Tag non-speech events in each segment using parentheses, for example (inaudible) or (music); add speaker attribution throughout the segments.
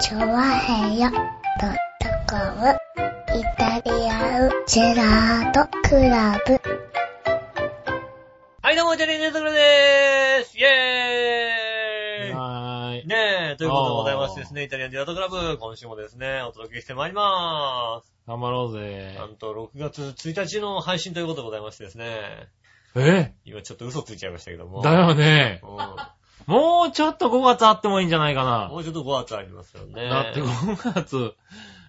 Speaker 1: チョワヘヨドットコムイタリアンジェラートクラブ。
Speaker 2: はい、どうも、ジェリーネズグルでーすイェー
Speaker 3: はー
Speaker 2: イ
Speaker 3: い。
Speaker 2: ねえ、ということでございましてですね、
Speaker 3: あ
Speaker 2: イタリアンジェラートクラブ、今週もですね、お届けしてまいりまーす。
Speaker 3: 頑張ろうぜ
Speaker 2: な。んと、6月1日の配信ということでございましてですね、
Speaker 3: え
Speaker 2: 今ちょっと嘘ついちゃいましたけども。
Speaker 3: だよね。
Speaker 2: う
Speaker 3: もうちょっと5月あってもいいんじゃないか
Speaker 2: ん。も
Speaker 3: な。
Speaker 2: うちょっと5月ありますよね。
Speaker 3: だって5月、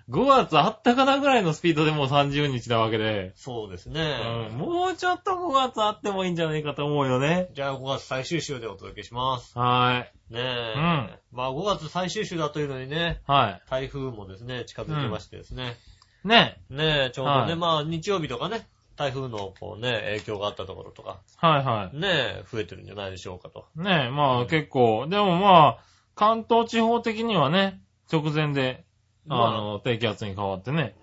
Speaker 3: 5月あったかなぐらいのスピードでもう30日なわけで。
Speaker 2: そうです
Speaker 3: う
Speaker 2: ね。
Speaker 3: ん、もうちょっと5月あってもいいんじゃないかと思うよね。
Speaker 2: じゃあ5月最終週でお届けします。
Speaker 3: は
Speaker 2: ねえ。
Speaker 3: ん
Speaker 2: まあ5月最終週だというのにね、
Speaker 3: ーい。は
Speaker 2: 台風もですね、近づいてましてですね。
Speaker 3: い。ね。
Speaker 2: ねえ、ちょうどね、
Speaker 3: はい
Speaker 2: まあ日曜日とかね、台風のこうね、影響があったところとか、
Speaker 3: はいは
Speaker 2: ねえ、増えてるんじゃないでしょうかと。
Speaker 3: い。ねまあ結構、でもまあ、関東地方的にはね、直前で、あ
Speaker 2: まあ、
Speaker 3: の、低気圧に変わってね。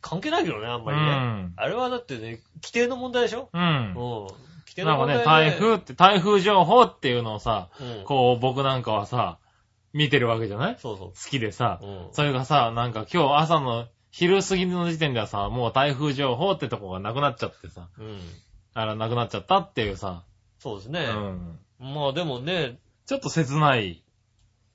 Speaker 2: 関係ないけどね、あん
Speaker 3: う
Speaker 2: まりね。
Speaker 3: ん。
Speaker 2: あれはだってね、規定の問題でしょ
Speaker 3: う
Speaker 2: うんん。。規定
Speaker 3: な
Speaker 2: の
Speaker 3: んか
Speaker 2: 問題
Speaker 3: ね、
Speaker 2: で
Speaker 3: 台風って、台風情報っていうのをさ、
Speaker 2: うん。
Speaker 3: こう、僕なんかはさ、見てるわけじゃない好
Speaker 2: そうそ
Speaker 3: きでさ
Speaker 2: う。。うん。
Speaker 3: それがさ、なんか今日朝の昼過ぎの時点ではさ、もう台風情報ってとこがなくなっちゃってさ、
Speaker 2: うん。
Speaker 3: あら、なくなっちゃったっていうさ、
Speaker 2: そうです
Speaker 3: う
Speaker 2: ね。
Speaker 3: ん。
Speaker 2: まあでもね、
Speaker 3: ちょっと切ない。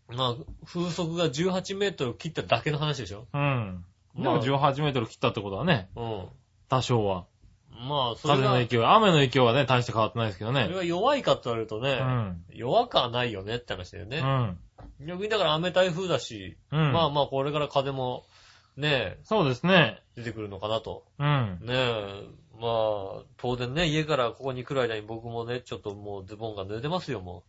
Speaker 2: まあ、風速が18メートル切っただけの話でしょ
Speaker 3: うん。で
Speaker 2: まあ
Speaker 3: も18メートル切ったってことはね、
Speaker 2: うん。
Speaker 3: 多少は。
Speaker 2: まあ、それ
Speaker 3: 風の
Speaker 2: が、
Speaker 3: 勢い、雨の勢いはね、大して変わってないですけど
Speaker 2: それ
Speaker 3: ね。
Speaker 2: が弱いかって言われると
Speaker 3: う
Speaker 2: ね、
Speaker 3: ん。
Speaker 2: 弱くはないよねって話だよ
Speaker 3: う
Speaker 2: ね。
Speaker 3: ん。
Speaker 2: 逆にだから雨台風だし、
Speaker 3: うん。
Speaker 2: まあまあこれから風もね、
Speaker 3: そうですね。
Speaker 2: 出てくるのかなと。
Speaker 3: うん。
Speaker 2: ねえ、まあ、当然ね、家からここに来る間に僕もね、ちょっともうズボンが濡れてますよ、も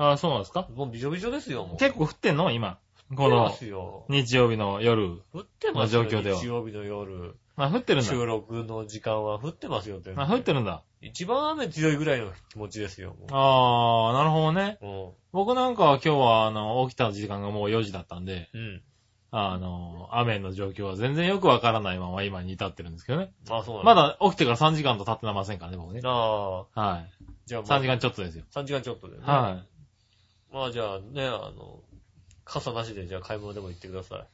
Speaker 3: あそうなんですか
Speaker 2: う。ズボンびしょびしょですよ、もう。
Speaker 3: 結構降ってんの今。こ
Speaker 2: 降ってま
Speaker 3: の、
Speaker 2: すよ。
Speaker 3: 日曜日の夜。
Speaker 2: 降ってますよ、
Speaker 3: この状況では
Speaker 2: 日曜日の夜。
Speaker 3: まあ降ってるんだ。
Speaker 2: 収録の時間は降ってますよ、全然
Speaker 3: あ、降ってるんだ。
Speaker 2: 一番雨強いぐらいの気持ちですよ、も
Speaker 3: あー、なるほどね。
Speaker 2: う。
Speaker 3: 僕なんかは今日は、あの、起きた時間がもう4時だったんで、
Speaker 2: うん。うん。
Speaker 3: あの、雨の状況は全然よくわからないまま今に至ってるんですけどね。
Speaker 2: あ、そうなん
Speaker 3: ま。だ起きてから3時間と経ってなませんからね、僕ね。
Speaker 2: ああ、
Speaker 3: は
Speaker 2: じゃあ
Speaker 3: い。
Speaker 2: まあ
Speaker 3: 3時間ちょっとですよ。
Speaker 2: 3時間ちょっとでね。
Speaker 3: は
Speaker 2: まあじゃあね、あの、傘なしでじゃあ買い物でも行ってくださ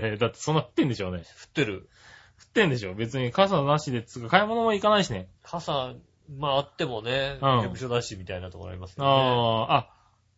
Speaker 2: い。
Speaker 3: い。だ (laughs) ってそんな降ってんでしょうね。
Speaker 2: 降ってる。
Speaker 3: 降ってんでしょ。別に傘なしで、つうか買い物も行かないしね。
Speaker 2: 傘、まああってもね、
Speaker 3: うん
Speaker 2: 局所だしみたいなところありますよね。
Speaker 3: あー、あ、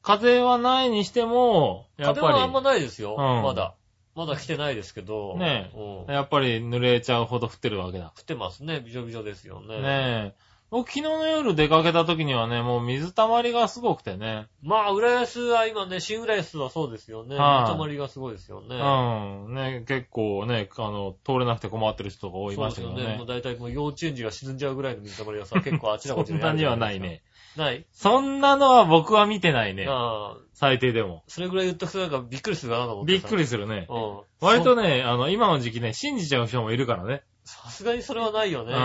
Speaker 3: 風はないにしても、やっ
Speaker 2: 風
Speaker 3: ぱ
Speaker 2: はあんま
Speaker 3: り、
Speaker 2: ないですよ、
Speaker 3: うん
Speaker 2: まだ。まだ来てないですけど。
Speaker 3: ねえ
Speaker 2: うん、降
Speaker 3: やっぱり濡れちゃうほど降ってるわけだ。
Speaker 2: ってますね、びしょびしょですよね。
Speaker 3: ねえ。僕昨日の夜出かけた時にはね、もう水たまりがすごくてね。
Speaker 2: まあ、浦安は今ね、新浦安はそうですよね。
Speaker 3: はい
Speaker 2: 水たまりがすごいですよね。
Speaker 3: うん。ね、結構ね、あの、通れなくて困ってる人が多い
Speaker 2: そう
Speaker 3: ま
Speaker 2: で
Speaker 3: し
Speaker 2: す
Speaker 3: た
Speaker 2: よ
Speaker 3: けど
Speaker 2: ね。も
Speaker 3: ね
Speaker 2: う。大体もう幼稚園児が沈んじゃうぐらいの水たまりがさ、
Speaker 3: (laughs)
Speaker 2: 結構あちらこち
Speaker 3: そ
Speaker 2: ら
Speaker 3: んなにはないね。
Speaker 2: ない。
Speaker 3: そんなのは僕は見てないね。
Speaker 2: ああ、
Speaker 3: 最低でも。
Speaker 2: それぐらい言っとくとなんかびっくりするかなと思って
Speaker 3: びっ
Speaker 2: さ
Speaker 3: くりするね。
Speaker 2: うん。
Speaker 3: 割とね、あの、今の時期ね、信じちゃう人もいるからね。
Speaker 2: そ、さすがにそれはないよね。
Speaker 3: う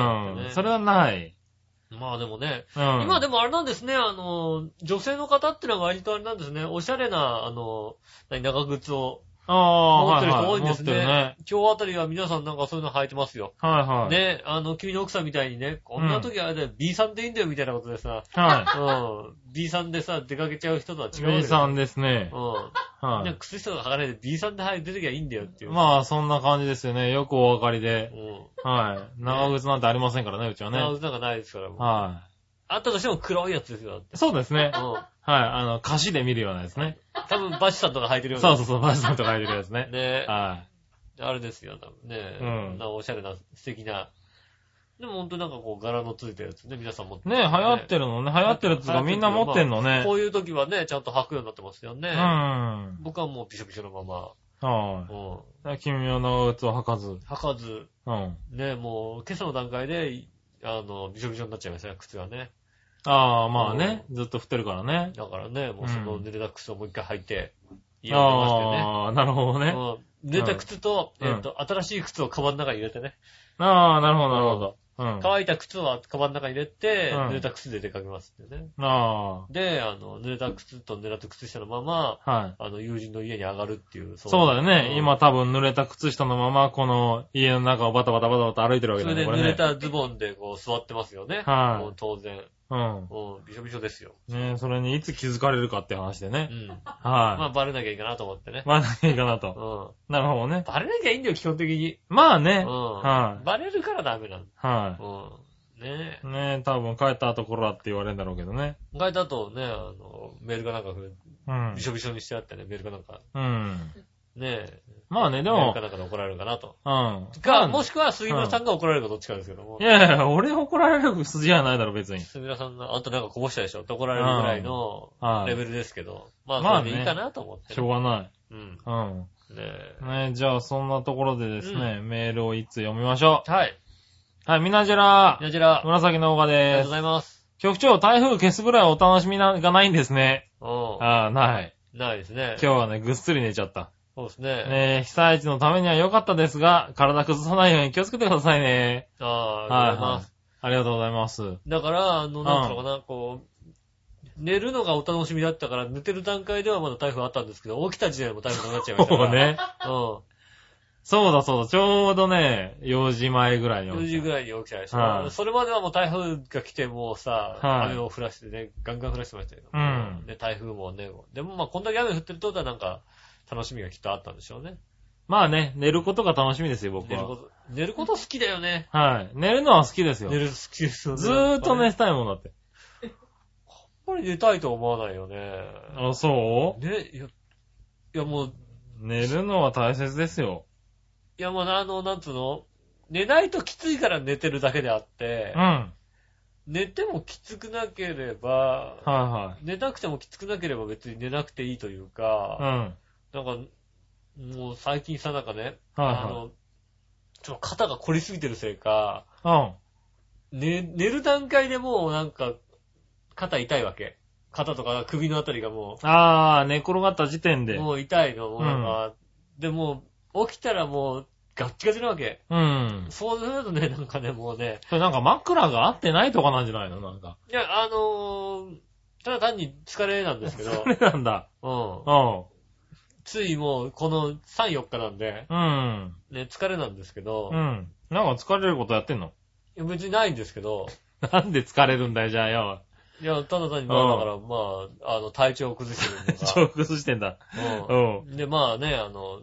Speaker 3: ん。それ
Speaker 2: は。
Speaker 3: はない。
Speaker 2: まあでもね、
Speaker 3: うん。
Speaker 2: 今でもあれなんですね、あの、女性の方ってのは割とあれなんですね、おしゃれな、あの、何、長靴を
Speaker 3: ああ、
Speaker 2: 持っ
Speaker 3: は
Speaker 2: て
Speaker 3: い
Speaker 2: る人
Speaker 3: は
Speaker 2: 多
Speaker 3: い。
Speaker 2: いん
Speaker 3: 持
Speaker 2: で
Speaker 3: っ
Speaker 2: す
Speaker 3: て
Speaker 2: ね。
Speaker 3: るね。
Speaker 2: 今日あたりは皆さんなんかそういうの履いてますよ。
Speaker 3: はいはい。
Speaker 2: ね、あの、君の奥さんみたいにね、こんな時はあれだよ、B さんでいいんだよみたいなことでさ、
Speaker 3: は
Speaker 2: うん、B さんでさ、出かけちゃう人とは (laughs) 違
Speaker 3: い。
Speaker 2: うよ。
Speaker 3: B さんですね。
Speaker 2: う
Speaker 3: は
Speaker 2: ん。
Speaker 3: い
Speaker 2: ね。靴下の履かないで B さんで履いて出てきゃいいんだよっていう。あ。
Speaker 3: まあ、そんな感じですよね。よくお分かりで
Speaker 2: う。ん。
Speaker 3: はい。長靴なんてありませんからね、うちはね。
Speaker 2: 長靴なんかないですから。あ
Speaker 3: は
Speaker 2: ったとしても黒いやつですよ、だって
Speaker 3: い。そうですね。
Speaker 2: う
Speaker 3: はい。
Speaker 2: ん。
Speaker 3: あの、歌詞で見るようなですね。
Speaker 2: 多分、バシさんとか履いてるよ
Speaker 3: そう
Speaker 2: う
Speaker 3: そうそう、バスさんとか入れるやつね。
Speaker 2: な。 (laughs) ね
Speaker 3: は
Speaker 2: あれですよ、多分ね。
Speaker 3: うん
Speaker 2: なおしゃれな、素敵な。でもほんとなんかこう、柄のついたやつね、皆さん持って
Speaker 3: い。
Speaker 2: ま
Speaker 3: ね
Speaker 2: す
Speaker 3: え、流
Speaker 2: よ
Speaker 3: 行ってるのね。流行ってるっつうか、みんな持ってんのね。
Speaker 2: こういう時はね、ちゃんと履くようになってますよね。
Speaker 3: うん。は
Speaker 2: 僕はもうびしょびしょのまま、
Speaker 3: い。
Speaker 2: うん。
Speaker 3: だから君は長靴を履かず。
Speaker 2: 履かず、
Speaker 3: うん。
Speaker 2: ね、もう今朝の段階で、いあの、びしょびしょになっちゃいましたね、靴がね。
Speaker 3: ああ、まあね。ずっと降ってるからね。
Speaker 2: だからね、もうその
Speaker 3: うん
Speaker 2: 濡れた靴をもう一回履いて、家を出ましてね。
Speaker 3: ああ、なるほどね。
Speaker 2: うん濡れた靴と、
Speaker 3: うん
Speaker 2: えっと、新しい靴をカバンの中に入れてね。
Speaker 3: ああ、なるほど、なるほど。うん。あ
Speaker 2: 乾いた靴はカバンの中に入れて、
Speaker 3: うん
Speaker 2: 濡れた靴で出かけますってね。
Speaker 3: あ
Speaker 2: で、あの、濡れた靴と濡れた靴下のまま、
Speaker 3: ー、はい。
Speaker 2: あの、友人の家に上がるっていう。そ
Speaker 3: そうだよね。。
Speaker 2: うん
Speaker 3: 今多分濡れた靴下のまま、この家の中をバタバタバタバタ歩いてるわけ
Speaker 2: そ
Speaker 3: だ
Speaker 2: れで
Speaker 3: ね、これ
Speaker 2: 濡れ
Speaker 3: ね。
Speaker 2: たズボンでこう座ってますよね。
Speaker 3: はい
Speaker 2: もう当然。
Speaker 3: う
Speaker 2: う
Speaker 3: ん。
Speaker 2: ん、びしょびしょですよ。
Speaker 3: ねそれにいつ気づかれるかって話で
Speaker 2: う
Speaker 3: ね。
Speaker 2: ん。ま
Speaker 3: は
Speaker 2: あ、バレなきゃいいかなと思ってね
Speaker 3: い。。まあ、何がいいかな
Speaker 2: う
Speaker 3: と。
Speaker 2: ん。
Speaker 3: なるほどね。
Speaker 2: バレなきゃいいんだよ、基本的に。
Speaker 3: まあ
Speaker 2: う
Speaker 3: ね
Speaker 2: ん。。
Speaker 3: はい。
Speaker 2: バレるからダメなの。
Speaker 3: は
Speaker 2: うん。ね
Speaker 3: い。ね多分帰ったところだって言われるんだろうけどね。
Speaker 2: え。意外だとね、あの、メールがなんか、
Speaker 3: うん
Speaker 2: び。しょびしょにしてあってね、メールがなんか、
Speaker 3: うん。
Speaker 2: ねえ。
Speaker 3: まあね、で
Speaker 2: メール
Speaker 3: も
Speaker 2: か、なんかで怒られるかなと。
Speaker 3: うん。
Speaker 2: か、もしくは杉村さんが怒られるかどっちかですけども
Speaker 3: い。やいや、俺怒られる筋じゃないだろ、別に。
Speaker 2: 杉村さんが、あんたなんかこぼしたでしょって怒られるぐらいの
Speaker 3: はい
Speaker 2: レベルですけど。ま
Speaker 3: ま
Speaker 2: あ、
Speaker 3: あ
Speaker 2: そ
Speaker 3: ね
Speaker 2: れでいいかなと思って
Speaker 3: し
Speaker 2: ね、
Speaker 3: ょうがない。
Speaker 2: うん。
Speaker 3: うん。
Speaker 2: ねえ。
Speaker 3: ねじゃあそんなところでですね、メールを一通読みましょ
Speaker 2: はい。
Speaker 3: う。はい、みなじら
Speaker 2: こ、ちら、あり
Speaker 3: 紫のオガ
Speaker 2: がと
Speaker 3: で
Speaker 2: うご
Speaker 3: す。
Speaker 2: ざいます。
Speaker 3: 局長、台風消すぐらいお楽しみながないんですね。
Speaker 2: う
Speaker 3: ああ、ない。
Speaker 2: ん。ないですね。
Speaker 3: 今日はね、ぐっすり寝ちゃった。
Speaker 2: そうですね。
Speaker 3: ね被災地のためには良かったですが、体崩さないように気をつけてくださいね。
Speaker 2: ああ、あ
Speaker 3: は
Speaker 2: りがとうござい
Speaker 3: い、は
Speaker 2: ま
Speaker 3: い
Speaker 2: す。。
Speaker 3: ありがとうございます。
Speaker 2: だから、あの、なんていうのかな、こう、寝るのがお楽しみだったから、寝てる段階ではまだ台風あったんですけど、起きた時点でもう台風になくなっちゃいましたから。
Speaker 3: そう。ね。
Speaker 2: うん。
Speaker 3: そうだそうだ、ちょうどね、4時前ぐらいに起きた。
Speaker 2: 4時ぐらいに起きたでし
Speaker 3: は
Speaker 2: ょ。
Speaker 3: い
Speaker 2: それまではもう台風が来てもうさ、
Speaker 3: はい
Speaker 2: 雨を降らしてね、ガンガン降らしてましたけど。
Speaker 3: うん
Speaker 2: で、台風もね、でもまあこんだけ雨降ってるってことはなんか、楽しみがきっとあったんでしょうね。
Speaker 3: まあね、寝ることが楽しみですよ、僕
Speaker 2: 寝るこ
Speaker 3: は。
Speaker 2: と、寝ること好きだよね。
Speaker 3: はい。寝るのは好きですよ。
Speaker 2: 寝る好きですよね。
Speaker 3: ずーっと
Speaker 2: や
Speaker 3: 寝
Speaker 2: っ
Speaker 3: したいもんだって。
Speaker 2: ぱり寝たいとは思わないよね。
Speaker 3: あ、そ
Speaker 2: ね、いや、いやもう、
Speaker 3: う寝るのは大切ですよ。
Speaker 2: いやもうあの、なんつうの寝ないときついから寝てるだけであって
Speaker 3: うん。、は
Speaker 2: 寝てもきつくなけれ
Speaker 3: い
Speaker 2: ば、
Speaker 3: は
Speaker 2: 寝なくてもきつくなければ別に寝なくていいという
Speaker 3: い。うん
Speaker 2: か、。なんか、もう最近さ、なんかね、あ
Speaker 3: は
Speaker 2: の、ちょっと肩が凝りすぎてるせいか、
Speaker 3: いは
Speaker 2: 寝、寝る段階でもうなんか、肩痛いわけ。肩とか首のあたりがも
Speaker 3: い。うん。あー、寝転がった時点
Speaker 2: う、
Speaker 3: で。
Speaker 2: もう痛いの、もうなんか、でもう、起きたらもう、ガッチガチなわけ。
Speaker 3: うん。
Speaker 2: そうするとね、なんかね、もうね、
Speaker 3: それなんか枕が合ってないとかなんじゃないのなんか。 (laughs)
Speaker 2: いや、あのー、ただ単に疲れなん
Speaker 3: (laughs)
Speaker 2: ですけど
Speaker 3: そ、れなんだ。
Speaker 2: うん。
Speaker 3: うん。
Speaker 2: ついもう、この3、4日なんで、
Speaker 3: うん。
Speaker 2: ね、疲れなんですけど
Speaker 3: う、ん。なんか疲れることやってんの
Speaker 2: いや別にないんですけど、
Speaker 3: なんで疲れるんだよ、じゃあよ。
Speaker 2: いや、ただ単に、まあ、だから、まあ、あの、体調を崩してる
Speaker 3: (laughs) 超崩してんだ。
Speaker 2: の
Speaker 3: う
Speaker 2: か。
Speaker 3: ん。
Speaker 2: うん。で、まあね、あの、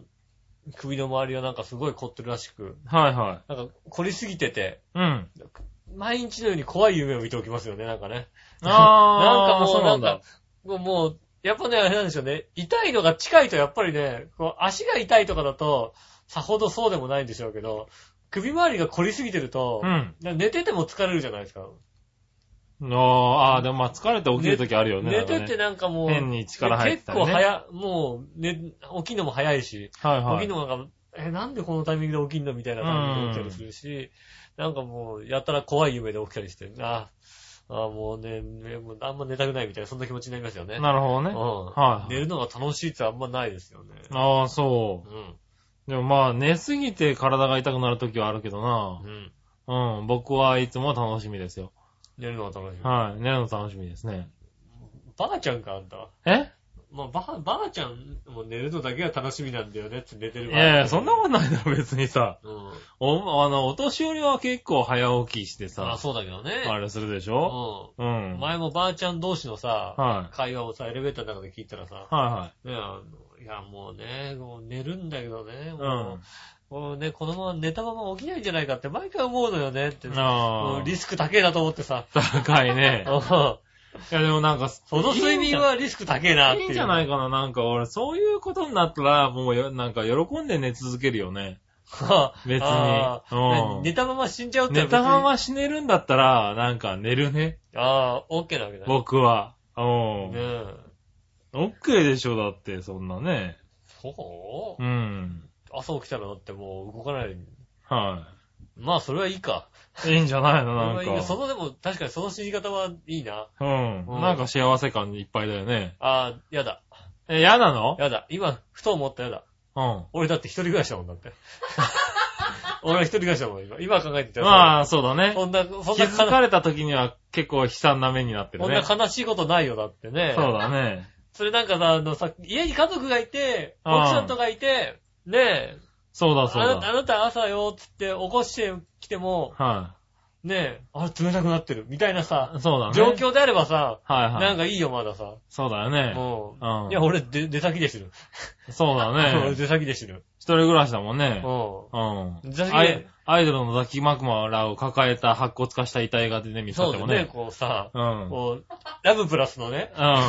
Speaker 2: 首の周りはなんかすごい凝ってるらしく、
Speaker 3: はいは
Speaker 2: なんか凝りすぎてて、
Speaker 3: い。うん。
Speaker 2: 毎日のように怖い夢を見ておきますよね、なんかね。
Speaker 3: あー、
Speaker 2: なんかも、
Speaker 3: そうう
Speaker 2: な
Speaker 3: なんん
Speaker 2: か
Speaker 3: だ。、
Speaker 2: もう、もうやっぱね、あれなんでしょうね。痛いのが近いと、やっぱりね、こう足が痛いとかだと、さほどそうでもないんでしょうけど、首周りが凝りすぎてると
Speaker 3: う、ん。
Speaker 2: な寝てても疲れるじゃないですか。
Speaker 3: あーあー、でもまあ疲れて起きるときあるよね。
Speaker 2: 寝
Speaker 3: な
Speaker 2: て
Speaker 3: んか
Speaker 2: て
Speaker 3: ね。
Speaker 2: なんかもう、
Speaker 3: 変に力入ったりね
Speaker 2: 結構早、もう、ね、起きるのも早いし、
Speaker 3: はいは
Speaker 2: 起き
Speaker 3: い
Speaker 2: る。のが、え、なんでこのタイミングで起きんのみたいな感じで起きたりするし、なんかもう、やったら怖い夢で起きたりして、ああ、もうね、ねもうあんま寝たくないみたいな、そんな気持ちになりますよね。
Speaker 3: なるほどね。は
Speaker 2: うん。
Speaker 3: い
Speaker 2: 寝るのが楽しいってあんまないですよね。
Speaker 3: ああ、そうう。
Speaker 2: ん。
Speaker 3: でもまあ、寝すぎて体が痛くなるときはあるけどな
Speaker 2: う。ん。
Speaker 3: うん、僕はいつも楽しみですよ。
Speaker 2: 寝るのが楽しい。
Speaker 3: はい、寝るの楽しみですね。
Speaker 2: バカちゃんか、あんた。
Speaker 3: え
Speaker 2: まあ、バカ、バカちゃんも寝るのだけが楽しみなんだよねって寝てる
Speaker 3: い
Speaker 2: 場合
Speaker 3: やいや、そんなことないだろ、別にさ。
Speaker 2: うん。
Speaker 3: お、あの、お年寄りは結構早起きして
Speaker 2: あ、
Speaker 3: さ、
Speaker 2: そうだけどね。
Speaker 3: あれするでしょう
Speaker 2: うん。
Speaker 3: ん。はい。
Speaker 2: 前もばあちゃん同士のさ、
Speaker 3: はい
Speaker 2: 会話をさ、エレベーターの中で聞いたらさ、
Speaker 3: は
Speaker 2: ね、あの、いや、もうね、もう寝るんだけどね、
Speaker 3: い。う
Speaker 2: も
Speaker 3: ん。
Speaker 2: う、もうね、このまま寝たまま起きないんじゃないかって毎回思うのよねって。
Speaker 3: あ
Speaker 2: もう
Speaker 3: あ。
Speaker 2: リスク高えなと思ってさ。
Speaker 3: 高いね。
Speaker 2: うん
Speaker 3: (laughs) いや、でもなんか、そ
Speaker 2: その睡眠はリスク高えなっ
Speaker 3: い
Speaker 2: てい
Speaker 3: い
Speaker 2: うん
Speaker 3: じゃないかな、なんか俺、そういうことになったら、もうよ、なんか喜んで寝続けるよね。
Speaker 2: は (laughs) あ
Speaker 3: 別に
Speaker 2: ああ
Speaker 3: うん
Speaker 2: 寝たまま死んじゃうって
Speaker 3: 寝たま
Speaker 2: あ
Speaker 3: ま死ねるんだったら、なんか寝るね。
Speaker 2: あ、オッケーなわけだ。ね
Speaker 3: 僕は。うん。
Speaker 2: え。
Speaker 3: オッケーでしょ、だって、そんなね。
Speaker 2: そう
Speaker 3: うん。
Speaker 2: 朝起きたらだってもう動かない。
Speaker 3: は
Speaker 2: まあ、それはいいか。
Speaker 3: い。いいんじゃないの、
Speaker 2: そ
Speaker 3: な
Speaker 2: れ
Speaker 3: ん
Speaker 2: はいい
Speaker 3: か。
Speaker 2: そのでも、確かにその死に方はいいな。
Speaker 3: うん。
Speaker 2: うん
Speaker 3: なんか幸せ感いっぱいだよね。
Speaker 2: ああ、やだ。
Speaker 3: え、嫌なの
Speaker 2: やだ。今、ふと思ったやだ。
Speaker 3: うん。
Speaker 2: 俺だって一人暮らしだもんだ
Speaker 3: (laughs)
Speaker 2: って。俺は一人暮らしだもん、今。今考えてたよ。
Speaker 3: まあ、そうだね。
Speaker 2: そんな、そんな
Speaker 3: 気づか
Speaker 2: 悲、
Speaker 3: れた時には結構悲惨な目になってる
Speaker 2: そん
Speaker 3: ね。
Speaker 2: な悲しいことないよ、だってね。
Speaker 3: そうだね。
Speaker 2: それなんかさ、あのさ、家に家族がいて、
Speaker 3: ああ
Speaker 2: 奥さんとかいて、ねえ、
Speaker 3: そうだ、
Speaker 2: あ
Speaker 3: そう
Speaker 2: なあ
Speaker 3: だ。
Speaker 2: なた朝よ、つって起こしてきても、
Speaker 3: は
Speaker 2: ねえ、あれ冷たくなってる、みたいなさ、
Speaker 3: そうだね。
Speaker 2: 状況であればさ、
Speaker 3: はいはい。
Speaker 2: なんかいいよ、まださ。
Speaker 3: そうだよね。
Speaker 2: う。
Speaker 3: うんん
Speaker 2: いや、俺、出、出先で知る。
Speaker 3: そうだ
Speaker 2: (laughs) 俺、
Speaker 3: ね。
Speaker 2: 出先で知る。
Speaker 3: 一人暮らしだもんね。
Speaker 2: う
Speaker 3: うん
Speaker 2: ん。出先
Speaker 3: ア
Speaker 2: で
Speaker 3: イ。アイドルのザキマクマラを抱えた白骨化した遺体がね、見つか
Speaker 2: そ
Speaker 3: っ
Speaker 2: う
Speaker 3: て
Speaker 2: だ
Speaker 3: も
Speaker 2: よね、
Speaker 3: ね。
Speaker 2: こうさ、
Speaker 3: うん。うん。
Speaker 2: こう、ラブプラスのね、
Speaker 3: ラ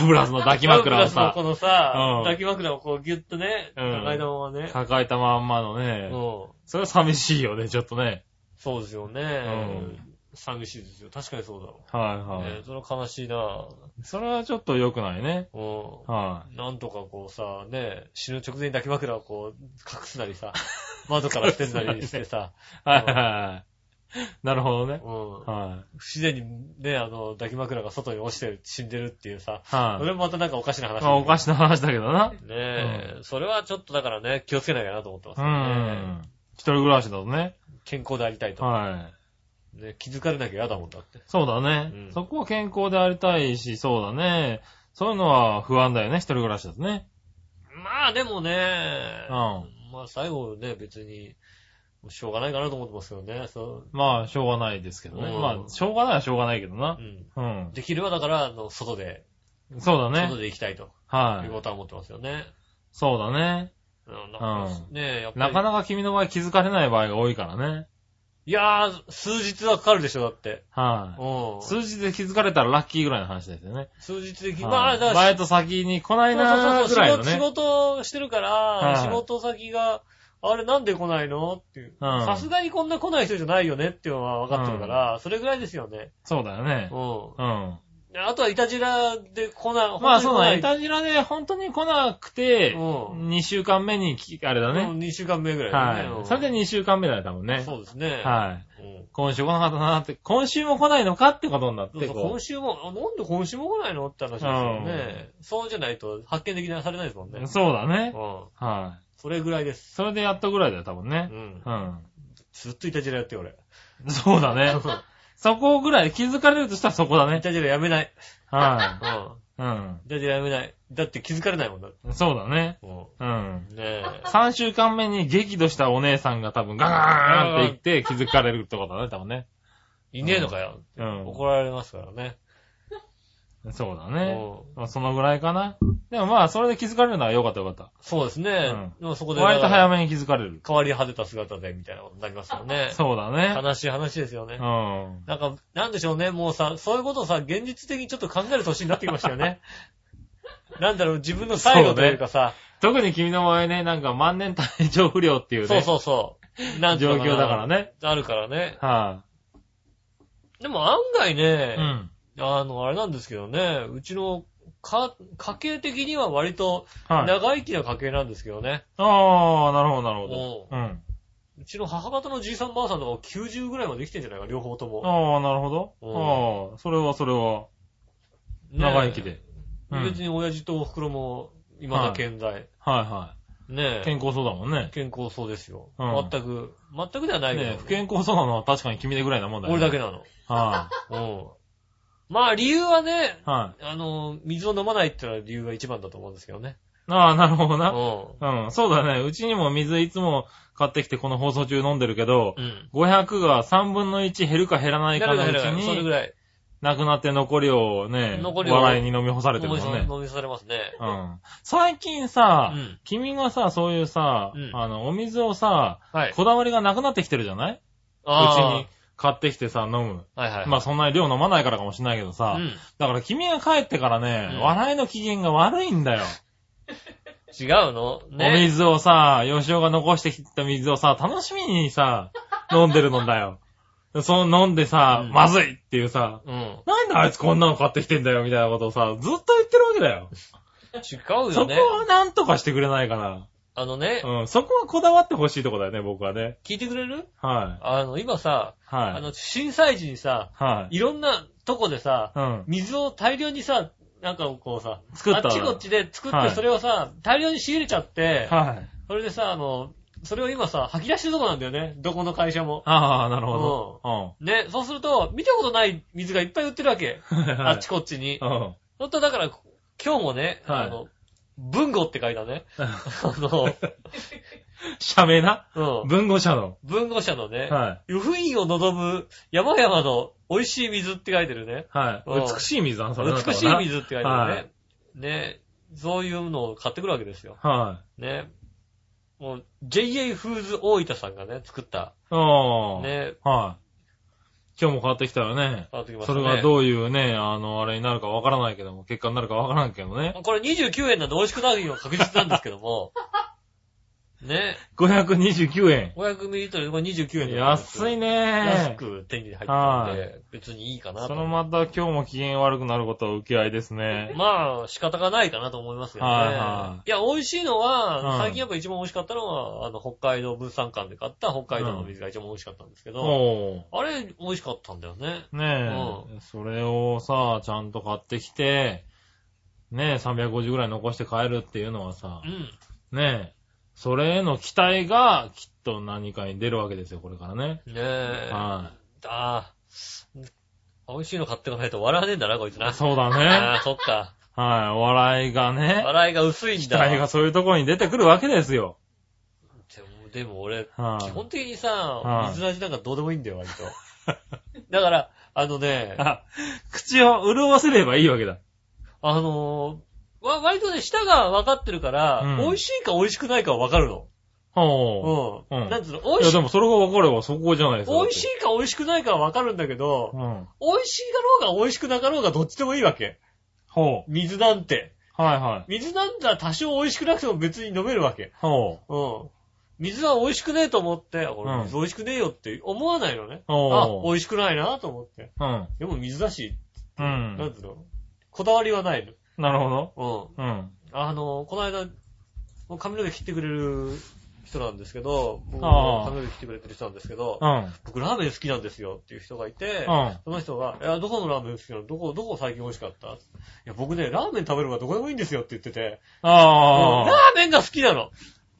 Speaker 3: ブブラスの抱き枕を
Speaker 2: ラ
Speaker 3: さ
Speaker 2: ブプラスのこ、のさ
Speaker 3: う、ん
Speaker 2: 抱き枕をこうギュッとね、
Speaker 3: うん
Speaker 2: 抱いたままね。
Speaker 3: 抱えたまんまの
Speaker 2: う
Speaker 3: ね
Speaker 2: ん。。
Speaker 3: それは寂しいよね、ちょっとね。
Speaker 2: そうですよ
Speaker 3: う
Speaker 2: ね。寂しいですよ。確かにそうだわ。
Speaker 3: はいは
Speaker 2: ね
Speaker 3: い。
Speaker 2: それは悲しいな
Speaker 3: それはちょっと良くないね。
Speaker 2: う
Speaker 3: は
Speaker 2: ん。なんとかこうさ、ね、死ぬ直前に抱き枕をこう、隠すなりさ、 (laughs) 窓から捨てるなりしてさ、
Speaker 3: い。はいはいはい。 (laughs) なるほど
Speaker 2: うん
Speaker 3: ね。。はい。
Speaker 2: 不自然にね、あの、抱き枕が外に落ちて死んでるっていうさ、そ
Speaker 3: は
Speaker 2: れもまたなんかおかしな話
Speaker 3: い。
Speaker 2: だけ
Speaker 3: ま
Speaker 2: ど。
Speaker 3: あおかしな話だけどな。
Speaker 2: ねえ、それはちょっとだからね、気をつけなきゃなと思ってます
Speaker 3: う
Speaker 2: よね。
Speaker 3: ん。一人暮らしだとね。
Speaker 2: 健康でありたいと。
Speaker 3: はい。
Speaker 2: ね、気づかれなきゃ嫌だもんだって。
Speaker 3: そうだね、
Speaker 2: うん
Speaker 3: そこは健康でありたいし、そうだね。そういうのは不安だよね、一人暮らしだとね。
Speaker 2: まあでもね、
Speaker 3: うん
Speaker 2: まあ最後ね、別に、しょうがないかなと思ってますけどね。そ
Speaker 3: まあ、しょうがないですけどね。
Speaker 2: うん
Speaker 3: まあ、しょうがないはしょうがないけど
Speaker 2: う
Speaker 3: な
Speaker 2: う。ん、
Speaker 3: うん。
Speaker 2: できればだから、あの、外で、
Speaker 3: そうだ
Speaker 2: 外
Speaker 3: ね。
Speaker 2: で行きたいと
Speaker 3: は
Speaker 2: いう
Speaker 3: い。
Speaker 2: ことは思ってますよね。
Speaker 3: そうだね。
Speaker 2: うん、なんか
Speaker 3: う
Speaker 2: ねえ、やっぱり。
Speaker 3: なかなか君の場合気づかれない場合が多いからね。
Speaker 2: いやー、数日はかかるでしょ、だって。
Speaker 3: はい、
Speaker 2: うん。
Speaker 3: 数日で気づかれたらラッキーぐらいの話ですよね。
Speaker 2: 数日的に。
Speaker 3: はい
Speaker 2: まあ、だから
Speaker 3: バイト先に来ないな
Speaker 2: そうそ
Speaker 3: ーぐ
Speaker 2: う
Speaker 3: らい
Speaker 2: そ
Speaker 3: の
Speaker 2: う、仕事仕
Speaker 3: ね。
Speaker 2: 事してるから、
Speaker 3: はい
Speaker 2: 仕事先が、あれなんで来ないのっていう。
Speaker 3: うん
Speaker 2: さすがにこんな来ない人じゃないよねっていうのは分かってるから、それぐらいですよね。
Speaker 3: そうだよね
Speaker 2: う。ん。
Speaker 3: うん。
Speaker 2: あとはイタジラで来ない。
Speaker 3: まあそうだね。
Speaker 2: ね。
Speaker 3: いたじらで本当に来なくて、
Speaker 2: うん
Speaker 3: 2週間目にき、あれだね。
Speaker 2: うん2週間目ぐらいだね。
Speaker 3: は
Speaker 2: うん
Speaker 3: い。それで2週間目だよ、多分ね。
Speaker 2: そうですね。
Speaker 3: はい。
Speaker 2: うん
Speaker 3: 今週来なかったなって、今週も来ないのかってことになっ
Speaker 2: そう
Speaker 3: て、
Speaker 2: そう
Speaker 3: こ
Speaker 2: 今週も、あなんで今週も来ないのって話ですよね。そうじゃないと発見できなされないですもんね
Speaker 3: う。。そうだね。
Speaker 2: うん。
Speaker 3: はい。
Speaker 2: それぐらいです。
Speaker 3: それでやっとぐらいだよ、多分
Speaker 2: う
Speaker 3: ね。
Speaker 2: ん
Speaker 3: う。ん。
Speaker 2: ずっとイタジラやってよ、俺。
Speaker 3: そう
Speaker 2: (laughs)
Speaker 3: だね。そこぐらい気づかれるとしたらそこだ
Speaker 2: イ
Speaker 3: ね。
Speaker 2: タジラやめない。
Speaker 3: は
Speaker 2: うん。
Speaker 3: い。うん。
Speaker 2: だってやめない。だって気づかれないもんだって。
Speaker 3: そうだね。
Speaker 2: も
Speaker 3: うん。
Speaker 2: うねえ。
Speaker 3: 3週間目に激怒したお姉さんが多分ガーンって言って気づかれるってことだね、多分ね。
Speaker 2: いねえのかよ。
Speaker 3: うん。
Speaker 2: (laughs) 怒られますからね。
Speaker 3: そうだね。
Speaker 2: うん
Speaker 3: まあそのぐらいかな。でもまあ、それで気づかれるのは良かった良かった。
Speaker 2: そうですね。でもそこで、
Speaker 3: 割と早
Speaker 2: め。
Speaker 3: めに気づかれる。
Speaker 2: 変わり果てた姿で、みたいなことになりますよね。
Speaker 3: そうだね。
Speaker 2: 悲しい話ですよね
Speaker 3: う。ん。
Speaker 2: なんか、なんでしょうね。もうさ、そういうことをさ、現実的にちょっと考える年になってきましたよ
Speaker 3: (laughs)
Speaker 2: ね。なんだろう、自分の最後というかさ、
Speaker 3: 特に君の場合ね、なんか万年体調不良っていうね。
Speaker 2: そうそうそう。なんてい
Speaker 3: 状
Speaker 2: うのな
Speaker 3: 況だから。ね。
Speaker 2: あるからね。
Speaker 3: は
Speaker 2: でも案外
Speaker 3: い、
Speaker 2: ね、
Speaker 3: うん。
Speaker 2: あの、あれなんですけどね、うちのか、家系的には割と
Speaker 3: はい。
Speaker 2: 長生きな家系なんですけどね。
Speaker 3: ああ、なるほど、なるほど。
Speaker 2: う
Speaker 3: うん。
Speaker 2: うちの母方のじいさんばあさんとかも90ぐらいまで生きてんじゃないか、両方とも。
Speaker 3: ああ、なるほど。
Speaker 2: う
Speaker 3: ああ、それはそれは、
Speaker 2: ねえ
Speaker 3: 長生きで。。うん
Speaker 2: 別に親父とお袋も未だ健在。
Speaker 3: はいは
Speaker 2: ね
Speaker 3: い。
Speaker 2: え。
Speaker 3: 健康そうだもんね。
Speaker 2: 健康そうですよ。
Speaker 3: うん
Speaker 2: 全く、全くではないけど、
Speaker 3: ね不健康そうなのは確かに君でぐらいなもんだよ、
Speaker 2: 俺
Speaker 3: ね。
Speaker 2: だけ
Speaker 3: だ。
Speaker 2: なの。
Speaker 3: は
Speaker 2: うん。まあ理由はね、
Speaker 3: い。はい。
Speaker 2: あの、水を飲まないってのは理由が一番だと思うんですけどね。
Speaker 3: ああ、なるほど
Speaker 2: う
Speaker 3: な。
Speaker 2: ん。
Speaker 3: うん、そうだね。うちにも水いつも買ってきてこの放送中飲んでるけど、
Speaker 2: うん。
Speaker 3: 500が3分の1減るか減らな
Speaker 2: だ
Speaker 3: い
Speaker 2: か
Speaker 3: からのうち
Speaker 2: だからそれぐ
Speaker 3: に、
Speaker 2: らい。
Speaker 3: なくなって残りをね、
Speaker 2: 残りを
Speaker 3: 笑いに飲み干されてる
Speaker 2: 飲
Speaker 3: も
Speaker 2: み
Speaker 3: ん
Speaker 2: さ
Speaker 3: ね。
Speaker 2: 飲みされますね。
Speaker 3: うん最近さ、
Speaker 2: うん
Speaker 3: 君がさ、そういうさ、
Speaker 2: うん
Speaker 3: あの、お水をさ、
Speaker 2: はい。
Speaker 3: こだわりがなくなってきてるじゃないうち
Speaker 2: あー
Speaker 3: に買ってきてさ、飲む。
Speaker 2: はいはい。
Speaker 3: まあそんなに量飲まないからかもしれないけどさ、
Speaker 2: うん
Speaker 3: だから君が帰ってからね、
Speaker 2: うん
Speaker 3: 笑いの機嫌が悪いんだよ。
Speaker 2: 違うのね。
Speaker 3: お水をさ、吉尾が残してきた水をさ、楽しみ
Speaker 2: (laughs)
Speaker 3: にさ、飲んでるのだよ。その飲んでさ、
Speaker 2: うん
Speaker 3: まずいっていうさ、
Speaker 2: うん。
Speaker 3: なんであいつこんなの買ってきてんだよみたいなことをさ、ずっと言ってるわけだよ。
Speaker 2: 違う
Speaker 3: そ
Speaker 2: よ
Speaker 3: こ
Speaker 2: ね。
Speaker 3: はなんとかしてくれないかな。
Speaker 2: あのね、
Speaker 3: うん、そこはこだわってほしいとこだよね、僕はね。
Speaker 2: 聞いてくれる
Speaker 3: はい。
Speaker 2: あの、今さ、あ
Speaker 3: はい。
Speaker 2: の、震災時にさ、
Speaker 3: はい。
Speaker 2: いろんなとこでさ、
Speaker 3: うん。
Speaker 2: 水を大量にさ、なんかこうさ、
Speaker 3: 作った
Speaker 2: あっちこっちで作っ
Speaker 3: は
Speaker 2: て、
Speaker 3: い
Speaker 2: それをさ、大量に仕入れちゃって、
Speaker 3: はい。
Speaker 2: それでさ、あの、それを今さ、吐き出してるとこなんだよね。どこの会社も。
Speaker 3: ああ、なるほど。
Speaker 2: ね、そうすると、見たことない水がいっぱい売ってるわけ。
Speaker 3: うん。はいはい (laughs)
Speaker 2: あっちこっちに。 (laughs)
Speaker 3: うん。
Speaker 2: ほんとだから、今日もね、
Speaker 3: はい
Speaker 2: あ
Speaker 3: (laughs)
Speaker 2: の、文豪って書いたね。あの、
Speaker 3: 社名な。
Speaker 2: うん。
Speaker 3: 文豪社の。
Speaker 2: 文豪社のね、
Speaker 3: は
Speaker 2: 湯布院を望む山々の美味しい水って書いてるね。
Speaker 3: い。は
Speaker 2: うん
Speaker 3: い。美しい水だな、それだった
Speaker 2: 美
Speaker 3: ら
Speaker 2: しい水って書いてるね。
Speaker 3: はい
Speaker 2: ね。そういうのを買ってくるわけですよ。
Speaker 3: は
Speaker 2: ね。もう、JA フーズ大分さんがね、作った。
Speaker 3: い。ああ。
Speaker 2: ね。
Speaker 3: はい。今日も変わってきたよね。
Speaker 2: 買ってきました
Speaker 3: そ
Speaker 2: ね。
Speaker 3: れがどういうね、あの、あれになるかわからないけども、結果になるかわからんけどね。
Speaker 2: これ29円なんで美味しくないのは確実なんですけども。ね。
Speaker 3: 529円。
Speaker 2: 500ml でこれ29円
Speaker 3: 安い
Speaker 2: ね。
Speaker 3: ね
Speaker 2: 安く手に入ったんで、別にいいかなと
Speaker 3: そのまた今日も機嫌悪くなることは受け合いですね。
Speaker 2: まあ、仕方がないかなと思いますよね。
Speaker 3: はいはい
Speaker 2: や、美味しいのは、
Speaker 3: うん
Speaker 2: 最近やっぱ一番美味しかったのは、あの、北海道物産館で買った北海道の水が一番美味しかったんですけど、
Speaker 3: お
Speaker 2: あれ、美味しかったんだよね。
Speaker 3: うねえ、それをさ、ちゃんと買ってきて、ねえ、350ぐらい残して帰るっていうのはさ
Speaker 2: う、ん。
Speaker 3: ねえ、それへの期待がきっと何かに出るわけですよ、これからね。
Speaker 2: ねえ。
Speaker 3: は
Speaker 2: ああ。美味しいの買ってかないと笑わねえんだな、こいつな。
Speaker 3: そうだ
Speaker 2: あ
Speaker 3: ね。
Speaker 2: あ、そっか。
Speaker 3: はい、お笑いがね、
Speaker 2: 笑いが薄いん
Speaker 3: 期
Speaker 2: だ。
Speaker 3: 待がそういうところに出てくるわけですよ。
Speaker 2: でも、でも俺、
Speaker 3: は
Speaker 2: 基
Speaker 3: い、
Speaker 2: 本的にさ
Speaker 3: は、い
Speaker 2: 水の味なんかどうでもいいんだよ、割と。
Speaker 3: (laughs)
Speaker 2: だから、あのね、
Speaker 3: あ、口を潤わせればいいわけだ。
Speaker 2: あのー、わ、割とね、舌が分かってるから、
Speaker 3: うん
Speaker 2: 美味しいか美味しくないかは分かるの。
Speaker 3: ほ
Speaker 2: うん。
Speaker 3: うん
Speaker 2: なんつうの、
Speaker 3: う。い
Speaker 2: 美
Speaker 3: や、
Speaker 2: 味し
Speaker 3: で
Speaker 2: い、
Speaker 3: もそれが分かればそこじゃないですか。
Speaker 2: 美味しいか美味しくないかは分かるんだけど、
Speaker 3: うん。
Speaker 2: 美味しいだろうが美味しくなかろうがどっちでもいいわけ。
Speaker 3: ほ
Speaker 2: 水なんて。
Speaker 3: う。はいはい。
Speaker 2: 水なんだ多少美味しくなくても別に飲めるわけ。
Speaker 3: ほう。
Speaker 2: うん。水は美味しくねえと思って、俺
Speaker 3: うん
Speaker 2: 水美味しくねえよって思わないのね。あ、
Speaker 3: ほ
Speaker 2: 美味しくないなと思って。
Speaker 3: う。うん。
Speaker 2: でも水だし、
Speaker 3: う
Speaker 2: なん
Speaker 3: ん。
Speaker 2: つうの、こだわりはないの。
Speaker 3: なるほど。
Speaker 2: うん。
Speaker 3: うん。
Speaker 2: あの、この間、もう髪の毛切ってくれる人なんですけど、僕
Speaker 3: ああ
Speaker 2: 髪の毛切ってくれてる人なんですけど
Speaker 3: う、ん。
Speaker 2: 僕ラーメン好きなんですよっていう人がいて、
Speaker 3: うん
Speaker 2: その人が、いや、どこのラーメン好きなのどこ、どこ最近美味しかったいや、僕ね、ラーメン食べるのがどこでもいいんですよって言ってて、ラ
Speaker 3: ああ。
Speaker 2: ーメンが好きなの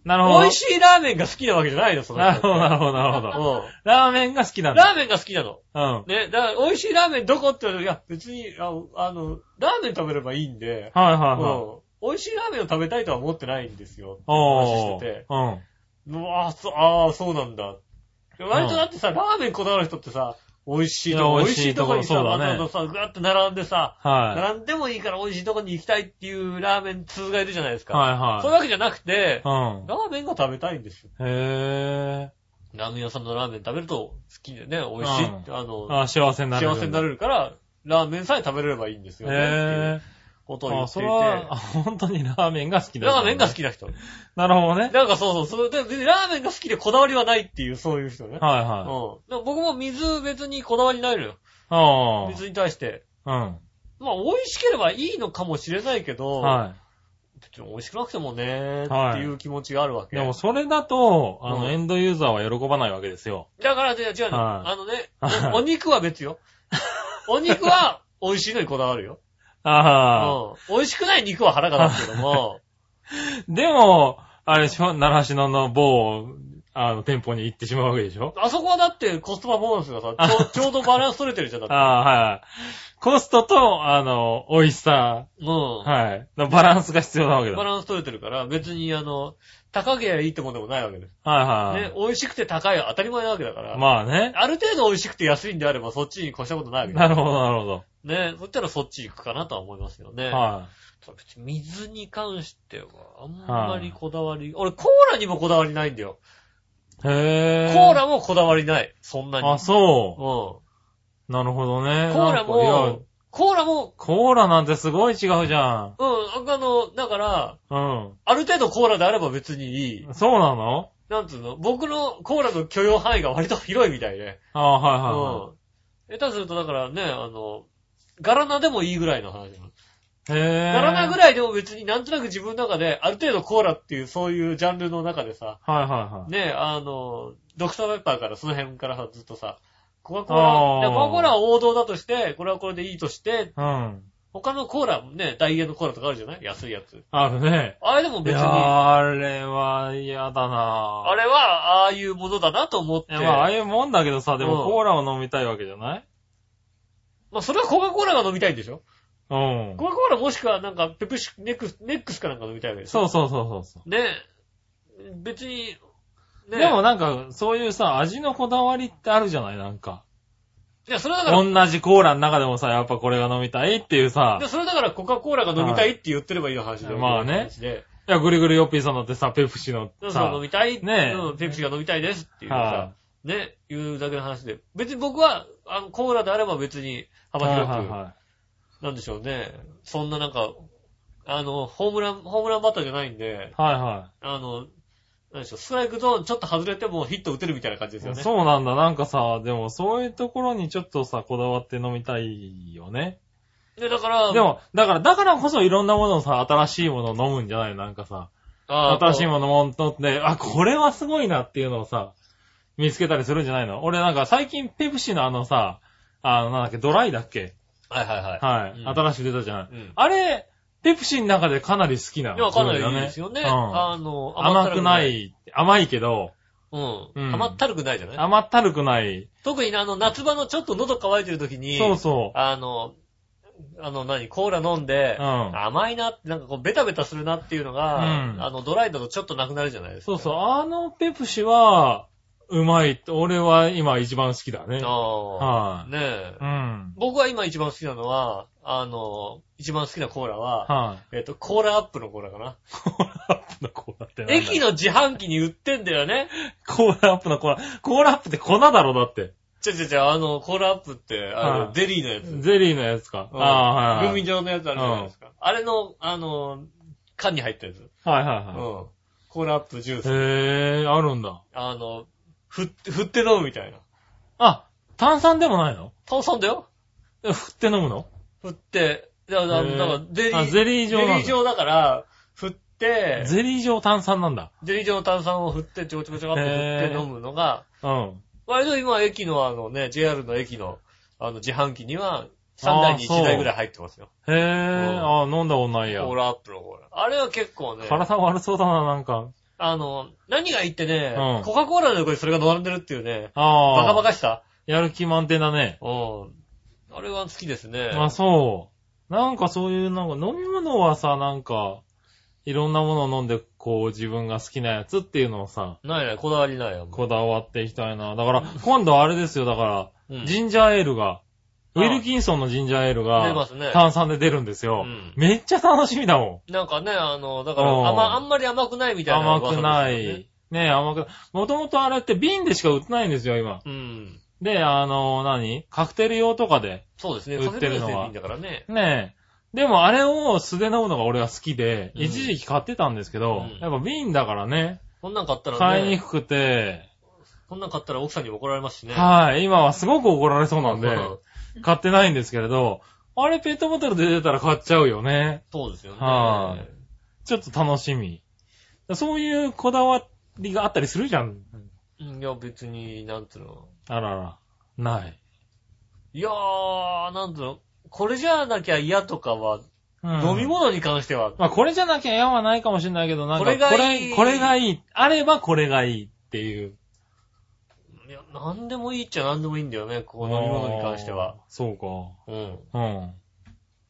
Speaker 3: なるほど。
Speaker 2: 美味しいラーメンが好きなわけじゃないの、その
Speaker 3: なる
Speaker 2: 人
Speaker 3: ほ。ど、なるほど、なるほど。
Speaker 2: うん
Speaker 3: ラーメンが好きなん
Speaker 2: ラ
Speaker 3: だ。
Speaker 2: ーメンが好きなの。
Speaker 3: うん。
Speaker 2: ね、だから、美味しいラーメンどこって言われたらいや、別にあ、あの、ラーメン食べればいいんで、
Speaker 3: はいは
Speaker 2: う
Speaker 3: いはい。
Speaker 2: ん美味しいラーメンを食べたいとは思ってないんですよ。
Speaker 3: お
Speaker 2: 話してて
Speaker 3: うん。
Speaker 2: うわあ、そう、ああ、そうなんだ。割とだってさ、ラーメンこだわる人ってさ、美味しいと
Speaker 3: い
Speaker 2: こ、
Speaker 3: や
Speaker 2: 美味しいとこにさ、
Speaker 3: 美味し
Speaker 2: わ
Speaker 3: いとこそうだ
Speaker 2: ざ
Speaker 3: ね
Speaker 2: わざさ、ぐわっと並んでさ、
Speaker 3: はい。
Speaker 2: 並んでもいいから美味しいとこに行きたいっていうラーメン通がいるじゃないですか。そういう
Speaker 3: は
Speaker 2: わけじゃなくて
Speaker 3: い、は
Speaker 2: ラーメンが食べたいんですよ。
Speaker 3: い。うん。へえ。
Speaker 2: ラーメン屋さんのラーメン食べると好きでね、美味しいって、あの、
Speaker 3: あ幸せになれる。
Speaker 2: 幸せになれるから、ラーメンさえ食べれればいいんですよね。っていう
Speaker 3: へえ。
Speaker 2: ことを言
Speaker 3: あ、
Speaker 2: って
Speaker 3: そ
Speaker 2: い
Speaker 3: れ
Speaker 2: て。
Speaker 3: は、あ本当にラーメンが好きだ。
Speaker 2: ラーメンが好。きな人。
Speaker 3: なるほどね。
Speaker 2: なんかそうそう、それででラーメンが好きでこだわりはないっていう、そういう人ね。
Speaker 3: はいはい。
Speaker 2: うん。でも僕も水別にこだわりないのよ。
Speaker 3: あ
Speaker 2: 水に対して。
Speaker 3: あ。
Speaker 2: まあ、美味しければいいのかもしれないけ
Speaker 3: う
Speaker 2: ど、
Speaker 3: ん。はい。
Speaker 2: 別に美味しくなくてもね、
Speaker 3: はい
Speaker 2: っていう気持ちがあるわけ。
Speaker 3: でもそれだと、あ
Speaker 2: うん
Speaker 3: の、エンドユーザーは喜ばないわけですよ。
Speaker 2: だから、ね、違うの、
Speaker 3: はい
Speaker 2: あのね、
Speaker 3: はい
Speaker 2: おお肉は別
Speaker 3: (laughs)
Speaker 2: よ。お肉は美味しいのにこだわるよ。
Speaker 3: ああ。
Speaker 2: うん。美味しくない肉は腹が立つけども、
Speaker 3: でも、あれでしょ奈良市の某、あの、店舗に行ってしまうわけでしょ
Speaker 2: あそこはだってコストパフォーマンスがさ、ちょうちょうどバランス取れてるじゃん。だって
Speaker 3: ああ、はい。コストと、あの、美味しさ、
Speaker 2: うん。
Speaker 3: はい。のバランスが必要なわけだ。
Speaker 2: バ
Speaker 3: はい
Speaker 2: ランス取れてるから、別にあの、高けりゃいいってもんでもないわけです。
Speaker 3: はい。
Speaker 2: ね、美味しくて高いは当たり前なわけだから。
Speaker 3: まあね。
Speaker 2: ある程度美味しくて安いんであれば、そっちに越したことないわ
Speaker 3: なるほど、なるほど。
Speaker 2: けね。そしたらそっち行くかなとは思いますよね。
Speaker 3: は
Speaker 2: 別に水に関しては、あんまりこだわり、俺コーラにもこだわりないんだよ。
Speaker 3: い。へ
Speaker 2: コ
Speaker 3: ぇー。
Speaker 2: ーラもこだわりない。そんなに。
Speaker 3: あ、
Speaker 2: うん。
Speaker 3: そ
Speaker 2: コ
Speaker 3: う。なるほどね。
Speaker 2: ーラ
Speaker 3: なんかいや
Speaker 2: も、コーラも、
Speaker 3: コーラなんてすごい違うじゃん。
Speaker 2: うん、あの、だから、
Speaker 3: うん。
Speaker 2: ある程度コーラであれば別にいい。
Speaker 3: そうなの
Speaker 2: なんつうの僕のコーラの許容範囲が割と広いみたいで。
Speaker 3: ああ、はいうはいはい。
Speaker 2: ん。下手するとだからね、あの、ガラナでもいいぐらいの話なの。
Speaker 3: へぇー。
Speaker 2: ならなぐ
Speaker 3: い。
Speaker 2: らいでも別になんとなく自分の中で、ある程度コーラっていうそういうジャンルの中でさ、
Speaker 3: はいはいはい。
Speaker 2: ねえ、あの、ドクターペッパーからその辺からさ、ずっとさ、コカ・コー
Speaker 3: あー
Speaker 2: ラ、コカ・コーラは王道だとして、これはこれでいいとして、
Speaker 3: うん。
Speaker 2: 他のコーラもね、ダイエーのコーラとかあるじゃない安いやつ。
Speaker 3: あるね。
Speaker 2: あれでも
Speaker 3: い
Speaker 2: 別に、
Speaker 3: やー、
Speaker 2: あ
Speaker 3: あれは嫌だなぁ。
Speaker 2: れはああいうものだなと思って、
Speaker 3: いやまあ、ああいうもんだけどさ、でも
Speaker 2: うん
Speaker 3: コーラを飲みたいわけじゃない
Speaker 2: まあそれはコカ・コーラが飲みたいんでしょ
Speaker 3: うん
Speaker 2: コ。カ・コーラもしくはなんかペプシ、ネックス、ネックスかなんか飲みたいわけでしょ
Speaker 3: そうそうそうそうそう。
Speaker 2: ねえ、別に、ね
Speaker 3: でもなんか、そういうさ、味のこだわりってあるじゃないなんか。
Speaker 2: いや、それはだから、
Speaker 3: 同じコーラの中でもさ、やっぱこれが飲みたいっていうさ
Speaker 2: で、それだからコカ・コーラが飲みたいって言ってればいいの話だよ。
Speaker 3: まあね
Speaker 2: 話で
Speaker 3: いや、ぐりぐりよっぴーさんだってさ、ペプシ
Speaker 2: そ
Speaker 3: の
Speaker 2: うそう
Speaker 3: さ、
Speaker 2: 飲みたい、
Speaker 3: ねえ
Speaker 2: うんペプシが飲みたいですっていう
Speaker 3: は
Speaker 2: さ、ね、言うだけの話で。別に僕は、あの、コーラであれば別に
Speaker 3: い
Speaker 2: 幅
Speaker 3: はい
Speaker 2: 広く、
Speaker 3: は
Speaker 2: なんでしょうね。そんななんか、あの、ホームラン、ホームランバッターじゃないんで、
Speaker 3: い。は
Speaker 2: あの、なんでしょう、ストライクゾーンちょっと外れてもヒット打てるみたいな感じです
Speaker 3: いは
Speaker 2: よ
Speaker 3: い。
Speaker 2: ね。
Speaker 3: そうなんだ。なんかさ、でもそういうところにちょっとさ、こだわって飲みたいよね。
Speaker 2: で、だから、
Speaker 3: でも、だから、だからこそいろんなものをさ、新しいものを飲むんじゃないなんかさ、
Speaker 2: あー、
Speaker 3: 新しいものを飲んで、あ、これはすごいなっていうのをさ、見つけたりするんじゃないの俺なんか最近ペプシのあのさ、あの、なんだっけ、ドライだっけ
Speaker 2: はいはいはい。
Speaker 3: はい。
Speaker 2: うん
Speaker 3: 新しく出たじゃない。
Speaker 2: うん。
Speaker 3: あれ、ペプシの中でかなり好きな。
Speaker 2: でもかなりいいですよね。
Speaker 3: うん
Speaker 2: あの、
Speaker 3: 甘くな
Speaker 2: ったる
Speaker 3: い、甘いけど、
Speaker 2: うん。
Speaker 3: うん
Speaker 2: 甘ったるくないじゃない
Speaker 3: 甘ったるくない。
Speaker 2: 特にあの、夏場のちょっと喉乾いてる時に、
Speaker 3: そうそ
Speaker 2: あの、あの何、コーラ飲んで、
Speaker 3: うん
Speaker 2: 甘いなって、なんかこう、ベタベタするなっていうのが、
Speaker 3: うん
Speaker 2: あの、ドライだとちょっとなくなるじゃないで
Speaker 3: う。
Speaker 2: すか。
Speaker 3: そうそう。あのペプシは、うまい。俺は今一番好きだね。
Speaker 2: ああ
Speaker 3: はい。
Speaker 2: ねえ、
Speaker 3: うん。
Speaker 2: 僕は今一番好きなのは、あの、一番好きなコーラは、
Speaker 3: はい。
Speaker 2: えっと、コーラアップのコーラかな。
Speaker 3: コーラアップのコーラってなんだ
Speaker 2: 駅の自販機に売ってんだよね。
Speaker 3: コーラアップのコーラ。コーラアップって粉だろ、だって。
Speaker 2: ちょちょちょ、あの、コーラアップって、あ
Speaker 3: は
Speaker 2: の、
Speaker 3: い
Speaker 2: ゼリーのやつ。
Speaker 3: ゼリーのやつか。ああ、はい
Speaker 2: グ
Speaker 3: はい。
Speaker 2: ミ状のやつあるじゃないですか。あれの、あの、缶に入ったやつ。うん。
Speaker 3: はいはいは
Speaker 2: コーラアップジュー
Speaker 3: い。
Speaker 2: ス。
Speaker 3: へえ、あるんだ。
Speaker 2: あの、振って、振って飲むみたいな。
Speaker 3: あ、炭酸でもないの
Speaker 2: 炭酸だよ
Speaker 3: え振って飲むの
Speaker 2: 振って。だから、だ
Speaker 3: へー
Speaker 2: からゼリー、
Speaker 3: あゼリー状なんだ
Speaker 2: ゼリー状だから、振って、
Speaker 3: ゼリー状炭酸なんだ。
Speaker 2: ゼリー状の炭酸を振って、ちょこちょこちょこって振って飲むのが、
Speaker 3: うん。
Speaker 2: 割と今駅のあのね、JR の駅の、あの、自販機には、3台に
Speaker 3: あーそう
Speaker 2: 1台ぐらい入ってますよ。
Speaker 3: へえ、ああ、飲んだことないや
Speaker 2: コー。ラアップのコーラ。あれは結構ね、
Speaker 3: 体悪そうだな、なんか。
Speaker 2: あの、何が言ってね、
Speaker 3: うん
Speaker 2: コカ・コーラの横にそれが並んでるっていうね、
Speaker 3: ああ。
Speaker 2: バカバカしさ。
Speaker 3: やる気満点だね。
Speaker 2: うん。あれは好きですね。
Speaker 3: あ、そう。なんかそういう、なんか飲み物はさ、なんか、いろんなものを飲んで、こう自分が好きなやつっていうのをさ、
Speaker 2: ないない、こだわりないよ。も
Speaker 3: こだわっていきたいな。
Speaker 2: (laughs)
Speaker 3: だから、今度あれですよ、だか
Speaker 2: うう
Speaker 3: ら、
Speaker 2: ん
Speaker 3: ジンジャーエールが、
Speaker 2: う
Speaker 3: ウ
Speaker 2: ん
Speaker 3: ィルキンソンのジンジャーエール
Speaker 2: 出ま
Speaker 3: が
Speaker 2: すね、
Speaker 3: 炭酸で出るんです
Speaker 2: う
Speaker 3: よ
Speaker 2: ん。
Speaker 3: めっちゃ楽しみだも
Speaker 2: なんかね、あの、だから、
Speaker 3: うん
Speaker 2: 甘、あんまり甘くないみ
Speaker 3: ん。
Speaker 2: たいな、
Speaker 3: 甘くない。。ねえ、甘くない。もともとあれって瓶でしか売ってないんですよ、今。
Speaker 2: うん。
Speaker 3: で、あの、何カクテル用とかで。
Speaker 2: そうですね、
Speaker 3: 売ってる
Speaker 2: カセット
Speaker 3: のは
Speaker 2: テープでいいんだからね。
Speaker 3: ねえ。でもあれを素で飲むのが俺は好きで、
Speaker 2: うん
Speaker 3: 一時期買ってたんですけど、
Speaker 2: うん
Speaker 3: やっぱ瓶だからね、
Speaker 2: こんなん買ったら
Speaker 3: 買いに
Speaker 2: ね、
Speaker 3: くくて、
Speaker 2: こんなん買ったら奥さんに怒られますしね。
Speaker 3: はい、今はすごく怒られそうなんで
Speaker 2: う、
Speaker 3: 買ってないんですけれど、あれペットボトルで出たら買っちゃうよね。
Speaker 2: そうですよね。
Speaker 3: はいちょっと楽しみ。そういうこだわりがあったりするじゃん。
Speaker 2: うんいや、別に、なんつうの。
Speaker 3: あらら、ない。
Speaker 2: いやー、なんつうの。これじゃなきゃ嫌とかは、
Speaker 3: うん
Speaker 2: 飲み物に関しては、
Speaker 3: まあこれじゃなきゃ嫌はないかもしれないけど、な
Speaker 2: こ
Speaker 3: んかこ
Speaker 2: れ
Speaker 3: れ、
Speaker 2: が
Speaker 3: こ
Speaker 2: いい
Speaker 3: れがいい。あればこれがいいっていう。
Speaker 2: いや、なんでもいいっちゃなんでもいいんだよね、こう飲み物に関しては。
Speaker 3: あー。そう
Speaker 2: うん。
Speaker 3: か。うん。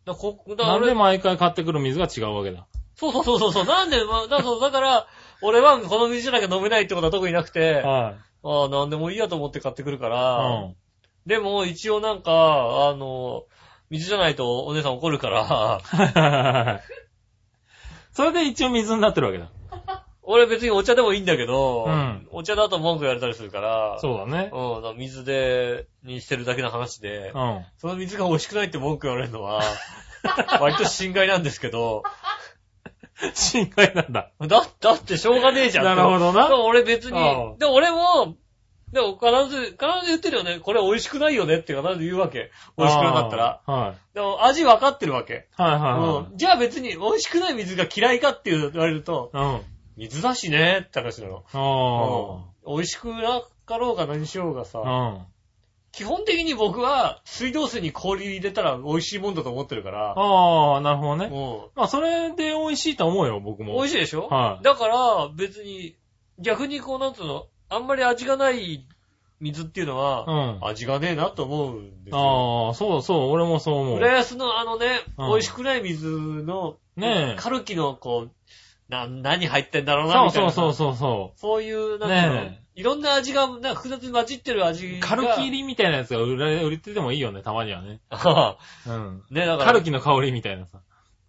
Speaker 2: だこだから
Speaker 3: なん
Speaker 2: 俺
Speaker 3: で毎回買ってくる水が違うわけだ。
Speaker 2: そうそうそうそうそう、なんで、まあ、だそうだから、俺はこの水じゃなきゃ飲めないってことは特になくて、
Speaker 3: は
Speaker 2: ああ、なんでもいいやと思って買ってくるか
Speaker 3: い。う
Speaker 2: ら、
Speaker 3: ん。
Speaker 2: でも一応なんか、あの、水じゃないとお姉さん怒るから、 (laughs)
Speaker 3: はいはいはい。それで一応水になってるわけだ。
Speaker 2: 俺別にお茶でもいいんだけど、
Speaker 3: うん
Speaker 2: お茶だと文句言われたりするから、
Speaker 3: そうだね。
Speaker 2: うん、だから水で、にしてるだけの話で、
Speaker 3: うん。
Speaker 2: その水が美味しくないって文句言われるのは、 (laughs) 割と心外なんですけど、
Speaker 3: 心配なんだ。
Speaker 2: だ、だってしょうがねえじゃん。
Speaker 3: なるほどな
Speaker 2: でも俺別に
Speaker 3: う、ん
Speaker 2: でも俺も、でも必ず、必ず言ってるよね。これ美味しくないよねって必ず言うわけ。美味しくなかったら。
Speaker 3: あー。はい。
Speaker 2: でも味分かってるわけ。
Speaker 3: はいは
Speaker 2: うん。じゃあ別に美味しくない水が嫌いかって言われると、
Speaker 3: いはい。うん。
Speaker 2: 水だしねって話なの。
Speaker 3: あ
Speaker 2: うん美味しくなかろうが何しようがさ、
Speaker 3: あ。うん。
Speaker 2: 基本的に僕は水道水に氷入れたら美味しいもんだと思ってるから、
Speaker 3: ああ、なるほどね。
Speaker 2: う
Speaker 3: まあ、それで美味しいと思うよ、僕
Speaker 2: ん。
Speaker 3: も。
Speaker 2: 美味
Speaker 3: しい。
Speaker 2: しいでしょ
Speaker 3: はい
Speaker 2: だから別に、逆にこうなんつうの、あんまり味がない水っていうのは、
Speaker 3: うん。
Speaker 2: 味がねえなと思うんですよ。
Speaker 3: ああ、そうそう、俺もそう思う。
Speaker 2: 浦安のあのね、
Speaker 3: うん
Speaker 2: 美味しくない水の、
Speaker 3: ねえ
Speaker 2: カルキのこう、な、何入ってんだろうな、
Speaker 3: そう
Speaker 2: みたい
Speaker 3: そう
Speaker 2: な。
Speaker 3: そ
Speaker 2: う。
Speaker 3: うそうそ
Speaker 2: そういう、なんだろう
Speaker 3: ね。
Speaker 2: いろんな味が、なんか複雑に混じってる味
Speaker 3: う。
Speaker 2: が。
Speaker 3: カルキ入りみたいなやつが売られ、売っててもいいよね、たまにはね。
Speaker 2: ああ
Speaker 3: うん。
Speaker 2: (laughs) ね、だから。
Speaker 3: カルキの香りみたいなさ。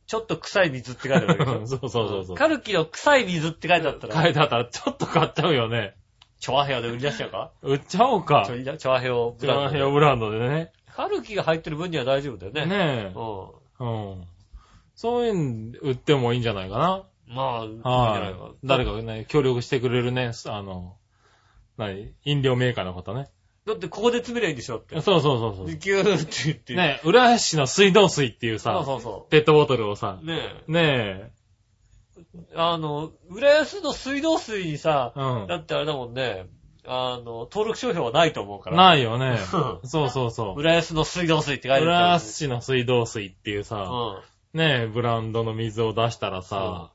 Speaker 2: ちょっと臭い水って書いてあるわけでし
Speaker 3: (laughs) そうそう
Speaker 2: ょ
Speaker 3: そうそう。
Speaker 2: カルキの臭い水って書いてあったら、
Speaker 3: 買えたら、ちょっと買っちゃうよね。
Speaker 2: チョアヘアで売り出しちゃうか
Speaker 3: 売っちゃおうか
Speaker 2: チ。ョイチョアヘオブ
Speaker 3: ジ
Speaker 2: ランド
Speaker 3: ャー
Speaker 2: で
Speaker 3: ヘアブランドでね。
Speaker 2: カルキが入ってる分には大丈夫だよね。
Speaker 3: ねえ。
Speaker 2: う
Speaker 3: うん。そういうの売ってもいいんじゃないかな。
Speaker 2: ん。まあ、いいんじゃない
Speaker 3: は
Speaker 2: か
Speaker 3: い。。誰かがね、協力してくれるね、あの、何飲料メーカーの方ね。
Speaker 2: だってここで詰めりゃいいんでしょって
Speaker 3: そう。そうそうそう。
Speaker 2: でギューって言って。。
Speaker 3: ね、浦安市の水道水っていう
Speaker 2: そう
Speaker 3: さ、
Speaker 2: そうそ
Speaker 3: ペットボトルをさ
Speaker 2: う。、ねえ。
Speaker 3: ね
Speaker 2: あの、浦安の水道水にさ
Speaker 3: え、、うん
Speaker 2: だ。ってあれだもんね、あの、登録商標はないと思うから。い。。
Speaker 3: ないよね
Speaker 2: (laughs)
Speaker 3: そうそうそう。
Speaker 2: 浦安の水道水って書いてある。
Speaker 3: 浦安市の水道水っていう
Speaker 2: う
Speaker 3: さ、
Speaker 2: ん。
Speaker 3: ねえ、ブランドの水を出したらさ、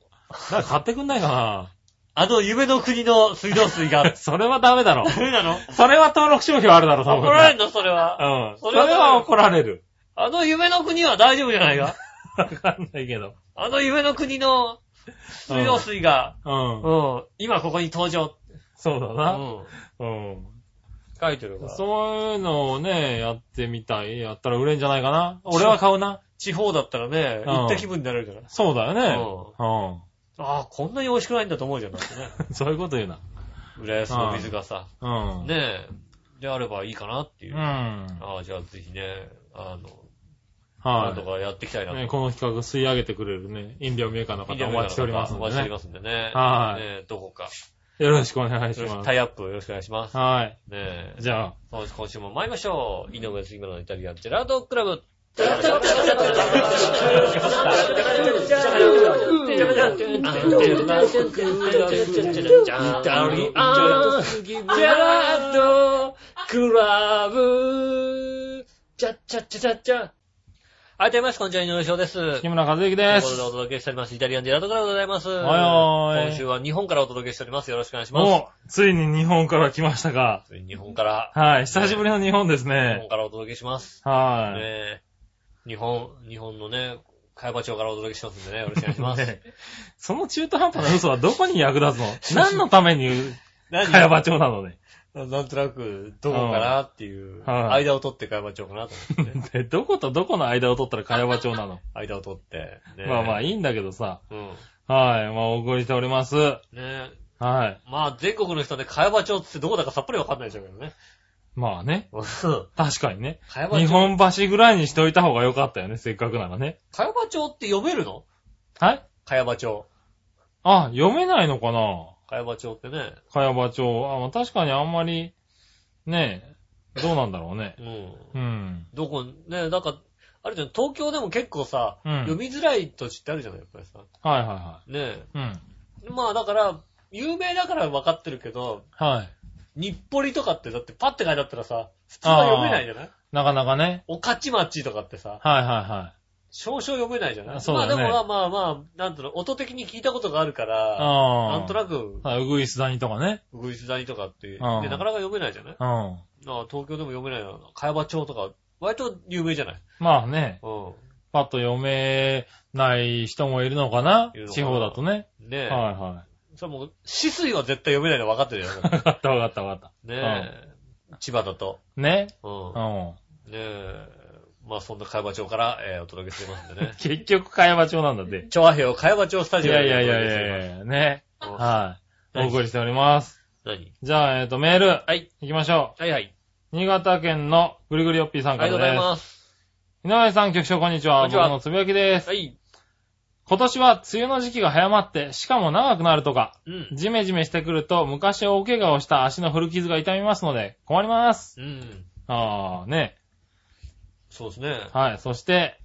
Speaker 3: なんか買ってくんないか
Speaker 2: あの夢の国の水道水が (laughs)
Speaker 3: な。 (laughs) それはダメだろ。
Speaker 2: ダメなの
Speaker 3: それは登録商標あるだろ、多分。
Speaker 2: 怒られんのそれは。
Speaker 3: うん。
Speaker 2: そ
Speaker 3: そ
Speaker 2: れは
Speaker 3: れは怒られる。
Speaker 2: あの夢の国は大丈夫じゃないか
Speaker 3: わかんないけど。
Speaker 2: あの夢の国の水道水が、
Speaker 3: うん。
Speaker 2: うん、今ここに登場。
Speaker 3: そうだ
Speaker 2: う
Speaker 3: な。
Speaker 2: ん。
Speaker 3: うん。
Speaker 2: 書いてるから。
Speaker 3: そういうのをね、やってみたい。やったら売れんじゃないかな。俺は買うな。
Speaker 2: 地方だったらね、
Speaker 3: うん
Speaker 2: 行った気分になれるから。
Speaker 3: そうだよね。
Speaker 2: ああ、こんなに美味しくないんだ (laughs) と思うじゃん。だってね。
Speaker 3: うん。 (laughs) そういうこと言うな。
Speaker 2: 浦安の水がさ、
Speaker 3: うん。
Speaker 2: ねえ、であればいいかなっていうう。
Speaker 3: ん。
Speaker 2: あ
Speaker 3: は
Speaker 2: あ、じゃあぜひね、あの、なんと
Speaker 3: い。
Speaker 2: かやっていきたいなと。
Speaker 3: ねこの企画吸い上げてくれるね、飲料メーカーの
Speaker 2: 見
Speaker 3: 方
Speaker 2: てみ
Speaker 3: お
Speaker 2: たら
Speaker 3: 待ちしております
Speaker 2: お
Speaker 3: の
Speaker 2: 待ちして
Speaker 3: で
Speaker 2: おりま
Speaker 3: ね。
Speaker 2: すんでね。
Speaker 3: はい
Speaker 2: ねえどこか。
Speaker 3: よろしくお願いし
Speaker 2: よろし
Speaker 3: ま
Speaker 2: くタ
Speaker 3: す。
Speaker 2: イアップよろしくお願いします。ね
Speaker 3: はい。
Speaker 2: え。
Speaker 3: じゃあ、
Speaker 2: さあ今週も参りましょう。井上杉村のイタリアンジェラートクラブ。はい、どうもこんにちは、井上翔です。
Speaker 3: 木村和之
Speaker 2: とい
Speaker 3: で
Speaker 2: うこと
Speaker 3: す
Speaker 2: でお。届けしております。イタリアンジェラートクラブでございます。
Speaker 3: はいはい
Speaker 2: 今週は日本からお届けしております。よろしくお願いします。
Speaker 3: もう、ついに日本から来ましたか。
Speaker 2: 日本から、
Speaker 3: はい。久しぶりの日本です
Speaker 2: 日
Speaker 3: ね
Speaker 2: 本。からお届けします。
Speaker 3: は
Speaker 2: ね
Speaker 3: い。
Speaker 2: え日本、日本のね、茅場町からお届けしますんでね、よろしくお願いします
Speaker 3: (laughs) ね。その中途半端な嘘はどこに役立つ (laughs) の何のために、
Speaker 2: 何
Speaker 3: 茅場町なのね。
Speaker 2: なんとなく、どこかなっていう、
Speaker 3: はい
Speaker 2: 間を取って茅場町かなと思
Speaker 3: (laughs)
Speaker 2: って、
Speaker 3: で、どことどこの間を取ったら茅場町なの
Speaker 2: 間を取って、ね
Speaker 3: まあまあ
Speaker 2: い。
Speaker 3: いいんだけどさ。
Speaker 2: うん。
Speaker 3: はい。まあお送りしております。は
Speaker 2: ねえ
Speaker 3: い。
Speaker 2: まあ全国の人で茅場町ってどこだかさっぱりわかんないでしょうけどね。 (laughs)
Speaker 3: まあね。
Speaker 2: うん
Speaker 3: 確かにね。
Speaker 2: 茅場
Speaker 3: 日
Speaker 2: 町、
Speaker 3: 本橋ぐらいにしておいた方が良かったよね。せっかくならね。
Speaker 2: 茅場町って読めるの
Speaker 3: はい
Speaker 2: 茅場町。
Speaker 3: あ、読めないのかな
Speaker 2: 茅場町ってね。
Speaker 3: 茅場町。あ、まあ確かにあんまり、ねえ、どうなんだろうね
Speaker 2: う。ん。
Speaker 3: うん。
Speaker 2: どこ、ね、なんか、あるじゃん、東京でも結構さ、
Speaker 3: うん
Speaker 2: 読みづらい土地ってあるじゃない、やっぱりさ。
Speaker 3: はいはいは
Speaker 2: ね
Speaker 3: い。うん。
Speaker 2: え。まあだから、有名だから分かってるけど、
Speaker 3: はい。
Speaker 2: 日暮里とかってだってパッて書いてあったらさ、普通は読めないじゃない
Speaker 3: なかなかね。
Speaker 2: おかちまちとかってさ、
Speaker 3: はいはいはい。
Speaker 2: 少々読めないじゃない
Speaker 3: あそうだね
Speaker 2: まあでもまあまあまあ、なんとの、音的に聞いたことがあるから、
Speaker 3: ああ。
Speaker 2: なんとなく、
Speaker 3: はい、うぐいす谷とかね。
Speaker 2: ウグイス谷とかって、で
Speaker 3: あー
Speaker 2: なかなか読めないじゃない
Speaker 3: うん。
Speaker 2: ああ東京でも読めないな。茅場町とか、割と有名じゃない
Speaker 3: まあね、
Speaker 2: うん。
Speaker 3: パッと読めない人もいるのかない
Speaker 2: るのかな
Speaker 3: 地方だとね。
Speaker 2: ね
Speaker 3: は
Speaker 2: え。
Speaker 3: いは
Speaker 2: それもう、死水は絶対読めないの分か
Speaker 3: (laughs)
Speaker 2: ってるよ。
Speaker 3: い。わかったわかったわかっ
Speaker 2: ねえ。千葉だと。
Speaker 3: た。ね。う。。
Speaker 2: うんん。ねえ。まあそんな会話町から、えーお届けしてますんでね
Speaker 3: 結局、会話町なんだって。
Speaker 2: 調和平を会話町スタ
Speaker 3: い
Speaker 2: ジオ
Speaker 3: や
Speaker 2: で
Speaker 3: いやい
Speaker 2: お
Speaker 3: や
Speaker 2: 届
Speaker 3: い
Speaker 2: けして
Speaker 3: やいや、ね。
Speaker 2: ます
Speaker 3: はい。
Speaker 2: 何
Speaker 3: お送りしております。
Speaker 2: 何。
Speaker 3: じゃあ、えっと、メール。はい行きましょ
Speaker 2: はいはい。
Speaker 3: う。新潟県のぐりぐりよっぴーさ
Speaker 2: あ
Speaker 3: ん
Speaker 2: り
Speaker 3: か
Speaker 2: が
Speaker 3: ら
Speaker 2: と
Speaker 3: で
Speaker 2: う
Speaker 3: す。
Speaker 2: ございます。
Speaker 3: 井上さん、局長、こんにちは。
Speaker 2: こんにちは
Speaker 3: 僕のつぶやきです。
Speaker 2: はい。
Speaker 3: 今年は梅雨の時期が早まって、しかも長くなるとか、
Speaker 2: うん。
Speaker 3: ジメジメしてくると、昔大怪我をした足の古傷が痛みますので、困ります。
Speaker 2: うん。
Speaker 3: あー、ね。
Speaker 2: そうですね。
Speaker 3: はい。そして、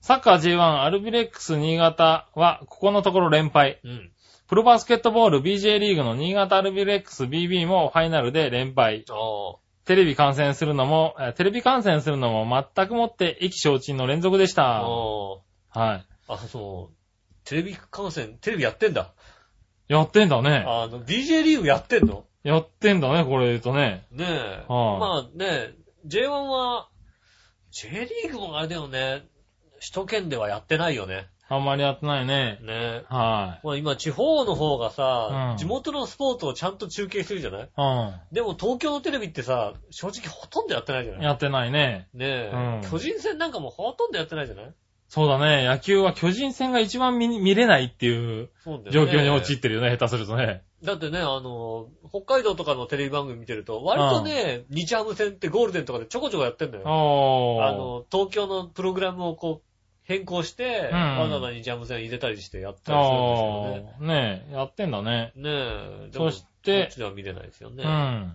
Speaker 3: サッカー J1 アルビレックス新潟は、ここのところ連敗。
Speaker 2: うん。
Speaker 3: プロバスケットボール BJ リーグの新潟アルビレックス BB もファイナルで連敗。
Speaker 2: ああ。
Speaker 3: テレビ観戦するのも、えーテレビ観戦するのも全くもって意気消沈の連続でし
Speaker 2: あ
Speaker 3: た。
Speaker 2: あ。
Speaker 3: はい。
Speaker 2: あ、そう。テレビ観戦、テレビやってんだ。
Speaker 3: やってんだね。
Speaker 2: あの、DJ リーグやってんの
Speaker 3: やってんだね、これ言うとね。
Speaker 2: ねえ。
Speaker 3: はい
Speaker 2: まあねえ、J1 は、J リーグもあれだよね。首都圏ではやってないよね。
Speaker 3: あんまりやってないね。
Speaker 2: ねえ。
Speaker 3: は
Speaker 2: まあ今、地方の方がさ、
Speaker 3: うん
Speaker 2: 地元のスポーツをちゃんと中継するじゃない
Speaker 3: い。
Speaker 2: でも東京のテレビってさ、正直ほとんどやってないじゃ
Speaker 3: う。
Speaker 2: なんい
Speaker 3: やってないね。
Speaker 2: ねえ、
Speaker 3: うん
Speaker 2: 巨人戦なんかもほとんどやってないじゃない
Speaker 3: そうだね。野球は巨人戦が一番見見れないっていう
Speaker 2: そうだ
Speaker 3: 状
Speaker 2: よね。
Speaker 3: 況に陥ってるよね、下手するとね。
Speaker 2: だってね、あの、北海道とかのテレビ番組見てると、割とね、日ハム戦ってゴールデンとかでちょこちょこやってんだよ。
Speaker 3: おー。
Speaker 2: あ、の、東京のプログラムをこう、変更して、
Speaker 3: うん
Speaker 2: わざわざ日ハム戦入れたりしてやったりするんですよね。
Speaker 3: あー。ねえ、やってんだね。
Speaker 2: ねえ。でも
Speaker 3: そして
Speaker 2: こっちでは見れないですよね。
Speaker 3: うん。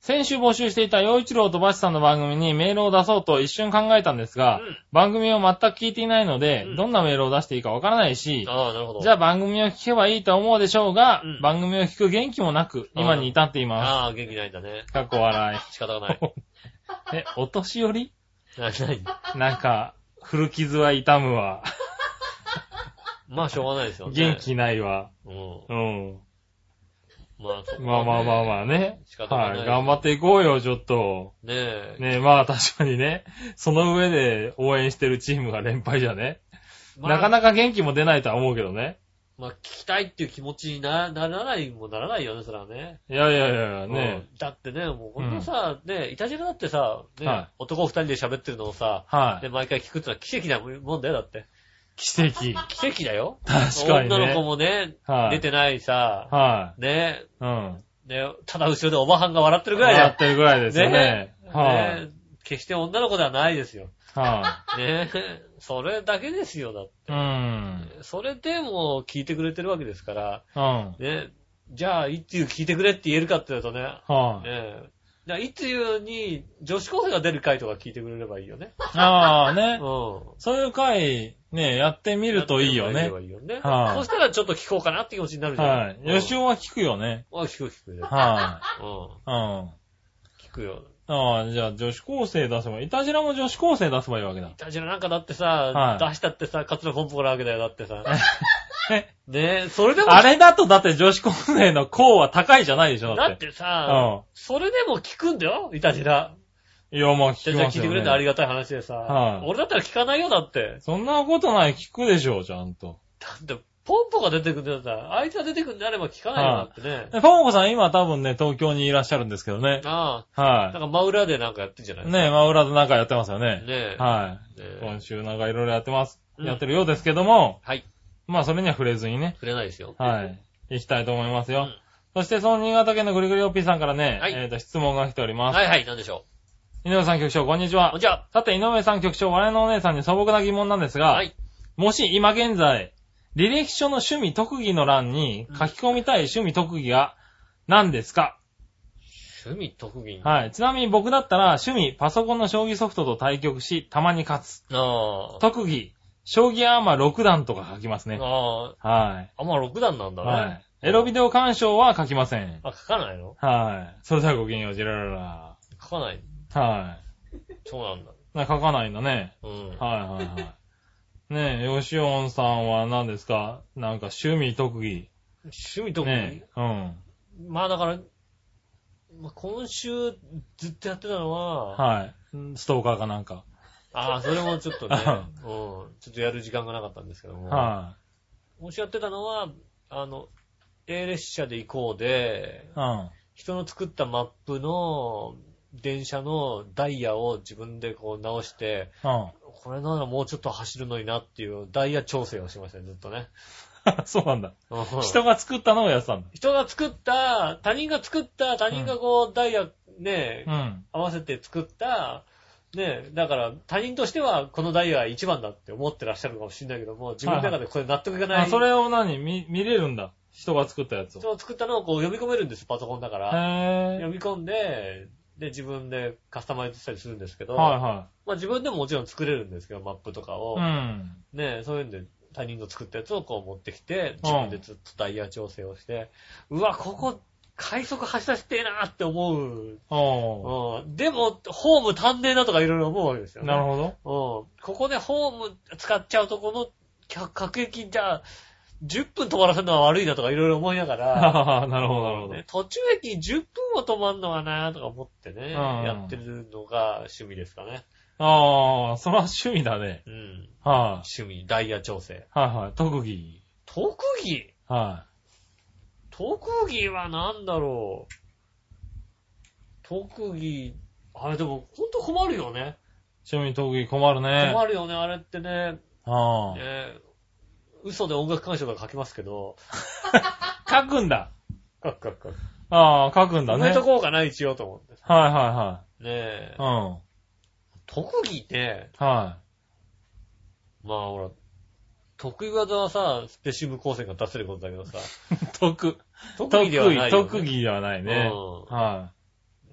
Speaker 3: 先週募集していた洋一郎とバシさんの番組にメールを出そうと一瞬考えたんですが、
Speaker 2: うん
Speaker 3: 番組を全く聞いていないので、
Speaker 2: うん
Speaker 3: どんなメールを出していいかわからないし、
Speaker 2: ああ、なるほど。
Speaker 3: じゃあ番組を聞けばいいと思うでしょうが、
Speaker 2: うん
Speaker 3: 番組を聞く元気もなく、
Speaker 2: あー
Speaker 3: 今に至っていま
Speaker 2: ああ、元気ないんだね
Speaker 3: す。。かっこ笑
Speaker 2: 仕方が
Speaker 3: (laughs)
Speaker 2: ない。
Speaker 3: い。え、お年寄り
Speaker 2: なない
Speaker 3: なんか、古傷は痛むわ。
Speaker 2: まあ、しょうがないですよね。
Speaker 3: 元。気ないわ。
Speaker 2: うん。
Speaker 3: うん。
Speaker 2: まあ、そこはね
Speaker 3: まあまあまあまあね。
Speaker 2: 仕方が
Speaker 3: は。
Speaker 2: ないい
Speaker 3: 頑張っていこうよ、ちょっと。
Speaker 2: ねえ。
Speaker 3: ねえ、まあ確かにね、その上で応援してるチームが連敗じゃね。
Speaker 2: まあ
Speaker 3: なかなか元気も出ないとは思うけどね。
Speaker 2: まあ、聞きたいっていう気持ちになならないもならないよね、それはね。
Speaker 3: いやいやいやいや、ねえ。
Speaker 2: うんだってね、もうほんとさ、ね、イタジェラだってさ、ね、
Speaker 3: は
Speaker 2: 男二人で喋ってるのをさ、
Speaker 3: はい
Speaker 2: で、。毎回聞くってのは奇跡なもんだよ、だって。
Speaker 3: 奇跡。
Speaker 2: 奇跡だよ。
Speaker 3: 確かにね
Speaker 2: 女の子もね、
Speaker 3: はい。
Speaker 2: 出てないさ、
Speaker 3: は
Speaker 2: ね、
Speaker 3: い。うん。
Speaker 2: ね、ただ後ろでおばはんが笑ってるぐらい
Speaker 3: や
Speaker 2: だ
Speaker 3: っ。てるぐらいですよね。はい。
Speaker 2: ね、決して女の子ではないですよ。
Speaker 3: は
Speaker 2: ね、 (laughs) それだけですよ、だって。
Speaker 3: い。うん。
Speaker 2: それでも聞いてくれてるわけですから、
Speaker 3: うん。
Speaker 2: ね、じゃあ、いつゆ聞いてくれって言えるかって言うとね、
Speaker 3: は
Speaker 2: ね
Speaker 3: い。
Speaker 2: え。じゃあ、いつゆに女子高生が出る回とか聞いてくれればいいよね。
Speaker 3: ああ
Speaker 2: う
Speaker 3: ね。
Speaker 2: ん。
Speaker 3: そういう回、ね、やってみ
Speaker 2: 見
Speaker 3: るといいよ
Speaker 2: い
Speaker 3: ね。
Speaker 2: いよね。
Speaker 3: はい
Speaker 2: そしたらちょっと聞こうかなって気持ちになるじゃん。
Speaker 3: はい。
Speaker 2: うん
Speaker 3: よしおは聞くよね。
Speaker 2: あ、聞く聞く。うん。
Speaker 3: は
Speaker 2: 聞
Speaker 3: い。うん。
Speaker 2: くよ。
Speaker 3: ああ、じゃあ女子高生出せばいい。いたじらも女子高生出せばいいわけだ
Speaker 2: い。たじらなんかだって
Speaker 3: は
Speaker 2: さ、
Speaker 3: い
Speaker 2: 出したってさ、カツラコンポなわけだよ、だってさ。
Speaker 3: (laughs)
Speaker 2: ねえ、それでも、
Speaker 3: あれだとだって女子高生の高は高いじゃないでしょだ
Speaker 2: だ
Speaker 3: っ。
Speaker 2: っててさ、それでも聞くんだよ、いたじら。
Speaker 3: いや、まあ
Speaker 2: いた
Speaker 3: 聞き
Speaker 2: じら
Speaker 3: ます
Speaker 2: 聞い
Speaker 3: よ、
Speaker 2: て
Speaker 3: ね。
Speaker 2: くれてありがたい話で
Speaker 3: は
Speaker 2: さ。
Speaker 3: い
Speaker 2: 俺だったら聞かないよ、だって。
Speaker 3: そんなことない、聞くでしょう、ちゃんと。
Speaker 2: だって、ポンポが出てくんだよさ、あいつが出てくんであれば聞かないよ、だってね。
Speaker 3: えポンコさん今多分ね、東京にいらっしゃるんですけどね。
Speaker 2: ああ、なん
Speaker 3: は
Speaker 2: か真裏でなんかやってんじゃない
Speaker 3: い。ねえ、真裏でなんかやってますよね。
Speaker 2: ねえ。
Speaker 3: は
Speaker 2: ね
Speaker 3: い。
Speaker 2: え
Speaker 3: 今週なんかいろいろやってます。
Speaker 2: うん
Speaker 3: やってるようですけども、
Speaker 2: はい。
Speaker 3: まあそれには触れずにね、
Speaker 2: 触れないですよ。
Speaker 3: はい。行きたいと思いますよ。
Speaker 2: うん
Speaker 3: そして、その新潟県のぐりぐりおっぴーさんからね、
Speaker 2: はい
Speaker 3: えっ、と、質問が来ております。
Speaker 2: はいはい、なんでしょ
Speaker 3: 井上さん局長、こんにち
Speaker 2: う。こん
Speaker 3: は
Speaker 2: に。ちは。
Speaker 3: さて、井上さん局長、我々のお姉さんに素朴な疑問なんですが、
Speaker 2: はい。
Speaker 3: もし今現在、履歴書の趣味特技の欄に書き込みたい趣味特技が何ですか、
Speaker 2: 趣味特技。い。
Speaker 3: はい。ちなみに僕だったら趣味、パソコンの将棋ソフトと対局し、たまに勝つ。
Speaker 2: ああ。
Speaker 3: 特技、将棋アーマー6段とか書きますね。
Speaker 2: あ
Speaker 3: は
Speaker 2: あ。あ、まあ6段なん
Speaker 3: い。
Speaker 2: だね。
Speaker 3: はい。エロビデオ鑑賞は書きません。
Speaker 2: あ、書かないの
Speaker 3: はい。それではごきげんよう、ジェラララ。
Speaker 2: 書かない。
Speaker 3: は
Speaker 2: そうなんだ。
Speaker 3: い。な書かないんだね。
Speaker 2: うん。
Speaker 3: はいはいはい。ねえ、吉ンさんは何ですかなんか趣味特技。
Speaker 2: 趣味特技
Speaker 3: ねえ、うん。
Speaker 2: まあだから、まあ今週ずっとやってたのは、
Speaker 3: はい。ストーカーかなんか。
Speaker 2: ああ、それもちょっとね、
Speaker 3: う (laughs)
Speaker 2: うんん。ちょっとやる時間がなかったんですけども。
Speaker 3: は
Speaker 2: 今週やってたのは、あの、A 列車で行こうで
Speaker 3: い。、うん。 (laughs)
Speaker 2: 人の作ったマップの電車のダイヤを自分でこう直して、
Speaker 3: うん。
Speaker 2: これならもうちょっと走るのになっていうダイヤ調整をしてましたね、ずっとね。
Speaker 3: そうなんだ。
Speaker 2: うん
Speaker 3: 人が作ったのをやってたんだ。
Speaker 2: 人が作った、他人が作った、他人がこうダイヤね
Speaker 3: う、ん。
Speaker 2: 合わせて作った、ね、だから他人としてはこのダイヤが一番だって思ってらっしゃるかもしれないけども、自分の中でこれ納得がな
Speaker 3: あ、
Speaker 2: い。
Speaker 3: それを何見、見れるんだ。人が作ったやつを。
Speaker 2: 人を作ったのをこう読み込めるんですよ、パソコンだから。
Speaker 3: へ
Speaker 2: 読み込んで、で、自分でカスタマイズしたりするんですけ
Speaker 3: ぇ
Speaker 2: ど、
Speaker 3: ー。は
Speaker 2: まあ自分でももちろん作れるんですけど、マップとか
Speaker 3: い
Speaker 2: を。
Speaker 3: はい。うん。
Speaker 2: ねそういうんで、他人の作ったやつをこう持ってきて、自分でずっとダイヤ調整をして、うわ、ここ、快速走らせてえなって思う。
Speaker 3: おー。
Speaker 2: うん、でも、ホーム足んねえなとかいろいろ思うわけですよね。
Speaker 3: なるほ
Speaker 2: う
Speaker 3: ど。
Speaker 2: ん。ここでホーム使っちゃうと、この客、各駅じゃあ、10分止まらせるのは悪いなとかいろいろ思いながら、
Speaker 3: (laughs) なるほど、なるほど。
Speaker 2: ね途中駅に10分も止まんのはなとか思ってね、
Speaker 3: うん
Speaker 2: やってるのが趣味ですかね。
Speaker 3: ああ、それは趣味だね。
Speaker 2: うん。
Speaker 3: はい、
Speaker 2: 趣味、ダイヤ調整。
Speaker 3: はいはい。特技。
Speaker 2: 特技
Speaker 3: は
Speaker 2: 特技は何だろう。特技、あれでも、ほんと困るよね。
Speaker 3: い。趣味特技困るね。
Speaker 2: 困るよね、あれってね。
Speaker 3: ああ。
Speaker 2: ね嘘で音楽鑑賞が書きますけど、
Speaker 3: 書くんだ。
Speaker 2: 書く書く書く。
Speaker 3: ああ、書くんだ
Speaker 2: 埋
Speaker 3: ね。は
Speaker 2: め
Speaker 3: い
Speaker 2: とこうかな、一応と思って。ね
Speaker 3: はいは
Speaker 2: え
Speaker 3: い。う。ん。
Speaker 2: 特技って、
Speaker 3: は
Speaker 2: まあほら、得意技はさ、スペシウム光線が出せることだけどさ、
Speaker 3: い。特、
Speaker 2: 特
Speaker 3: 特
Speaker 2: 技ではないよ、
Speaker 3: 技、
Speaker 2: ね。
Speaker 3: 特技ではないね。
Speaker 2: うん
Speaker 3: は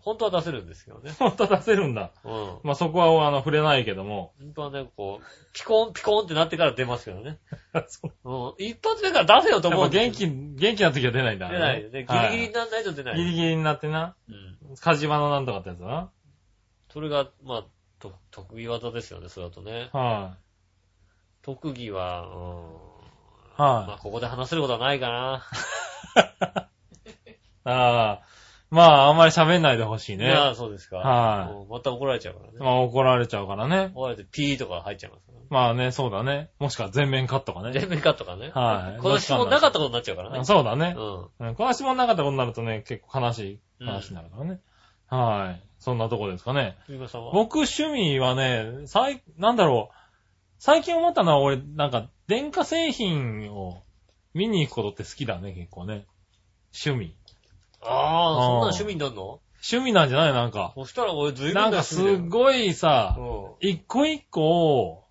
Speaker 2: 本当は出せるんですけどね
Speaker 3: い。。本当は出せるんだ。
Speaker 2: うん。本
Speaker 3: まあ、そこは、あの、触れないけども。
Speaker 2: 当はね、こう、ピコンピコンってなってから出ますけどね。うん。一発目から出 (laughs) せよと
Speaker 3: やっ
Speaker 2: 思
Speaker 3: ぱ
Speaker 2: う。
Speaker 3: 元気、元気な時は出ないんだ、
Speaker 2: 出ないよね。ギリギリに
Speaker 3: リ
Speaker 2: ならないと出ない。
Speaker 3: ギリギリになってな。
Speaker 2: うん。
Speaker 3: 火事場のなんとかってやつだな。
Speaker 2: それが、まあ、と得意技ですよね、それだとね。
Speaker 3: は
Speaker 2: 特技は、うん。
Speaker 3: い。はい。
Speaker 2: まあ、ここで話せることはないかな。
Speaker 3: ああ、まあ、あんまり喋んないでほしいね。
Speaker 2: ま
Speaker 3: ま
Speaker 2: あ、そうですか。
Speaker 3: はい
Speaker 2: うんまた怒られちゃうからね。
Speaker 3: あ、怒られちゃうからね。
Speaker 2: 怒られてピーとか入っちゃいますからね。
Speaker 3: まあね、そうだね。もしくは全面カットかね。
Speaker 2: 全面カットかね。
Speaker 3: はい
Speaker 2: この質問なかったことになっちゃうからね。
Speaker 3: そうだね。
Speaker 2: うん。
Speaker 3: うんこの質問なかったことになるとね、結構悲しい話になるからね。はい。そんなとこですかね。
Speaker 2: 今さんは
Speaker 3: 僕、趣味はね、最、なんだろう。最近思ったのは俺、なんか、電化製品を見に行くことって好きだね、結構ね。趣味。
Speaker 2: ああ、そんな
Speaker 3: うん
Speaker 2: 趣味になるの
Speaker 3: 趣味なんじゃないなんか。
Speaker 2: そしたら俺ずいぶ
Speaker 3: なんんか
Speaker 2: 趣
Speaker 3: す
Speaker 2: 味だよ
Speaker 3: っごいさ、
Speaker 2: うん。
Speaker 3: 一個一個を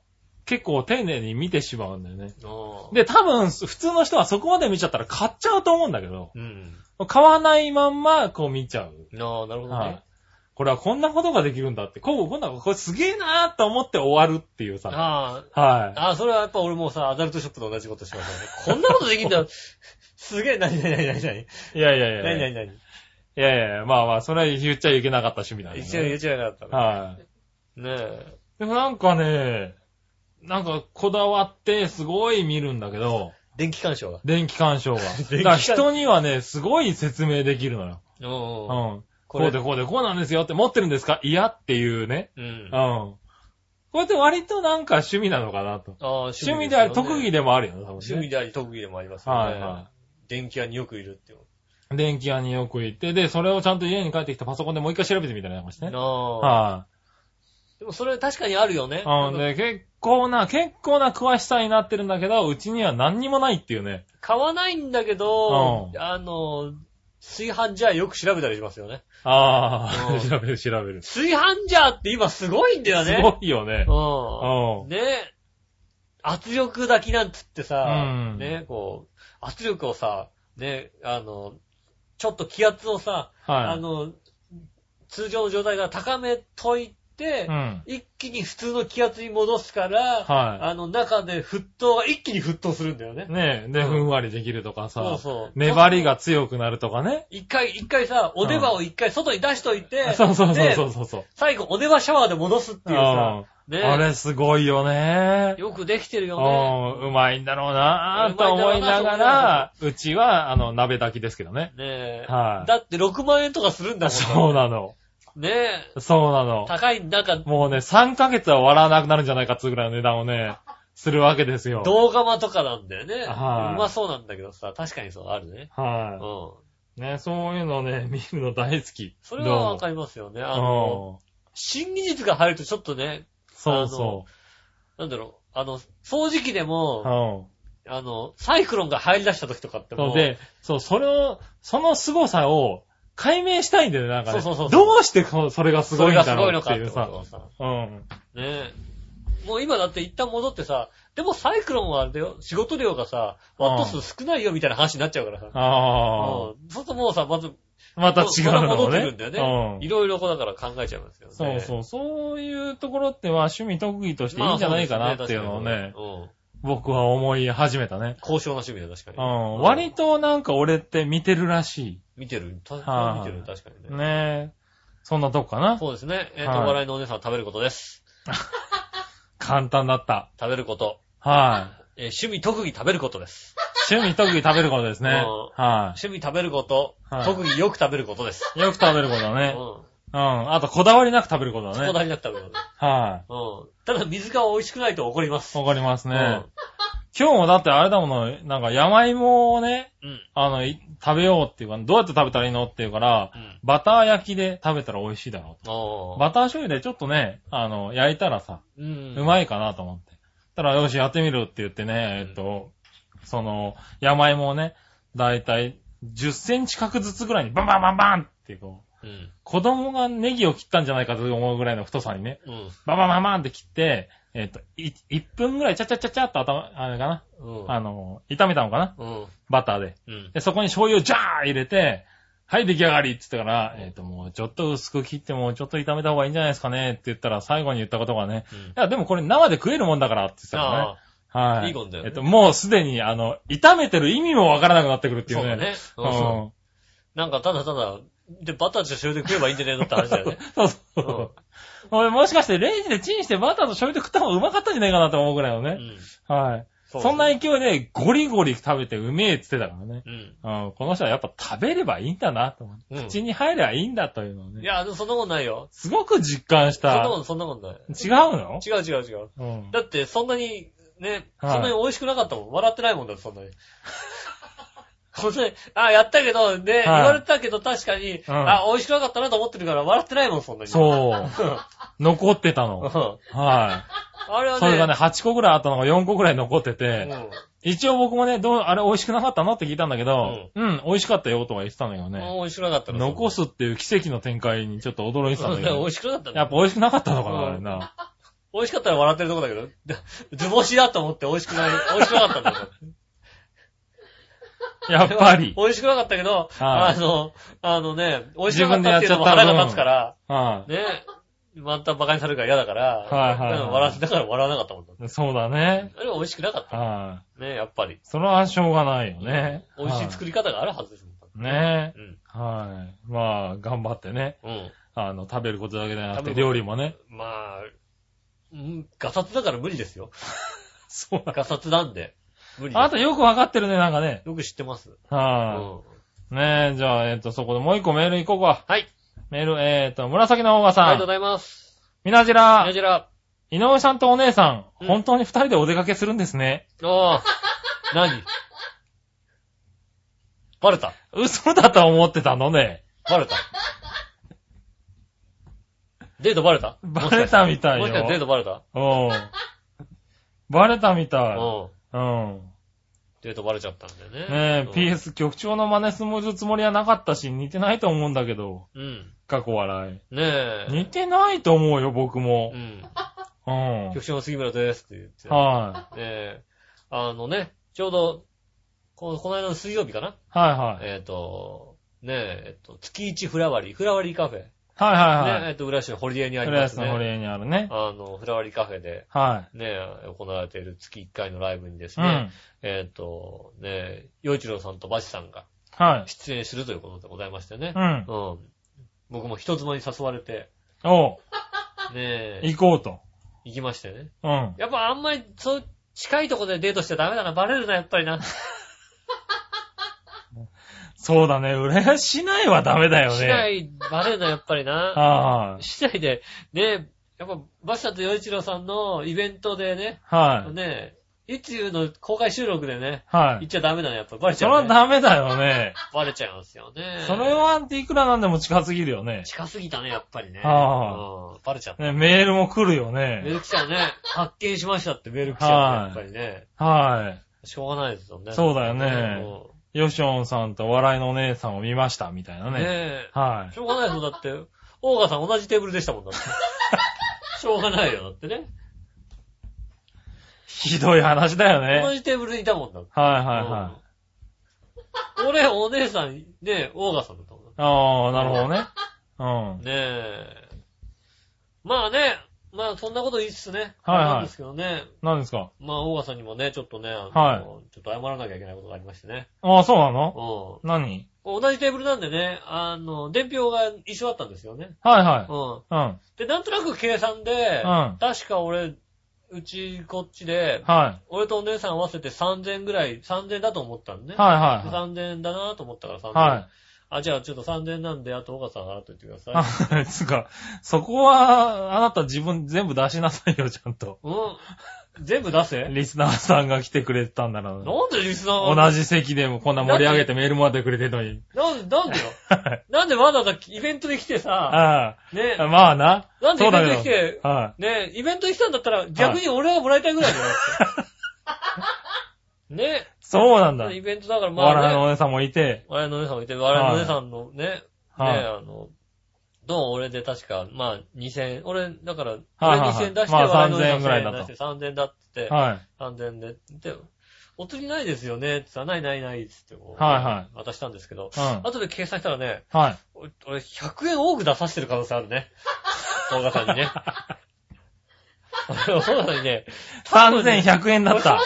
Speaker 3: 結構丁寧に見てしまうんだよね。
Speaker 2: ああ
Speaker 3: で、多分普通の人はそこまで見ちゃったら買っちゃうと思うんだけど、
Speaker 2: うん。
Speaker 3: 買わないまんまこう見ちゃう。
Speaker 2: ああ、なるほど
Speaker 3: はい
Speaker 2: ね。。
Speaker 3: これはこんなことができるんだって、こう、こんな、これすげえなーと思って終わるっていうさ。
Speaker 2: ああ、
Speaker 3: は
Speaker 2: ああ、それはやっぱ俺もさ、アダルトショップと同じことしましたね。こんなことできんだよ。 (laughs) すげえ、なになになになに
Speaker 3: い。いやいやいや。
Speaker 2: なにないになに
Speaker 3: やいや、まあまあ、それは言っちゃいけなかった趣味なんだ
Speaker 2: 一応言
Speaker 3: け
Speaker 2: っちゃいなかった
Speaker 3: ど。
Speaker 2: の
Speaker 3: はい。
Speaker 2: ねえ。
Speaker 3: でもなんかね、なんかこだわってすごい見るんだけど、
Speaker 2: 電気干渉が。
Speaker 3: (laughs) 電気干渉が。
Speaker 2: 気
Speaker 3: だから人にはね、すごい説明できるのよ。
Speaker 2: うんうん。
Speaker 3: うん。
Speaker 2: こ
Speaker 3: こ
Speaker 2: れ
Speaker 3: うでこうでこうなんですよって持ってるんですかいやっていうね。
Speaker 2: うん
Speaker 3: うん。。こうやって割となんか趣味なのかなと。
Speaker 2: ああ、
Speaker 3: 趣味であり、
Speaker 2: すよね
Speaker 3: 特技でもあるよね、多分ね。
Speaker 2: 趣味であり、特技でもありますよね。
Speaker 3: はいは
Speaker 2: 電気屋によくいるっていう。
Speaker 3: い。電気屋によく行って、で、それをちゃんと家に帰ってきてパソコンでもう一回調べてみたいな話ね。
Speaker 2: ああ。
Speaker 3: は
Speaker 2: でもそれ確かにあるよね
Speaker 3: い。。うん。で、結構な、結構な詳しさになってるんだけど、うちには何にもないっていうね。
Speaker 2: 買わないんだけど
Speaker 3: う、ん
Speaker 2: あの、炊飯ジャーよく調べたりしますよね。
Speaker 3: あ
Speaker 2: うん
Speaker 3: あ、調べる調べる。す
Speaker 2: 炊飯ジャーって今すごいんだよね。
Speaker 3: ごいよね。
Speaker 2: う。
Speaker 3: うんん
Speaker 2: ね圧力炊きなんつってさ
Speaker 3: う、ん
Speaker 2: ね、こう、圧力をさ、ね、あの、ちょっと気圧をさ、あ
Speaker 3: はい。
Speaker 2: の、通常の状態から高めといて
Speaker 3: う、ん。
Speaker 2: 一気に普通の気圧に戻すから、
Speaker 3: は
Speaker 2: あの中で沸騰が一気に沸騰するんだよね
Speaker 3: い。。ねえ、で、ふんわりできるとか
Speaker 2: そう
Speaker 3: さ、
Speaker 2: そう。
Speaker 3: 粘りが強くなるとかね。
Speaker 2: 一回、一回さ、お出場を一回外に出しといて、
Speaker 3: そうそうそうそ
Speaker 2: で
Speaker 3: うそうそう。
Speaker 2: 最後お出場シャワーで戻すっていうさ、
Speaker 3: うんあ
Speaker 2: ね、
Speaker 3: れすごいよね。
Speaker 2: よくできてる
Speaker 3: う
Speaker 2: よね。
Speaker 3: ん、うまいんだろうなぁと思いながら、うちは、あの、鍋炊きですけどね。
Speaker 2: ねえ。
Speaker 3: はい
Speaker 2: だって6万円とかするんだもん。
Speaker 3: そうなの。
Speaker 2: ねえ。
Speaker 3: そうなの。
Speaker 2: 高い、なんか、
Speaker 3: もうね、3ヶ月は笑わなくなるんじゃないかっつうぐらいの値段をね、するわけですよ。
Speaker 2: 動画まとかなんだよね。
Speaker 3: はいう
Speaker 2: まそうなんだけどさ、確かにそう、あるね。う
Speaker 3: は
Speaker 2: ん。
Speaker 3: い。ね、そういうのね、見るの大好き。
Speaker 2: それはわか
Speaker 3: る。
Speaker 2: りますよね。
Speaker 3: う
Speaker 2: あの、
Speaker 3: ん。
Speaker 2: 新技術が入るとちょっとね、
Speaker 3: そうそ
Speaker 2: なんだろう、あの、掃除機でも
Speaker 3: う。う、ん。
Speaker 2: あの、サイクロンが入り出した時とかっても、
Speaker 3: そううで、そう、それを、その凄さを解明したいんだよね、なんかね。
Speaker 2: そうそうそうそう
Speaker 3: どうしてこそれがす
Speaker 2: そ
Speaker 3: ごい
Speaker 2: れが
Speaker 3: んだ
Speaker 2: すごい
Speaker 3: ろ
Speaker 2: の
Speaker 3: うって
Speaker 2: かっ
Speaker 3: い
Speaker 2: て
Speaker 3: う
Speaker 2: こと
Speaker 3: さ。
Speaker 2: をさ、
Speaker 3: うん。
Speaker 2: ねえ。もう今だって一旦戻ってさ、でもサイクロンはあれだよ、仕事量がさ、ワット数少ないよみたいな話になっちゃうからさ。
Speaker 3: あ
Speaker 2: うん。そうするともうさ、まず、
Speaker 3: あ。また違う
Speaker 2: ま
Speaker 3: の
Speaker 2: た戻
Speaker 3: も
Speaker 2: ってくる
Speaker 3: ね
Speaker 2: んだよ。
Speaker 3: う
Speaker 2: ね。
Speaker 3: ん
Speaker 2: いろいろこうだから考えちゃいますよね。
Speaker 3: そうそう。そういうところっては趣味特技としていいんじゃないかなっていうのをね、
Speaker 2: うん。
Speaker 3: 僕は思い始めたね。
Speaker 2: 高尚な趣味だ、確かに。
Speaker 3: うん。割となんか俺って見てるらし
Speaker 2: 見てる。た
Speaker 3: はい
Speaker 2: 見てる、確かに
Speaker 3: い。
Speaker 2: ね。
Speaker 3: ねえ。そんなとこかな。
Speaker 2: そうですね。えっと、
Speaker 3: はい
Speaker 2: お笑いのお姉さんは食べることです。
Speaker 3: 簡単だった。
Speaker 2: 食べること。
Speaker 3: は
Speaker 2: えー趣味、特技食べることです。
Speaker 3: い。趣味特技食べることですね。
Speaker 2: うん
Speaker 3: は
Speaker 2: 趣味食べること
Speaker 3: は、い
Speaker 2: 特技よく食べることです。
Speaker 3: い。よく食べることだ
Speaker 2: う
Speaker 3: ね。
Speaker 2: ん。
Speaker 3: うん。あと、こだわりなく食べることだね。
Speaker 2: こだわりなく食べる。
Speaker 3: は
Speaker 2: うん。ただ水が美味しくないと怒ります。
Speaker 3: い。わかります
Speaker 2: う
Speaker 3: ね。
Speaker 2: ん。
Speaker 3: 今日もだってあれだもの、なんか山芋をね、
Speaker 2: うん。
Speaker 3: あの、い食べようっていうか、どうやって食べたらいいのって言うから、
Speaker 2: うん。
Speaker 3: バター焼きで食べたら美味しいだろう。
Speaker 2: ああ。
Speaker 3: バター醤油でちょっとね、あの、焼いたらさ、
Speaker 2: うん。
Speaker 3: う
Speaker 2: い。
Speaker 3: まいかなと思って。たら、よし、やってみるって言ってね、えっと、その、山芋をね、だいたい10センチ角ずつぐらいにバンバンバンバンってこう、
Speaker 2: うん。
Speaker 3: 子供がネギを切ったんじゃないかと思うぐらいの太さにね、
Speaker 2: うん。
Speaker 3: バンバンバンバンって切って、えっと、い1分ぐらいちゃちゃちゃちゃっと頭、あれかな、
Speaker 2: うん。
Speaker 3: あの、炒めたのかな
Speaker 2: うん。
Speaker 3: バターで。
Speaker 2: うん。
Speaker 3: で、そこに醤油をジャー入れて、はい、出来上がりって言ったから、えっ、と、もうちょっと薄く切ってもうちょっと炒めた方がいいんじゃないですかねって言ったら、最後に言ったことがね、
Speaker 2: うん
Speaker 3: いや、でもこれ生で食えるもんだからって言ってたからね
Speaker 2: あ。
Speaker 3: はい。
Speaker 2: いいことだよね
Speaker 3: えっと、もうすでに、あの、炒めてる意味もわからなくなってくるっ
Speaker 2: あ、
Speaker 3: てい
Speaker 2: そううだ
Speaker 3: ね。
Speaker 2: ね。うん。なんかただただ、で、バターと醤油で食えばいいんじゃねえのって話だよね。
Speaker 3: うん。 (laughs) そうそう。俺もしかしてレンジでチンしてバターと醤油で食った方がうまかったんじゃないかなと思うぐらいの
Speaker 2: う
Speaker 3: ね。
Speaker 2: ん。
Speaker 3: はい。
Speaker 2: う
Speaker 3: そんな勢いでゴリゴリ食べてうめえって言ってたからね。
Speaker 2: うん。
Speaker 3: うん。この人はやっぱ食べればいいんだなと思って。
Speaker 2: うん
Speaker 3: 口に入ればいいんだというのをね。
Speaker 2: いや、でもそんなことないよ。
Speaker 3: すごく実感し
Speaker 2: そんな
Speaker 3: た
Speaker 2: こ。と、そんなことない。
Speaker 3: 違うの
Speaker 2: 違う違う違う。
Speaker 3: うん。
Speaker 2: だって、そんなに、ね、
Speaker 3: はい
Speaker 2: そんなに美味しくなかったもん。笑ってないもんだって、そんなに。 (laughs) そんなに、あ、やったけど、ね、言われたけど確かに、
Speaker 3: うん
Speaker 2: あ、美味しくなかったなと思ってるから笑ってないもん、そんなに。う。 (laughs)
Speaker 3: そう。残ってたの。
Speaker 2: あ
Speaker 3: は
Speaker 2: れ
Speaker 3: い。
Speaker 2: は
Speaker 3: それがね、
Speaker 2: ね、
Speaker 3: 8個ぐらいあったのが4個ぐらい残ってて、
Speaker 2: うん
Speaker 3: 一応僕もね、どう、あれ美味しくなかったのって聞いたんだけど、うん、美味しかったよとは言ってたんだけど
Speaker 2: も
Speaker 3: ね、
Speaker 2: う美味しくなかったの
Speaker 3: 残すっていう奇跡の展開にちょっと驚い
Speaker 2: そ
Speaker 3: てたん
Speaker 2: うね
Speaker 3: だけ
Speaker 2: (laughs) 美
Speaker 3: ど
Speaker 2: 味、しくなかった
Speaker 3: やっ
Speaker 2: の
Speaker 3: ぱ美味しくなかったのか
Speaker 2: う
Speaker 3: な、
Speaker 2: ん
Speaker 3: あれな。
Speaker 2: 美味しかったら笑ってるとこだけど、 (laughs) 図星だと思って美味しくない、美味しくなかったんだよ。
Speaker 3: やっ
Speaker 2: (laughs)
Speaker 3: ぱり。
Speaker 2: 美味しくなかったけど、
Speaker 3: は
Speaker 2: あ
Speaker 3: い
Speaker 2: の、あのね、美味しくなかったっていうのも腹が立つから、
Speaker 3: は
Speaker 2: ね、また馬鹿にされるから嫌だから、
Speaker 3: はいはいは
Speaker 2: だ
Speaker 3: い
Speaker 2: から笑だから笑わなかったもんだ。
Speaker 3: い。そうだね。
Speaker 2: あれは美味しくなかった。
Speaker 3: は
Speaker 2: ね、やっぱり
Speaker 3: い。。それはしょうがないよね。
Speaker 2: 美味しい作り方があるはずですもん。
Speaker 3: り。ね
Speaker 2: う
Speaker 3: え。
Speaker 2: ん。
Speaker 3: はい。まあ、頑張ってね。
Speaker 2: うん。
Speaker 3: あの、食べることだけじゃなく
Speaker 2: 食べ
Speaker 3: て、
Speaker 2: ること
Speaker 3: 料理もね。
Speaker 2: まあ、うんガサツだから無理ですよ。
Speaker 3: そうだ。
Speaker 2: ガサツなんで。無理です。
Speaker 3: あとよくわかってるね、なんかね。
Speaker 2: よく知ってます。う
Speaker 3: は
Speaker 2: ん。
Speaker 3: い。ねえ、じゃあ、えっと、そこでもう一個メール行こうか。
Speaker 2: はい。
Speaker 3: メール、えっと、紫のオーガ
Speaker 2: あり
Speaker 3: さ
Speaker 2: がとうご
Speaker 3: ん。
Speaker 2: ざいます。
Speaker 3: みなじ
Speaker 2: こ
Speaker 3: ら、
Speaker 2: ちら。
Speaker 3: 井上さんとお姉さ
Speaker 2: うん
Speaker 3: ん、本当に二人でお出かけするんですね。
Speaker 2: ああ、何バレた
Speaker 3: 嘘だと思ってたのね。
Speaker 2: バレたデートバレた
Speaker 3: バレたみたい
Speaker 2: も
Speaker 3: よ
Speaker 2: しかしてもしかしてデートバレた
Speaker 3: うん。バレたみ
Speaker 2: う
Speaker 3: た
Speaker 2: ん。
Speaker 3: い。うん。
Speaker 2: デートバレちゃったんだよね。
Speaker 3: ねえ、PS 局長の真似するつもりはなかったし、似てないと思うんだけど、
Speaker 2: うん。
Speaker 3: 過去笑
Speaker 2: ね
Speaker 3: い。
Speaker 2: え。
Speaker 3: 似てないと思うよ、僕も
Speaker 2: う。ん。
Speaker 3: うん。
Speaker 2: 局長の杉村ですって言って。ね
Speaker 3: はい。
Speaker 2: え。あのね、ちょうど、このこの間の水曜日かな
Speaker 3: はいはい。
Speaker 2: えっと、ねえ、えっと、月一フラワリー、フラワリーカフェ。ね
Speaker 3: はいはいは
Speaker 2: え
Speaker 3: い。
Speaker 2: っと、浦安市の堀江にあり
Speaker 3: 浦
Speaker 2: ます
Speaker 3: 安の
Speaker 2: ね。
Speaker 3: 堀江にあるね。
Speaker 2: あの、フラワリーカフェで、
Speaker 3: は
Speaker 2: ね、行われている月1回のライブにです
Speaker 3: い。う
Speaker 2: ね、
Speaker 3: ん。
Speaker 2: えっ、と、ね、洋一郎さんとバチさんが
Speaker 3: はい。
Speaker 2: 出演するということでございましてね
Speaker 3: う、ん。
Speaker 2: うん。僕も人妻に誘われて、
Speaker 3: おう
Speaker 2: ね、
Speaker 3: 行こうと。
Speaker 2: 行きましてね。
Speaker 3: うん。
Speaker 2: やっぱあんまり、そう、近いとこでデートしちゃダメだな、バレるな、やっぱりな。
Speaker 3: そうだね。浦安市内はダメだよね。
Speaker 2: 市内、バレるな、やっぱりな。
Speaker 3: はい。
Speaker 2: 市内で、ね、やっぱバチさんと洋一郎さんのイベントでね、
Speaker 3: はい。
Speaker 2: ね、いつゆの公開収録でね、
Speaker 3: は
Speaker 2: 行っ
Speaker 3: い。
Speaker 2: ちゃダメだね、やっぱりバレち
Speaker 3: そ
Speaker 2: ゃ
Speaker 3: れ
Speaker 2: う、
Speaker 3: は
Speaker 2: ね。
Speaker 3: ダメだよね。
Speaker 2: バレちゃいますよね。
Speaker 3: それはいくらなんでも近すぎるよね。
Speaker 2: 近すぎたね、やっぱりね。
Speaker 3: あ
Speaker 2: うんバレちゃった。
Speaker 3: ね、メールも来るよ
Speaker 2: メー
Speaker 3: ね。
Speaker 2: ル来ちゃうね。発見しましたってメール来ちゃうね、やっぱりね。
Speaker 3: は
Speaker 2: しょうがないですよね。
Speaker 3: そうだよねい。ヨシオンさんと笑いのお姉さんを見ました、みたいな
Speaker 2: うん
Speaker 3: ね。
Speaker 2: ね
Speaker 3: は
Speaker 2: え。しょうがないですよ、だって。オーガさん同じテーブルでした
Speaker 3: (laughs)
Speaker 2: もんだって。しょうがないよ、だってね。
Speaker 3: い。ひどい話だよ
Speaker 2: 同
Speaker 3: ね。
Speaker 2: じテーブルにいたもんだって。
Speaker 3: はいはいはい。
Speaker 2: うん俺、お姉さん、ねオーガさんだったもんだって
Speaker 3: ああ、なるほどね。う
Speaker 2: ね
Speaker 3: ん。
Speaker 2: え。まあね、まあそんなこといいっすね。
Speaker 3: はいはい
Speaker 2: なんですけどね。
Speaker 3: 何ですか
Speaker 2: まあ、オーガさんにもね、ちょっとね、あの
Speaker 3: はい
Speaker 2: ちょっと謝らなきゃいけないことがありましてね。
Speaker 3: ああ、そうなの
Speaker 2: うん。
Speaker 3: 何
Speaker 2: 同じテーブルなんでね、あの、伝票が一緒だったんですよね。
Speaker 3: はいは
Speaker 2: う
Speaker 3: い。
Speaker 2: ん。
Speaker 3: うん。は
Speaker 2: で、なんとなく計算で、
Speaker 3: うん
Speaker 2: 確か俺、うちこっちで
Speaker 3: い。、は
Speaker 2: 俺とお姉さん合わせて3000ぐらい、3000だと思ったんで
Speaker 3: い
Speaker 2: ね。
Speaker 3: はいはい。
Speaker 2: 3000だなと思ったから3000。
Speaker 3: はい。
Speaker 2: あ、じゃあちょっと3000なんで、あと、岡さん払っといてください。
Speaker 3: あ、 (laughs) つうか、そこは、あなた自分全部出しなさいよ、ちゃんと。
Speaker 2: うん。全部出せなんで
Speaker 3: リスナーさんが来てくれてたんだな。
Speaker 2: リスナー
Speaker 3: 同じ席でもこんな盛り上げてメールもらってくれてるのに。 (laughs)
Speaker 2: なんで、なんでよ。
Speaker 3: はい
Speaker 2: なんでわざわざイベントに来てさ、
Speaker 3: あ
Speaker 2: ね、
Speaker 3: あ。まあな。
Speaker 2: なんで
Speaker 3: そ
Speaker 2: イ
Speaker 3: うだ
Speaker 2: ベントに来
Speaker 3: け
Speaker 2: て
Speaker 3: ど。、は
Speaker 2: ね、イベントに来たんだったら逆に俺がもらいたいぐらいだ
Speaker 3: (laughs)
Speaker 2: よ。ね
Speaker 3: い。、そうなんだ。
Speaker 2: イベントだからま
Speaker 3: 笑い
Speaker 2: あ
Speaker 3: の
Speaker 2: ね、
Speaker 3: お姉さんもいて。
Speaker 2: 我々のお姉さんもいて、我々のお姉さんのね、ね、
Speaker 3: はい
Speaker 2: あの、どう俺で確か、まあ2000、俺、だから、
Speaker 3: はい
Speaker 2: 俺
Speaker 3: はいはい
Speaker 2: 2000出して、
Speaker 3: まあ
Speaker 2: 我々のお姉さん
Speaker 3: 3000ぐらいだと
Speaker 2: 出して3000だってって、
Speaker 3: はい。
Speaker 2: 3000で、で、お釣りないですよねって言ったら、ないないないっつってこう、
Speaker 3: はいは
Speaker 2: 渡したんですけど、
Speaker 3: うん。
Speaker 2: 後で計算したらね、
Speaker 3: はい。
Speaker 2: お俺、100円多く出させてる可能性ある
Speaker 3: (laughs)
Speaker 2: ね。大賀さんにね。大賀さんにね。
Speaker 3: 3100円だっ
Speaker 2: (laughs) 俺、
Speaker 3: た。
Speaker 2: 3100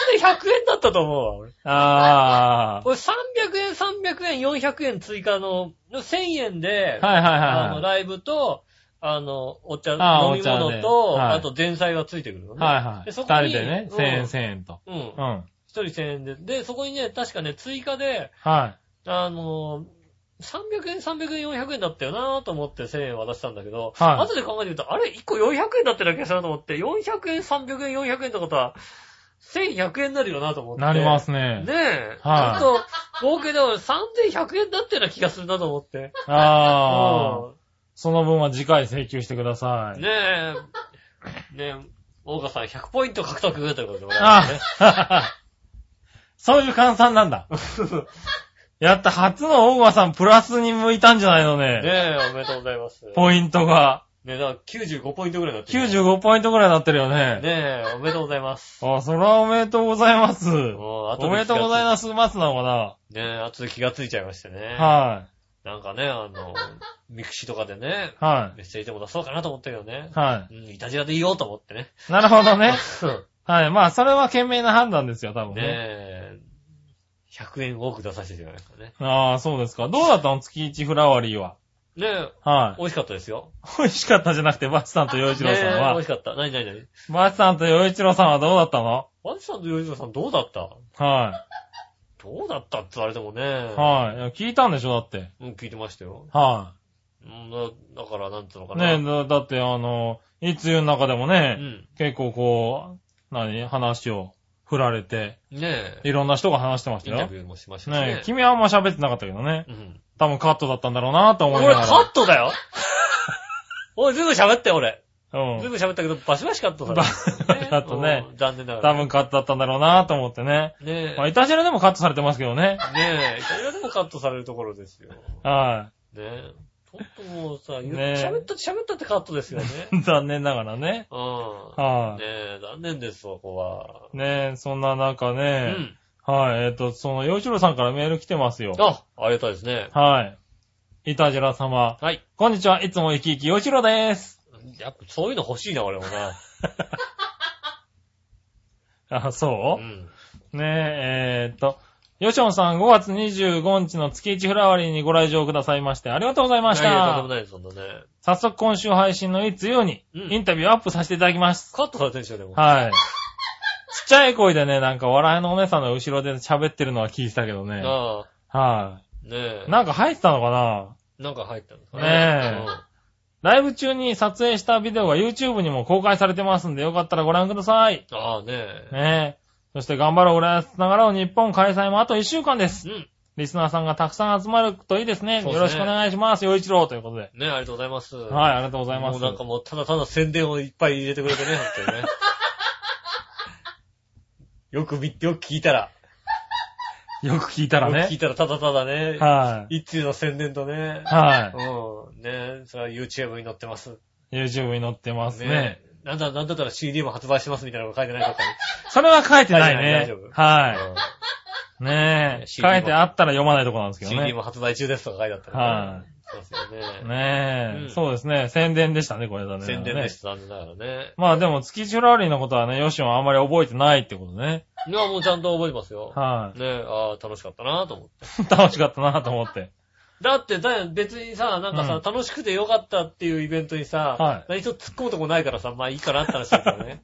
Speaker 2: 円だったと思うわ、俺。
Speaker 3: あ
Speaker 2: 俺、300円、300円、400円追加の、1000円で、
Speaker 3: あ。はいはい
Speaker 2: あ
Speaker 3: は
Speaker 2: の、
Speaker 3: いはい。
Speaker 2: ライブと、あの、お茶、
Speaker 3: あー
Speaker 2: 飲み物
Speaker 3: お茶で
Speaker 2: と、
Speaker 3: はい
Speaker 2: あと前菜がついてくるのね。
Speaker 3: はいはい。
Speaker 2: で
Speaker 3: 二
Speaker 2: そこ
Speaker 3: 人
Speaker 2: に
Speaker 3: でね、
Speaker 2: うん
Speaker 3: 1000円1000円と。
Speaker 2: うん
Speaker 3: う。ん。
Speaker 2: 一人1000円で。で、そこにね、確かね、追加で、
Speaker 3: はい。
Speaker 2: あのー、300円、300円、400円だったよなぁと思って1000円渡したんだけど、
Speaker 3: はい
Speaker 2: 後で考えてみると、あれ、1個400円だっただけしたなと思って、400円、300円、400円ってことは、1100円になるよなと思って。
Speaker 3: なります
Speaker 2: ね
Speaker 3: ね。
Speaker 2: え。
Speaker 3: はい
Speaker 2: ちょっと、合計でも3100円だったような気がするなと思って。
Speaker 3: ああ。その分は次回請求してくださ
Speaker 2: うん
Speaker 3: い。
Speaker 2: ねえ。ねえ、大川さん100ポイント獲得ということでございますね。
Speaker 3: あ (laughs) そういう換算なん
Speaker 2: (laughs)
Speaker 3: だ。やった、初の大川さんプラスに向いたんじゃないの
Speaker 2: ね
Speaker 3: ね。
Speaker 2: え、おめでとうございます。
Speaker 3: ポイントが。
Speaker 2: ねえ、だから95ポイントぐらいになってる
Speaker 3: 95ポイントぐらいになってるよね。
Speaker 2: ねえ、おめでとうございます。
Speaker 3: あ、それはおめでとうございます。
Speaker 2: も後で
Speaker 3: おめでとうございます。ますなのかな、
Speaker 2: ねえ、後で気がついちゃいましてね。
Speaker 3: は
Speaker 2: なんかね、あの、ミクシーとかでね
Speaker 3: い。、は
Speaker 2: めっちゃいいとこ出そうかなと思ったけどね
Speaker 3: い。。は
Speaker 2: うん、いたじらでいいよと思ってね。
Speaker 3: い。なるほどね。
Speaker 2: (laughs) うん
Speaker 3: はい。まあ、それは賢明な判断ですよ、多分
Speaker 2: ね
Speaker 3: ね。
Speaker 2: え、100円多く出させていただきましたね。
Speaker 3: ああ、そうですか。どうだったの月1フラワリーは。
Speaker 2: ねえ、
Speaker 3: はい。 (laughs)
Speaker 2: 美味しかったですよ。
Speaker 3: 美味しかったじゃなくて、バチさんと洋一
Speaker 2: ね
Speaker 3: 郎
Speaker 2: え、
Speaker 3: さん
Speaker 2: 美味
Speaker 3: は
Speaker 2: し。かった。なになになに
Speaker 3: バチさんと洋一郎さんはどうだったの
Speaker 2: ワンさんとヨジロさんどうだった
Speaker 3: は
Speaker 2: どうだったって言われてもね。
Speaker 3: い。はいいや。聞いたんでしょ、だって。
Speaker 2: うん、聞いてましたよ。
Speaker 3: は
Speaker 2: うん、だだから、なんつうのか
Speaker 3: い。
Speaker 2: な。
Speaker 3: ねえ、だだって、あの、いつゆの中でもね、
Speaker 2: うん。
Speaker 3: 結構こう、何話を振られて、
Speaker 2: ねえ、
Speaker 3: いろんな人が話してまし
Speaker 2: イン
Speaker 3: た
Speaker 2: タ
Speaker 3: よ
Speaker 2: ビ。ューもしましたし
Speaker 3: ねえ
Speaker 2: ね、。
Speaker 3: 君はあんま喋ってなかったけどね。
Speaker 2: うん。
Speaker 3: 多分カットだったんだろうなと思い
Speaker 2: 俺
Speaker 3: な
Speaker 2: カ
Speaker 3: が
Speaker 2: ット
Speaker 3: (laughs)
Speaker 2: だよおい、ずいぶん喋ったよ、俺。
Speaker 3: ら。
Speaker 2: ず
Speaker 3: う
Speaker 2: い
Speaker 3: ん。
Speaker 2: ぶん喋ったけど、バシバシカットされ
Speaker 3: バ
Speaker 2: た。
Speaker 3: シカットね
Speaker 2: うん。残念ながら
Speaker 3: 多
Speaker 2: ね。
Speaker 3: 分カットだったんだろうなと思ってね。
Speaker 2: ね
Speaker 3: まあ、いたしらでもカットされてますけどね。
Speaker 2: え、ねえ、それがでもカットされるところですよ。ね
Speaker 3: は
Speaker 2: え。ほんともうさ、言う
Speaker 3: ねえ
Speaker 2: 喋ったって喋ったってカットです
Speaker 3: (laughs)
Speaker 2: よね。 (laughs)
Speaker 3: い。残念ながらね。
Speaker 2: う
Speaker 3: は
Speaker 2: ん。ねえ、残念です、そこは。
Speaker 3: い。ねえ、そんな中
Speaker 2: う
Speaker 3: ね、
Speaker 2: ん。
Speaker 3: はい、えっ、と、その、洋一郎さんからメール来てますよ。
Speaker 2: あ、ありがたいですね。
Speaker 3: はい。いたじら様。
Speaker 2: はい。
Speaker 3: こんにちは、いつも生き生き洋一郎です。
Speaker 2: やっぱそういうの欲しいな、俺もな。
Speaker 3: あ、
Speaker 2: う
Speaker 3: そ
Speaker 2: ん。
Speaker 3: う、ねえ、えっ、と、ヨシオンさん5月25日の月1フラワリーにご来場くださいまして、ありがとうございまし
Speaker 2: いやいやとんでも
Speaker 3: た。
Speaker 2: ないです、そんなね。
Speaker 3: 早速今週配信のいつように、
Speaker 2: うん
Speaker 3: インタビューアップさせていただきます。
Speaker 2: カットされてるんでしょ、でも。
Speaker 3: はい。ちっちゃい声でね、なんか笑いのお姉さんの後ろで喋ってるのは聞いてたけどね。はい、
Speaker 2: ああ、ねえ。
Speaker 3: なんか入ってたのかな
Speaker 2: なんか入ったんですか
Speaker 3: ねえライブ中に撮影したビデオが YouTube にも公開されてますんで、よかったらご覧ください。
Speaker 2: え。ああ、ねえ。
Speaker 3: ねえ。そして頑張ろう、浦安ながらを日本開催もあと1週間です
Speaker 2: う。ん。
Speaker 3: リスナーさんがたくさん集まるといいですね。
Speaker 2: そうですね
Speaker 3: よろしくお願いします、よいちろうということで。
Speaker 2: ねえ、ありがとうございます。。
Speaker 3: はいい、ありがとうございま
Speaker 2: もう。
Speaker 3: す
Speaker 2: なんかもう、ただただ宣伝をいっぱい入れてくれてね、本当
Speaker 3: (laughs)
Speaker 2: にね。よく見、よく聞いたら。
Speaker 3: よく聞いたら
Speaker 2: よく聞い
Speaker 3: ね。
Speaker 2: たら、ただただね。
Speaker 3: はい。
Speaker 2: 一通の宣伝とね。
Speaker 3: は
Speaker 2: うん。ねえ、それは YouTube に載ってます。
Speaker 3: い。YouTube に載ってますね。
Speaker 2: え。なんだ、なんだったら CD も発売しますみたいなこと書いてないかったね
Speaker 3: それは書いてない
Speaker 2: 大
Speaker 3: ね
Speaker 2: 丈夫大丈。夫
Speaker 3: はい。
Speaker 2: うん
Speaker 3: ね
Speaker 2: ね
Speaker 3: え。
Speaker 2: CD も
Speaker 3: 書いてあったら読まないとこなんですけど
Speaker 2: CD
Speaker 3: ね。
Speaker 2: も発売中ですとか書いてあった
Speaker 3: は
Speaker 2: そうですよね。
Speaker 3: ねえ、
Speaker 2: うん
Speaker 3: そうですね。宣伝でしたね、これだね。
Speaker 2: 宣伝でした、残念ながらね。
Speaker 3: まあでも、月チュラーリーのことはね、ヨシオンはあんまり覚えてないってことね。
Speaker 2: いや、もうちゃんと覚えてますよ。
Speaker 3: は
Speaker 2: ねえ、ああ、楽しかったなと思って。
Speaker 3: い。 (laughs) 楽しかったなと思って。
Speaker 2: だって、だ別にさ、なんかさ、
Speaker 3: うん
Speaker 2: 楽しくてよかったっていうイベントにさ、
Speaker 3: はい (laughs)
Speaker 2: 何一つ突っ込むとこないからさ、まあいいかなって話だからね。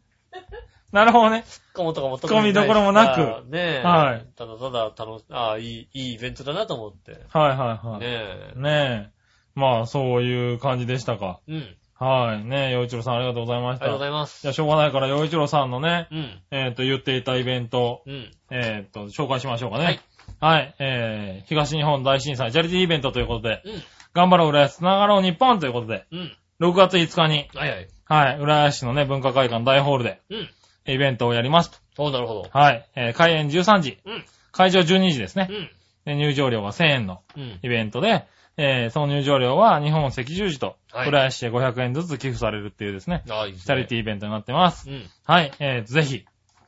Speaker 3: なるほどね。
Speaker 2: コモとかも
Speaker 3: ツッコミどころもなく
Speaker 2: あーねえ。
Speaker 3: はい。
Speaker 2: ただただ楽し、ああ、いい、いいイベントだなと思って。ね
Speaker 3: はいはいはい。
Speaker 2: え。
Speaker 3: ねえ。まあ、そういう感じでしたか。
Speaker 2: うん。
Speaker 3: はい。ねえ、洋一郎さんありがとうございま
Speaker 2: あり
Speaker 3: し
Speaker 2: が
Speaker 3: た。
Speaker 2: とうございます。
Speaker 3: じゃあ、しょうがないから、洋一郎さんのね、
Speaker 2: うん。
Speaker 3: えっ、と、言っていたイベント、
Speaker 2: うん。
Speaker 3: えっ、と、紹介しましょうかね。
Speaker 2: はい。
Speaker 3: はい。えー、東日本大震災チャリティーイベントということで、
Speaker 2: うん。
Speaker 3: 頑張ろう浦安、つながろう日本ということで、
Speaker 2: うん。
Speaker 3: 6月5日に、
Speaker 2: はいはい。
Speaker 3: はい、浦安市のね、文化会館大ホールで、
Speaker 2: うん。
Speaker 3: イベントをやりますと。
Speaker 2: そう、なるほど。
Speaker 3: はい。えー開演13時。
Speaker 2: うん。
Speaker 3: 会場12時ですね
Speaker 2: う。ん。
Speaker 3: で入場料が1000円の
Speaker 2: うん。
Speaker 3: イベントで、えーその入場料は日本赤十字と、
Speaker 2: はい
Speaker 3: 浦安市で500円ずつ寄付されるっていうですね、
Speaker 2: ああ、いいですね。
Speaker 3: チャリティーイベントになってます。
Speaker 2: うん。
Speaker 3: はい。えーぜひ、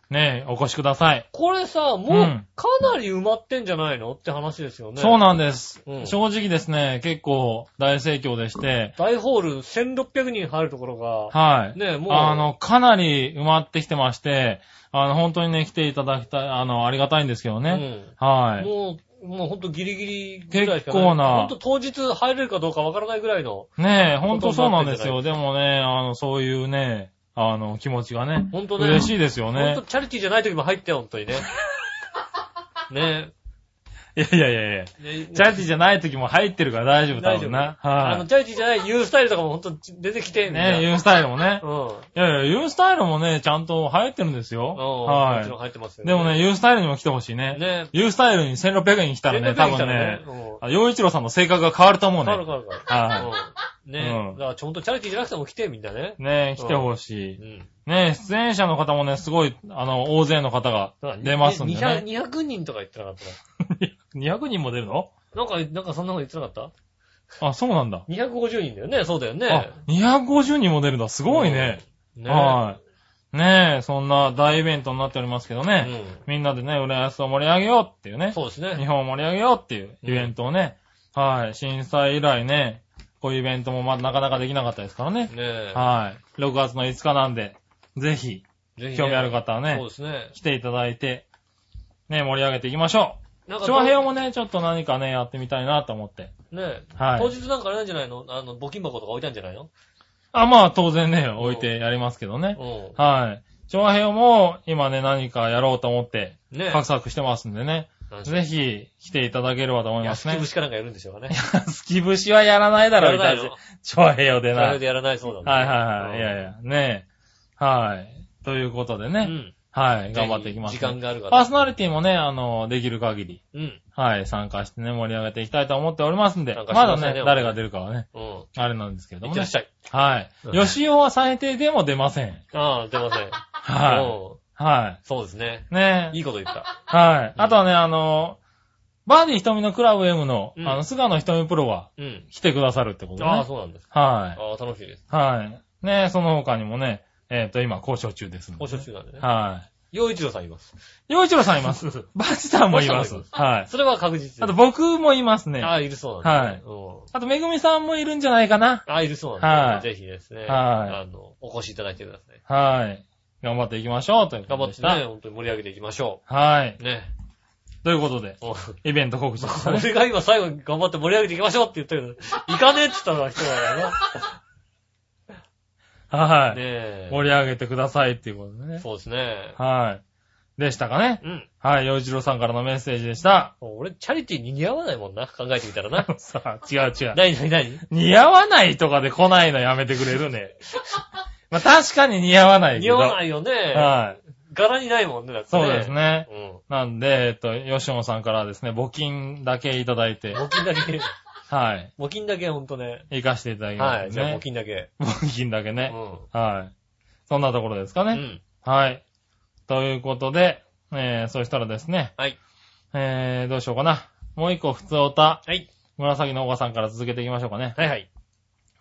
Speaker 3: ね、お越しください。
Speaker 2: これさ、も
Speaker 3: う
Speaker 2: うんかなり埋まってんじゃないのって話ですよね。
Speaker 3: そうなんです、
Speaker 2: うん
Speaker 3: 正直ですね、結構大盛況でして、
Speaker 2: 大ホール1600人入るところが、
Speaker 3: はい。
Speaker 2: ねえ、もう、
Speaker 3: あの、かなり埋まってきてまして、あの、本当にね、来ていただきたい、あの、ありがたいんですけどね。はい。
Speaker 2: もう、もうほんとギリギリぐらいしか
Speaker 3: 結構な
Speaker 2: ほんと当日入れるかどうかわからないぐらいの。
Speaker 3: ねえ、本当そうなんです
Speaker 2: ほ
Speaker 3: よ。でもね、あの、そういうね、あの、気持ちがね、
Speaker 2: ほんとね。
Speaker 3: 嬉しいですよ
Speaker 2: ほん
Speaker 3: ね
Speaker 2: と。チャリティーじゃない時も入ったよ、ほんと
Speaker 3: (laughs)
Speaker 2: にね。ね
Speaker 3: いやいやいやいや。
Speaker 2: え。ね
Speaker 3: チャリティーじゃない時も入ってるから大丈夫だ
Speaker 2: 大
Speaker 3: ろ
Speaker 2: 丈
Speaker 3: う
Speaker 2: 夫
Speaker 3: な。
Speaker 2: あの、
Speaker 3: は
Speaker 2: チャリティーじゃないユースタイルとかもほんと出てきて
Speaker 3: い。
Speaker 2: ん
Speaker 3: ねえ、
Speaker 2: ユ
Speaker 3: ユースタイルもね
Speaker 2: う。ん。うん
Speaker 3: いやいや、ユースタイルもね、ちゃんと入ってるんですよ。
Speaker 2: も
Speaker 3: は
Speaker 2: ちろん入ってます
Speaker 3: い。
Speaker 2: よ。
Speaker 3: でもね、、ユースタイルにも来てほしいね。
Speaker 2: ね
Speaker 3: ユースタイルに1600人来たらね、多分ね、
Speaker 2: うん
Speaker 3: あ洋一郎さんの性格が変わると思う
Speaker 2: 変わる
Speaker 3: ね。
Speaker 2: 変わる変わる。
Speaker 3: は
Speaker 2: うんね
Speaker 3: う
Speaker 2: え。
Speaker 3: ん
Speaker 2: だから、ちょんとチャリティーじゃなくても来て、みんなね。(laughs)
Speaker 3: い。ねえ、来てほし
Speaker 2: う
Speaker 3: い。
Speaker 2: ん。
Speaker 3: ねえ、出演者の方もね、すごい、あの、大勢の方が出ますんでね。
Speaker 2: 200 200人とか言ってなかった
Speaker 3: 200人も出るの
Speaker 2: なんか、なんかそんなこと言ってなかっ
Speaker 3: あ、そうなんだ。
Speaker 2: た ?250 人だよね、そうだよ
Speaker 3: あ
Speaker 2: ね。、
Speaker 3: 250人も出るんだ。すごいね。
Speaker 2: ね
Speaker 3: はい。ねえ、そんな大イベントになっておりますけどね。
Speaker 2: う
Speaker 3: みんなでね、浦安を盛り上げようっていうね
Speaker 2: ん。。そうです
Speaker 3: 日
Speaker 2: ね。
Speaker 3: 本を盛り上げようっていうイベントをね。はい。震災以来ね、こういうイベントもまだなかなかできなかったですからね。
Speaker 2: ね
Speaker 3: はい。6月の5日なんで、ぜひ、
Speaker 2: え。ぜひね
Speaker 3: 興味ある方は
Speaker 2: そう
Speaker 3: ね、
Speaker 2: ですね。
Speaker 3: 来ていただいて、ね、盛り上げていきましょ
Speaker 2: なん
Speaker 3: う。
Speaker 2: か、
Speaker 3: 長
Speaker 2: ね
Speaker 3: 編もね、ちょっと何かね、やってみたいなと思って。
Speaker 2: え
Speaker 3: はい
Speaker 2: 当日なんかあれなんじゃないのあの、募金箱とか置いたんじゃないの
Speaker 3: あ、まあ、当然ね、置いてやりますけどね。
Speaker 2: う
Speaker 3: はい。長編も、今ね、何かやろうと思って、
Speaker 2: ん。ねえ。
Speaker 3: 画策してますんでね。
Speaker 2: なん
Speaker 3: ぜひ、来ていただければと思います
Speaker 2: 焼
Speaker 3: ね
Speaker 2: き。節かなんかやるんでしょうかね。
Speaker 3: スキブシはやらないだろ、
Speaker 2: や
Speaker 3: み
Speaker 2: らな
Speaker 3: た
Speaker 2: い
Speaker 3: いな (laughs)
Speaker 2: の。
Speaker 3: 長平を出
Speaker 2: そ
Speaker 3: な
Speaker 2: れ
Speaker 3: い。
Speaker 2: でやらないそう
Speaker 3: は
Speaker 2: ないん
Speaker 3: はいはい。いやい
Speaker 2: や。
Speaker 3: や、ねえ。はい。ということで
Speaker 2: う
Speaker 3: ね。
Speaker 2: ん。
Speaker 3: はい。頑張っていきます、
Speaker 2: ぜひ時間があるから。
Speaker 3: パーソナリティもね、あの、できる限り、
Speaker 2: うん。
Speaker 3: はい、参加してね、盛り上げていきたいと思っておりますんで、
Speaker 2: 参加して
Speaker 3: ま
Speaker 2: くだ
Speaker 3: だ
Speaker 2: さいね
Speaker 3: ね、誰が出るかはね、
Speaker 2: うん。
Speaker 3: あれなんですけれど
Speaker 2: い
Speaker 3: も
Speaker 2: ってら
Speaker 3: ね
Speaker 2: っ。しゃい。
Speaker 3: はい。
Speaker 2: うん
Speaker 3: 吉尾は最低でも出ません。
Speaker 2: ああ、出ません。
Speaker 3: は
Speaker 2: うん
Speaker 3: い。は
Speaker 2: そうですね。
Speaker 3: い。ね
Speaker 2: いいこと言った。
Speaker 3: はい。あとはね、あの、バーディー瞳のクラブ M の、
Speaker 2: うん
Speaker 3: あの、菅野瞳プロは
Speaker 2: うん。
Speaker 3: 来てくださるってことね。
Speaker 2: ああ、そうなんです。
Speaker 3: は
Speaker 2: ああ、楽しいです。
Speaker 3: い。はい。ねその他にもね、えっ、と、今、交渉中ですんで、
Speaker 2: 交渉中なんでね。
Speaker 3: は
Speaker 2: 洋一郎さんいます。
Speaker 3: い。洋一郎さんいます。バチさんもいます
Speaker 2: バチ。
Speaker 3: はい。
Speaker 2: それは確実
Speaker 3: あと、
Speaker 2: です。
Speaker 3: 僕もいますね。
Speaker 2: ああ、いるそうなんですね。うん
Speaker 3: あと、めぐみさんもいるんじゃないかな。
Speaker 2: ああ、いるそうなんですね。
Speaker 3: は
Speaker 2: ぜひですね。
Speaker 3: はい
Speaker 2: あの、お越しいただいてください。
Speaker 3: はい。頑張っていきましょう、というこ
Speaker 2: 頑
Speaker 3: と
Speaker 2: 張
Speaker 3: で
Speaker 2: っ
Speaker 3: してた。
Speaker 2: ね、本当に盛り上げていきましょ
Speaker 3: はい。
Speaker 2: う。ね。 (laughs)
Speaker 3: ということで、
Speaker 2: もう
Speaker 3: イベント告知
Speaker 2: (laughs)
Speaker 3: ですね。
Speaker 2: 俺が今最後に頑張って盛り上げていきましょうって言ったけど、行かねえって言ったのは人だから
Speaker 3: は
Speaker 2: な。ね
Speaker 3: い。
Speaker 2: え。
Speaker 3: 盛り上げてくださいっていうことでね。
Speaker 2: そうですね。
Speaker 3: はい。でしたかね。
Speaker 2: うん。
Speaker 3: はい、洋一郎さんからのメッセージでした。 (laughs)
Speaker 2: もう俺、チャリティーに似合わないもんな。考えてみたらな。
Speaker 3: さあ、違う違う。
Speaker 2: 何何何
Speaker 3: 似合わないとかで来ないのやめてくれるね。 (laughs) まあ確かに似合わないけ
Speaker 2: 似
Speaker 3: ど。
Speaker 2: 合わないよね。
Speaker 3: はい。
Speaker 2: 柄にないもんね、だって
Speaker 3: そうです。ね。
Speaker 2: うん。
Speaker 3: なんで、えっと、ヨシオンさんからですね、募金だけいただいて、
Speaker 2: 募金だけ、 (laughs)
Speaker 3: はい。
Speaker 2: 募金だけほんとね。
Speaker 3: 行かせていただきます、ね。
Speaker 2: はい。じゃあ募金だけ。
Speaker 3: 募金だけ
Speaker 2: う
Speaker 3: ね。
Speaker 2: ん。
Speaker 3: はい。そんなところですか
Speaker 2: う
Speaker 3: ね。
Speaker 2: ん。
Speaker 3: はい。ということで、えー、そしたらですね、
Speaker 2: はい。
Speaker 3: えー、どうしようかな。もう一個、普通おた、
Speaker 2: はい。
Speaker 3: 紫のおばさんから続けていきましょうかね。
Speaker 2: はいはい。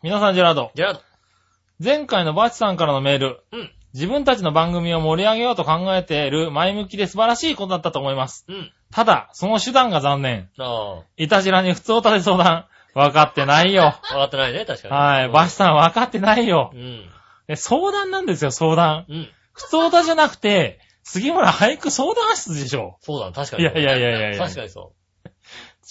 Speaker 3: 皆さん、ジェラード。
Speaker 2: じゃあ、
Speaker 3: 前回のバチさんからのメール。
Speaker 2: うん
Speaker 3: 自分たちの番組を盛り上げようと考えている前向きで素晴らしいことだったと思います。
Speaker 2: うん。
Speaker 3: ただ、その手段が残念。
Speaker 2: ああ、わ
Speaker 3: いたじらに普通おたで相談。わかってないよ。
Speaker 2: かってないね、確かに。
Speaker 3: はい。バチさんわかってないよ
Speaker 2: う。ん。
Speaker 3: え相談なんですよ、相談。
Speaker 2: うん。
Speaker 3: 普通おたじゃなくて、杉村俳句相談室でしょ。
Speaker 2: そうだ、確か
Speaker 3: い
Speaker 2: に。
Speaker 3: やいやいやいやいや。
Speaker 2: 確かにそ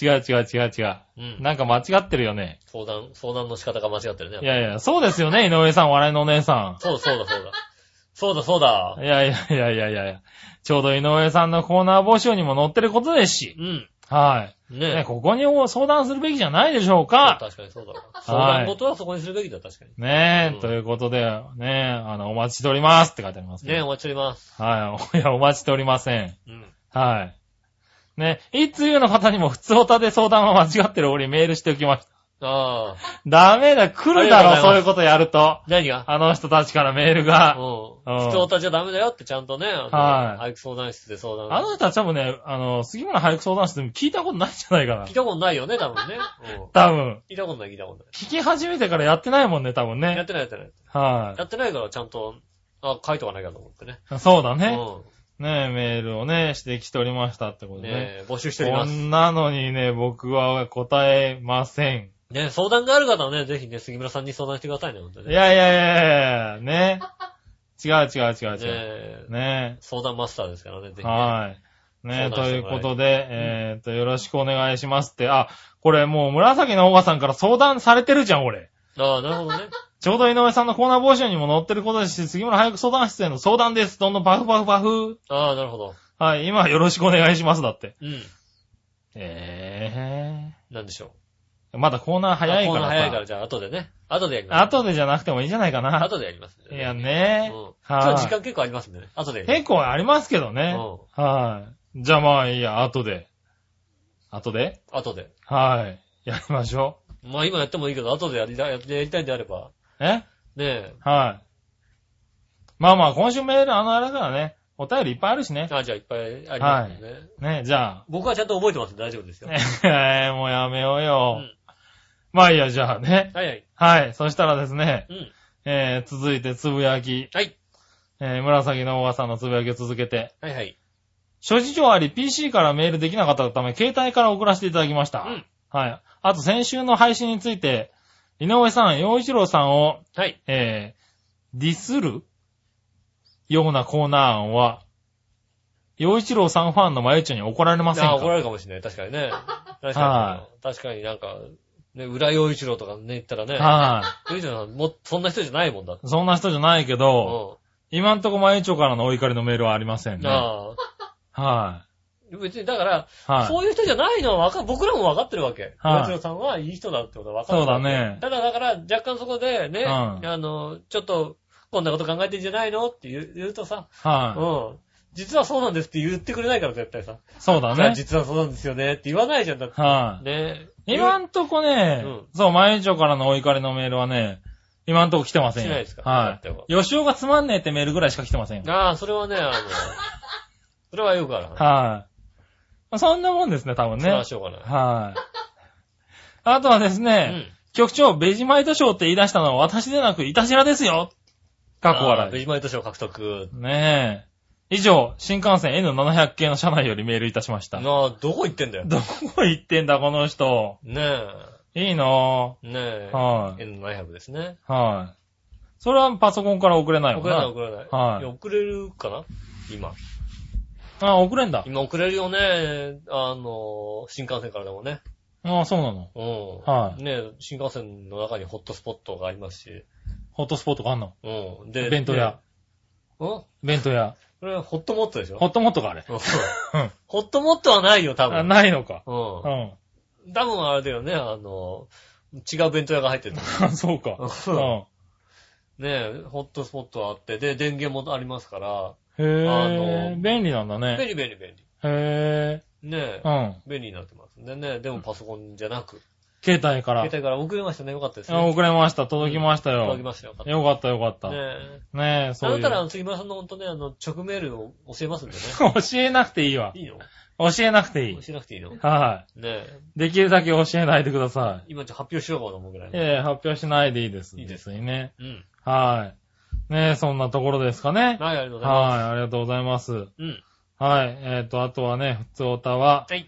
Speaker 3: 違う違う違う違う。
Speaker 2: う。うん。
Speaker 3: なんか間違ってるよね。
Speaker 2: 相談、相談の仕方が間違ってるね。
Speaker 3: いやいや、そうですよね、井上さん、笑いのお姉さん。
Speaker 2: そうそうだ、そうだ。そうだそうだ。
Speaker 3: いやいやいやいやいやいや。ちょうど井上さんのコーナー募集にも載ってることですし。
Speaker 2: うん。
Speaker 3: は
Speaker 2: ね
Speaker 3: い。ね、ここに相談するべきじゃないでしょう
Speaker 2: そう
Speaker 3: か。
Speaker 2: 確かにそうだわ。相談事はそこにするべきだ、確かに。
Speaker 3: ね
Speaker 2: うん
Speaker 3: え、ということで、ねえ、あの、お待ちしておりますって書いてありますけど
Speaker 2: ねえ、お待ちしております。
Speaker 3: はい。 (laughs) いや、お待ちしておりません。
Speaker 2: うん。
Speaker 3: はい。ね、いつゆの方にも普通おたで相談は間違ってる俺にメールしておきました。
Speaker 2: ああ。
Speaker 3: ダメだ、来るだ
Speaker 2: ありがとうございま
Speaker 3: ろ、
Speaker 2: す
Speaker 3: そういうことやると。
Speaker 2: 何が
Speaker 3: あの人たちからメール
Speaker 2: う
Speaker 3: が。
Speaker 2: ん。
Speaker 3: うん
Speaker 2: 普通おたちはダメだよってちゃんとね、あの
Speaker 3: はい
Speaker 2: 俳句相談室で相談。
Speaker 3: あの人たち多分ね、あの、杉村俳句相談室でも聞いたことないんじゃないかな
Speaker 2: 聞い。たことないよね、多分ね。うん。
Speaker 3: 多分。
Speaker 2: 聞いたことない、聞いたこと
Speaker 3: 聞き始めてからやってないもんね、多分
Speaker 2: ない。やっ
Speaker 3: ね。
Speaker 2: てない、やってない。
Speaker 3: は
Speaker 2: やってないから、ちゃんと、あ、書いとかなきゃと思ってね。
Speaker 3: い。そうだね。
Speaker 2: う
Speaker 3: ねメールをね、してきておりましたってこ
Speaker 2: ん。
Speaker 3: とでね。
Speaker 2: ねえ募集しており
Speaker 3: こ
Speaker 2: ます。
Speaker 3: んなのにね、僕は答えません。
Speaker 2: ね相談がある方はね、ぜひね、杉村さんに相談してくださいね、本当に
Speaker 3: い
Speaker 2: ね。
Speaker 3: やいやいやいやね。違う違う違う
Speaker 2: ね
Speaker 3: 違
Speaker 2: え
Speaker 3: う。ね
Speaker 2: 相談マスターですからね、ぜひね。
Speaker 3: はい。
Speaker 2: 相
Speaker 3: ね
Speaker 2: 談
Speaker 3: と
Speaker 2: して
Speaker 3: いう
Speaker 2: もらえ
Speaker 3: ことで、えーっと、よろしくお願いしますって。あ、これもう紫のオーガさんから相談されてるじゃん、俺。
Speaker 2: ああ、なるほどね。
Speaker 3: ちょうど井上さんのコーナー募集にも載ってることですし、杉村早く相談室への相談です。どんどんパフパフパフ。
Speaker 2: ああ、なるほど。
Speaker 3: はい、今よろしくお願いします。だって。
Speaker 2: うん。
Speaker 3: え
Speaker 2: なんでしょう。
Speaker 3: えー。まだコーナー早い
Speaker 2: あコ
Speaker 3: か
Speaker 2: ーナ
Speaker 3: ら
Speaker 2: ー
Speaker 3: さ。
Speaker 2: 早いから、じゃあ後でね。後でやります。
Speaker 3: 後でじゃなくてもいいんじゃないかな。
Speaker 2: 後でやりますんで
Speaker 3: い
Speaker 2: ね。
Speaker 3: やね。
Speaker 2: うん。今日時
Speaker 3: は
Speaker 2: 間結構ありますんでね。後でや
Speaker 3: い。
Speaker 2: ります。
Speaker 3: 結構ありますけどね。はい。じゃあまあいいや、後で。後で
Speaker 2: うん。後で。
Speaker 3: はい。やりましょ
Speaker 2: まあ今やってもいいけど、後でやりたややりたいんであれば。
Speaker 3: う。え
Speaker 2: ね
Speaker 3: はい。まあまあ、今週メール、あの、あれだからね、お便りいっぱいあるしね
Speaker 2: え。。あじゃあいっぱいありますんでね。
Speaker 3: ね、じゃ
Speaker 2: 僕はちゃんと覚えてますんで大丈夫です
Speaker 3: あ、
Speaker 2: よ。
Speaker 3: (laughs) えー、もうやめよう
Speaker 2: う
Speaker 3: よ。
Speaker 2: ん。
Speaker 3: まあいいや、じゃあね。
Speaker 2: はいはい。
Speaker 3: はい。そしたらですね、
Speaker 2: うん。
Speaker 3: えー、続いてつぶやき、
Speaker 2: はい。
Speaker 3: えー、紫のおばさんのつぶやきを続けて、
Speaker 2: はいはい。
Speaker 3: 諸事情あり PC からメールできなかったため、携帯から送らせていただきました。
Speaker 2: うん。
Speaker 3: はい。あと先週の配信について、井上さん、洋一郎さんを、
Speaker 2: はい。
Speaker 3: えー、ディスるようなコーナー案は、洋一郎さんファンのまゆちょに怒られません
Speaker 2: あ
Speaker 3: か
Speaker 2: あ、怒られるかもしれない。確かに
Speaker 3: (laughs)
Speaker 2: ね。確か
Speaker 3: は
Speaker 2: に。確かになんか、ね、浦洋一郎とかね、言ったらね。
Speaker 3: はい、
Speaker 2: 洋一郎さん、もう、そんな人じゃないもんだって。
Speaker 3: そんな人じゃないけ
Speaker 2: う
Speaker 3: ど、
Speaker 2: ん。
Speaker 3: 今んとこまゆちょからのお怒りのメールはありませんね。はい、
Speaker 2: ああ。別に、だから、
Speaker 3: はい、
Speaker 2: そういう人じゃないのはわか、僕らもわかってるわけ。
Speaker 3: はい
Speaker 2: 岩城さんはいい人だってことはわかってるわけ。
Speaker 3: そうだね
Speaker 2: ただだから、若干そこでね、
Speaker 3: うん
Speaker 2: あの、ちょっと、こんなこと考えてんじゃないのって言う言うとさ、
Speaker 3: はい、
Speaker 2: うん。実はそうなんですって言ってくれないから、絶対さ。
Speaker 3: そうだ
Speaker 2: いや
Speaker 3: ね。
Speaker 2: 実はそうなんですよねって言わないじゃん、だって。
Speaker 3: はい、
Speaker 2: ね
Speaker 3: 今んとこね、
Speaker 2: うん
Speaker 3: そう、まゆちょからのお怒りのメールはね、今んとこ来てません
Speaker 2: 来
Speaker 3: よ。
Speaker 2: てないですか
Speaker 3: はい、
Speaker 2: だって
Speaker 3: 吉尾がつまんねえってメールぐらいしか来てませんよ。はい、
Speaker 2: ああ、それはね、あの、それはよくあ
Speaker 3: (laughs)
Speaker 2: る話。
Speaker 3: まあそんなもんですね、多分
Speaker 2: それ
Speaker 3: ね
Speaker 2: は。しょうがない。
Speaker 3: はい、あとはですね、
Speaker 2: うん。
Speaker 3: 局長、ベジマイト賞って言い出したのは私でなく、いたしらですよ過去
Speaker 2: ああベ
Speaker 3: 笑
Speaker 2: ジマイト賞獲得。
Speaker 3: い。ねえ。以上、新幹線 N700 系の車内よりメールいたしました。 (laughs) ど
Speaker 2: なあ、どこ行ってんだよ。ね
Speaker 3: こ行ってんだ、この人。いいな
Speaker 2: え。ね
Speaker 3: ぁ。
Speaker 2: え。
Speaker 3: はい
Speaker 2: N700 ですね。。
Speaker 3: はい。それはパソコンから送れないもん
Speaker 2: 送れない
Speaker 3: な。
Speaker 2: 送れない。
Speaker 3: はい
Speaker 2: や送れるかな今。
Speaker 3: あ、送れんだ。
Speaker 2: 今送れるよね。あの、新幹線からでもね。
Speaker 3: あ、そうなの。
Speaker 2: うん。
Speaker 3: はい
Speaker 2: ね新幹線の中にホットスポットがありますし。
Speaker 3: ホットスポットがあんの。
Speaker 2: うん。で、
Speaker 3: 弁当屋。
Speaker 2: で。うん
Speaker 3: 弁当屋。
Speaker 2: これはホットモットでしょ
Speaker 3: ホットモットがあれ。
Speaker 2: うん
Speaker 3: うん
Speaker 2: (laughs) ホットモットはないよ、多
Speaker 3: あ、
Speaker 2: 分。
Speaker 3: ないのか。
Speaker 2: う。
Speaker 3: うんん。
Speaker 2: 多分あれだよね、あの、違う弁当屋が入ってる。
Speaker 3: そうか。
Speaker 2: う
Speaker 3: うん (laughs) ん。
Speaker 2: ねホットスポットはあって、で、電源もありますから、
Speaker 3: へえ。便利なんだ
Speaker 2: 便
Speaker 3: ね。
Speaker 2: 利便利便
Speaker 3: へえ。
Speaker 2: 利。ね
Speaker 3: うん。
Speaker 2: 便利になってますんでね、でもパソコンじゃなく、
Speaker 3: 携帯から。
Speaker 2: 携帯から送れましたね、よかったですね。
Speaker 3: あ送れました。届きましたよ。
Speaker 2: 届きましたよ。よかっ
Speaker 3: よかったよかったた。
Speaker 2: ね
Speaker 3: ね
Speaker 2: え。
Speaker 3: え、
Speaker 2: あ
Speaker 3: そう
Speaker 2: ないたら、あ
Speaker 3: う。
Speaker 2: の杉村さんのほんとね、あの、直メールを教えますんでね。
Speaker 3: (laughs) 教えなくていいわ。
Speaker 2: いいの
Speaker 3: 教えなくていい。
Speaker 2: 教えなくていいのね
Speaker 3: は
Speaker 2: え。
Speaker 3: い。できるだけ教えないでくださ
Speaker 2: 今ちょっと発表しようかと思うぐらい
Speaker 3: い。
Speaker 2: の。
Speaker 3: ええ、発表しないでいいです。
Speaker 2: いいです
Speaker 3: ね。
Speaker 2: うん。
Speaker 3: はい。ねえ、そんなところですかね。
Speaker 2: はい、ありがとうございま
Speaker 3: はい、ありがとうございます。
Speaker 2: す。うん。
Speaker 3: はい、えっと、あとはね、普通おたは、
Speaker 2: はい。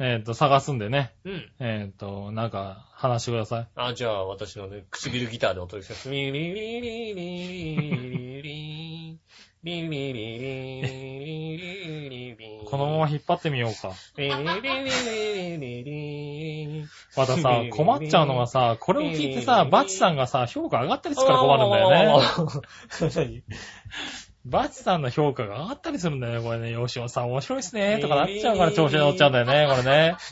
Speaker 3: えっと、探すんでね、
Speaker 2: うん。
Speaker 3: えっと、なんか、話してください。
Speaker 2: あ、じゃあ、私のね、唇ギターでお届けします。ミリリリリリリリリリリリリリリ
Speaker 3: この
Speaker 2: (laughs)
Speaker 3: まま引っ張ってみようか。
Speaker 2: リリリリリリリ
Speaker 3: ま (laughs) たさ、困っちゃうのがさ、これを聞いてさ、バチさんがさ、評価上がったりするから困るんだよね。
Speaker 2: ね。
Speaker 3: バチさんの評価が上がったりするんだよね、これね。吉尾さん面白いっすね、とかなっちゃうから調子に乗っちゃうんだよね、これね。 (laughs)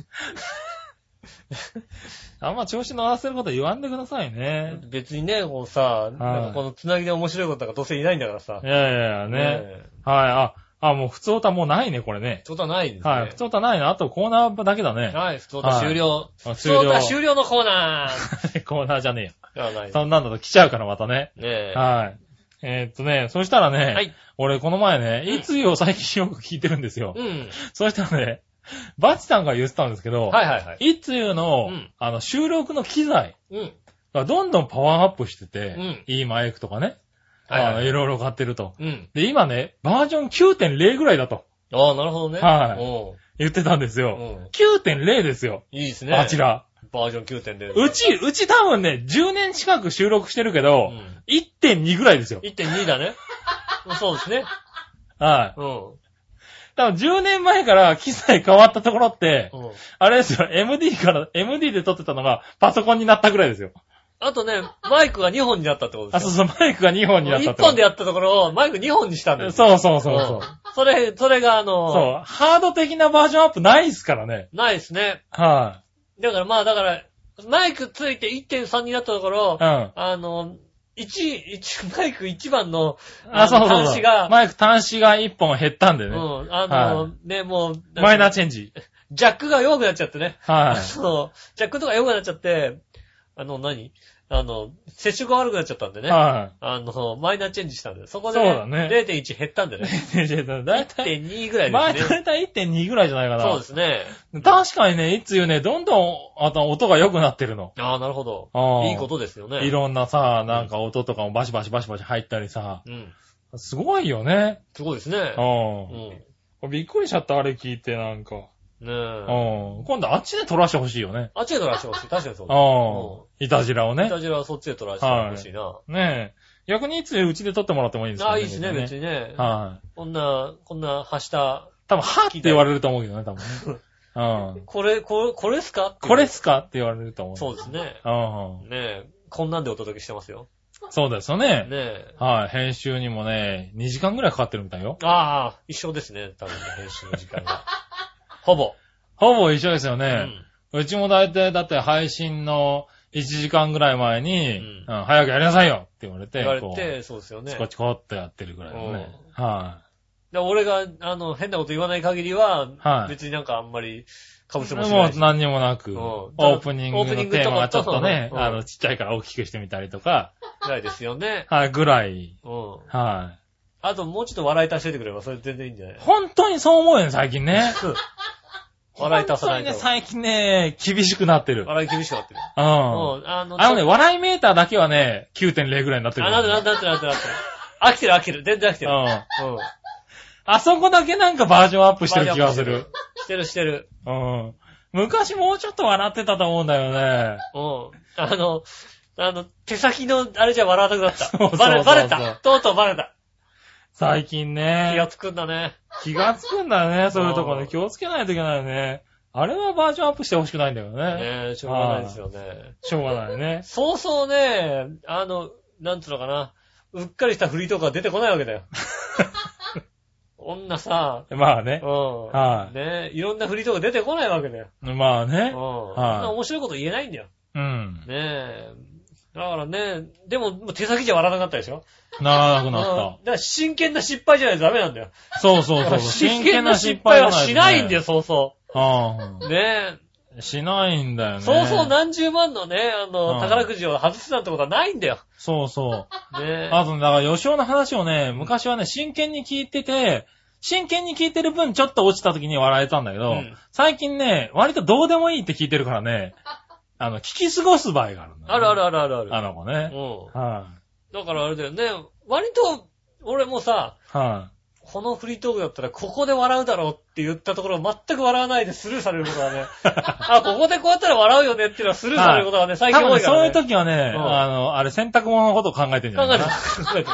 Speaker 3: あんま調子乗らせること言わんでくださいね。
Speaker 2: 別にね、こうさ、なんかこのつなぎで面白いことがどうせいないんだからさ
Speaker 3: い。やいやいやね。
Speaker 2: え。
Speaker 3: はい、あ、あ、もう普通歌もうないね、これね。
Speaker 2: ちょっとないですね。
Speaker 3: はい、普通歌ないな。あとコーナーだけだね。
Speaker 2: はい、普通歌終了。普
Speaker 3: あ
Speaker 2: 通歌終了のコーナ
Speaker 3: (laughs) コーナーじゃねえよ。
Speaker 2: ーではないです。
Speaker 3: そんなんだと来ちゃうからまたね。
Speaker 2: ねえ。
Speaker 3: はい。えーっとね、そしたらね、
Speaker 2: はい
Speaker 3: 俺この前ね、いつよ最近よく聞いてるんですよ。
Speaker 2: うん。
Speaker 3: そしたらね、バチさんが言ってたんですけど、
Speaker 2: はいはいはい。
Speaker 3: いつゆの、
Speaker 2: うん
Speaker 3: あの、収録の機材
Speaker 2: うん。
Speaker 3: がどんどんパワーアップしてて、
Speaker 2: うん
Speaker 3: いいマイクとかね、
Speaker 2: はいはい
Speaker 3: あの、いろいろ買ってると。
Speaker 2: うん。
Speaker 3: で、今ね、バージョン9.0ぐらいだと
Speaker 2: ああ、なるほどね。
Speaker 3: はい
Speaker 2: お
Speaker 3: 言ってたんです
Speaker 2: う
Speaker 3: よ。
Speaker 2: ん。
Speaker 3: 9.0ですよ、
Speaker 2: いいですね。
Speaker 3: バチ。ら。
Speaker 2: バージョン9.0。
Speaker 3: うち、うち多分ね、10年近く収録してるけ
Speaker 2: う
Speaker 3: ど、
Speaker 2: ん。
Speaker 3: 1.2ぐらいですよ。
Speaker 2: 1.2だね。そうですね。
Speaker 3: はい。
Speaker 2: うん。
Speaker 3: 多分10年前から機材変わったところって、
Speaker 2: うん。
Speaker 3: あれですよ、MD から、MD で撮ってたのがパソコンになったぐらいですよ。
Speaker 2: あとね、マイクが2本になったってこと
Speaker 3: あ、
Speaker 2: です
Speaker 3: そう
Speaker 2: よ。
Speaker 3: そう、マイクが2本になった
Speaker 2: 1
Speaker 3: ってこと
Speaker 2: 本でやったところをマイク2本にしたんですよ。
Speaker 3: そうそうそうそう。
Speaker 2: んそれ、それがあの、
Speaker 3: そう、ハード的なバージョンアップないっすからね。
Speaker 2: ないですね。
Speaker 3: は
Speaker 2: だからまあ、だから、マイクついて1.3になったところ、
Speaker 3: い。うん。
Speaker 2: あの、一、一、マイク一番の、
Speaker 3: あ、そうそうそう。
Speaker 2: の端子が、
Speaker 3: マイク端子が1本減ったんで
Speaker 2: う
Speaker 3: ね。
Speaker 2: ん、あの、
Speaker 3: は
Speaker 2: ね、もう、
Speaker 3: マイナーチェンジ。
Speaker 2: ジャックが弱くなっちゃってね。
Speaker 3: はい。
Speaker 2: そう、ジャックとか弱くなっちゃって、あの、何あの、接触が悪くなっちゃったんでね。
Speaker 3: は
Speaker 2: あの、マイナーチェンジしたんで、そこで、
Speaker 3: そうだね
Speaker 2: 0.1減ったんでね。 (laughs)
Speaker 3: い。だいたい、
Speaker 2: 1.2ぐら
Speaker 3: まあ、
Speaker 2: い
Speaker 3: だ
Speaker 2: ですね。
Speaker 3: いたい1.2ぐらいじゃないかな。
Speaker 2: そうですね。
Speaker 3: 確かにね、いつ言うね、どんどん、あと音が良くなってるの。
Speaker 2: ああ、なるほど
Speaker 3: あ。ー
Speaker 2: いいことですよね。
Speaker 3: いろんなさ、なんか音とかもバシバシバシバシ入ったりさ。
Speaker 2: うん。
Speaker 3: すごいよね。
Speaker 2: すごいですね。う。
Speaker 3: うんん。びっくりしちゃった、あれ聞いて、なんか。
Speaker 2: ね
Speaker 3: うん
Speaker 2: え。。
Speaker 3: 今度あっちで撮らしてほしいよね。
Speaker 2: あっちで取らしてほしい。確かにそうだ。
Speaker 3: うん。いたじらを
Speaker 2: イ
Speaker 3: ね。
Speaker 2: タジラはそっちで取らしてほしいな。
Speaker 3: ねえ。逆にいつうちで撮ってもらってもいいんです
Speaker 2: あ
Speaker 3: か
Speaker 2: あ、いいですね、別にね。
Speaker 3: はい。
Speaker 2: こんな、こんな、はした、
Speaker 3: 多分、はって言われると思うけどね、多分ね。
Speaker 2: (laughs)
Speaker 3: うん。
Speaker 2: これ、これ、これっすかっていう
Speaker 3: これっすかって言われると思う。
Speaker 2: そうですね。
Speaker 3: う
Speaker 2: ねえ、こんなんでお届けしてますよ。
Speaker 3: ん。そうですよ
Speaker 2: ね
Speaker 3: ね。
Speaker 2: え。
Speaker 3: はい。編集にもね、2時間ぐらいかかってるみたいよ。
Speaker 2: ああ、一緒ですね、多分ね、編集の時間
Speaker 3: (laughs)
Speaker 2: が。ほぼ。
Speaker 3: ほぼ一緒ですよ
Speaker 2: う
Speaker 3: ね。
Speaker 2: ん。
Speaker 3: うちも大体、だって配信の1時間ぐらい前に、
Speaker 2: うん
Speaker 3: うん早くやりなさいよって言われて、
Speaker 2: 言われ
Speaker 3: こ
Speaker 2: て、そうですよ
Speaker 3: う、
Speaker 2: ね
Speaker 3: チ。コチコっとやってるぐらいだね。は
Speaker 2: で俺が、あの、変なこと言わない限りは、
Speaker 3: はい
Speaker 2: 別になんかあんまり、被
Speaker 3: い。
Speaker 2: せもしな
Speaker 3: も
Speaker 2: いし。
Speaker 3: う何にもな
Speaker 2: う
Speaker 3: く、
Speaker 2: ん
Speaker 3: オープニングの
Speaker 2: オープニング
Speaker 3: テーマがちょっとね、
Speaker 2: とかも
Speaker 3: あの、ちっちゃいから大きくしてみたりとか、
Speaker 2: ないですよね。
Speaker 3: はい、ぐらい。
Speaker 2: うん。
Speaker 3: は
Speaker 2: あと、もうちょっと笑い足しててくれば、それ全然いいんじゃない
Speaker 3: い。本当にそう思うよね、最近ね。
Speaker 2: (laughs)
Speaker 3: (laughs)
Speaker 2: 笑い足さない
Speaker 3: 本当にね、
Speaker 2: と。
Speaker 3: 最近ね、厳しくなってる。うん。
Speaker 2: 笑い厳しくなってる。
Speaker 3: あ
Speaker 2: うん。あの、
Speaker 3: のね、笑いメーターだけはね、9.0ぐらいになって
Speaker 2: ちょ
Speaker 3: る。
Speaker 2: あ、なんでなんでなんでなんでなんで飽きてる飽きてる。全然飽きてる。
Speaker 3: うん。
Speaker 2: うん。
Speaker 3: あそこだけなんかバージョンアップしてる気がする。。
Speaker 2: (laughs) してるしてる。
Speaker 3: うん。昔もうちょっと笑ってたと思うんだよね。
Speaker 2: うん。あの、あの、手先の、あれじゃ笑わなくなっ
Speaker 3: そうそう
Speaker 2: た。
Speaker 3: そう
Speaker 2: バレ、バレた。とうとうバレた。
Speaker 3: 最
Speaker 2: 気
Speaker 3: 近ね
Speaker 2: が。つくんだね。
Speaker 3: 気がつくんだよね、そういうとこ
Speaker 2: うん
Speaker 3: ね。気をつけないといけないよね。あれはバージョンアップしてほしくないんだよね。
Speaker 2: ねえ、しょうがないですよね。
Speaker 3: しょうがないね。
Speaker 2: そうそうね、あの、なんつうのかな。うっかりしたフリーとか出てこないわけ
Speaker 3: (laughs)
Speaker 2: だよ。女さ、
Speaker 3: まあ
Speaker 2: う
Speaker 3: ね
Speaker 2: ん。。
Speaker 3: はい
Speaker 2: ねえ、いろんなフリーとか出てこないわけだよ。
Speaker 3: まあ
Speaker 2: うん。
Speaker 3: ね。
Speaker 2: そん
Speaker 3: はい
Speaker 2: な面白いこと言えないんだよ。
Speaker 3: うん。
Speaker 2: ねえ。だからね、でも、もう手先じゃ笑わなかったでしょ
Speaker 3: ならなく
Speaker 2: うん
Speaker 3: な
Speaker 2: だ
Speaker 3: っ
Speaker 2: から真剣な失敗じゃないとダメなんだよ。
Speaker 3: た。そうそうそう。
Speaker 2: (laughs) 真剣な失敗はしないんだよ、
Speaker 3: す。
Speaker 2: そうそ
Speaker 3: うん
Speaker 2: う。ね
Speaker 3: しないんだ
Speaker 2: え。
Speaker 3: よね。
Speaker 2: そうそう何十万のね、あ
Speaker 3: う
Speaker 2: の、
Speaker 3: ん
Speaker 2: 宝くじを外すなんてことはないんだよ。
Speaker 3: そうそう。
Speaker 2: ねえ。
Speaker 3: あとね、だから、吉尾の話をね、昔はね、真剣に聞いてて、真剣に聞いてる分、ちょっと落ちた時に笑えたんだけど、
Speaker 2: うん
Speaker 3: 最近ね、割とどうでもいいって聞いてるからね、あの、聞き過ごす場合があるんだ、
Speaker 2: あるあ
Speaker 3: る。
Speaker 2: るあるあるある。
Speaker 3: あの子ね。
Speaker 2: う
Speaker 3: は
Speaker 2: ん。だからあれだよね、割と、俺もさ、
Speaker 3: い、は
Speaker 2: このフリートークだったらここで笑うだろうって言ったところを全く笑わないでスルーされることは
Speaker 3: (laughs)
Speaker 2: ね、あ、ここでこうやったら笑うよねっていうのはスルーされることはね、
Speaker 3: い、
Speaker 2: 最
Speaker 3: 多
Speaker 2: 近多
Speaker 3: 分
Speaker 2: いから
Speaker 3: そうい
Speaker 2: ね。
Speaker 3: う時はね、
Speaker 2: うん
Speaker 3: あの、あれ、洗濯物のことを考えてるんじゃ
Speaker 2: 考
Speaker 3: な
Speaker 2: え
Speaker 3: い
Speaker 2: て
Speaker 3: か
Speaker 2: る考えて
Speaker 3: な。
Speaker 2: る。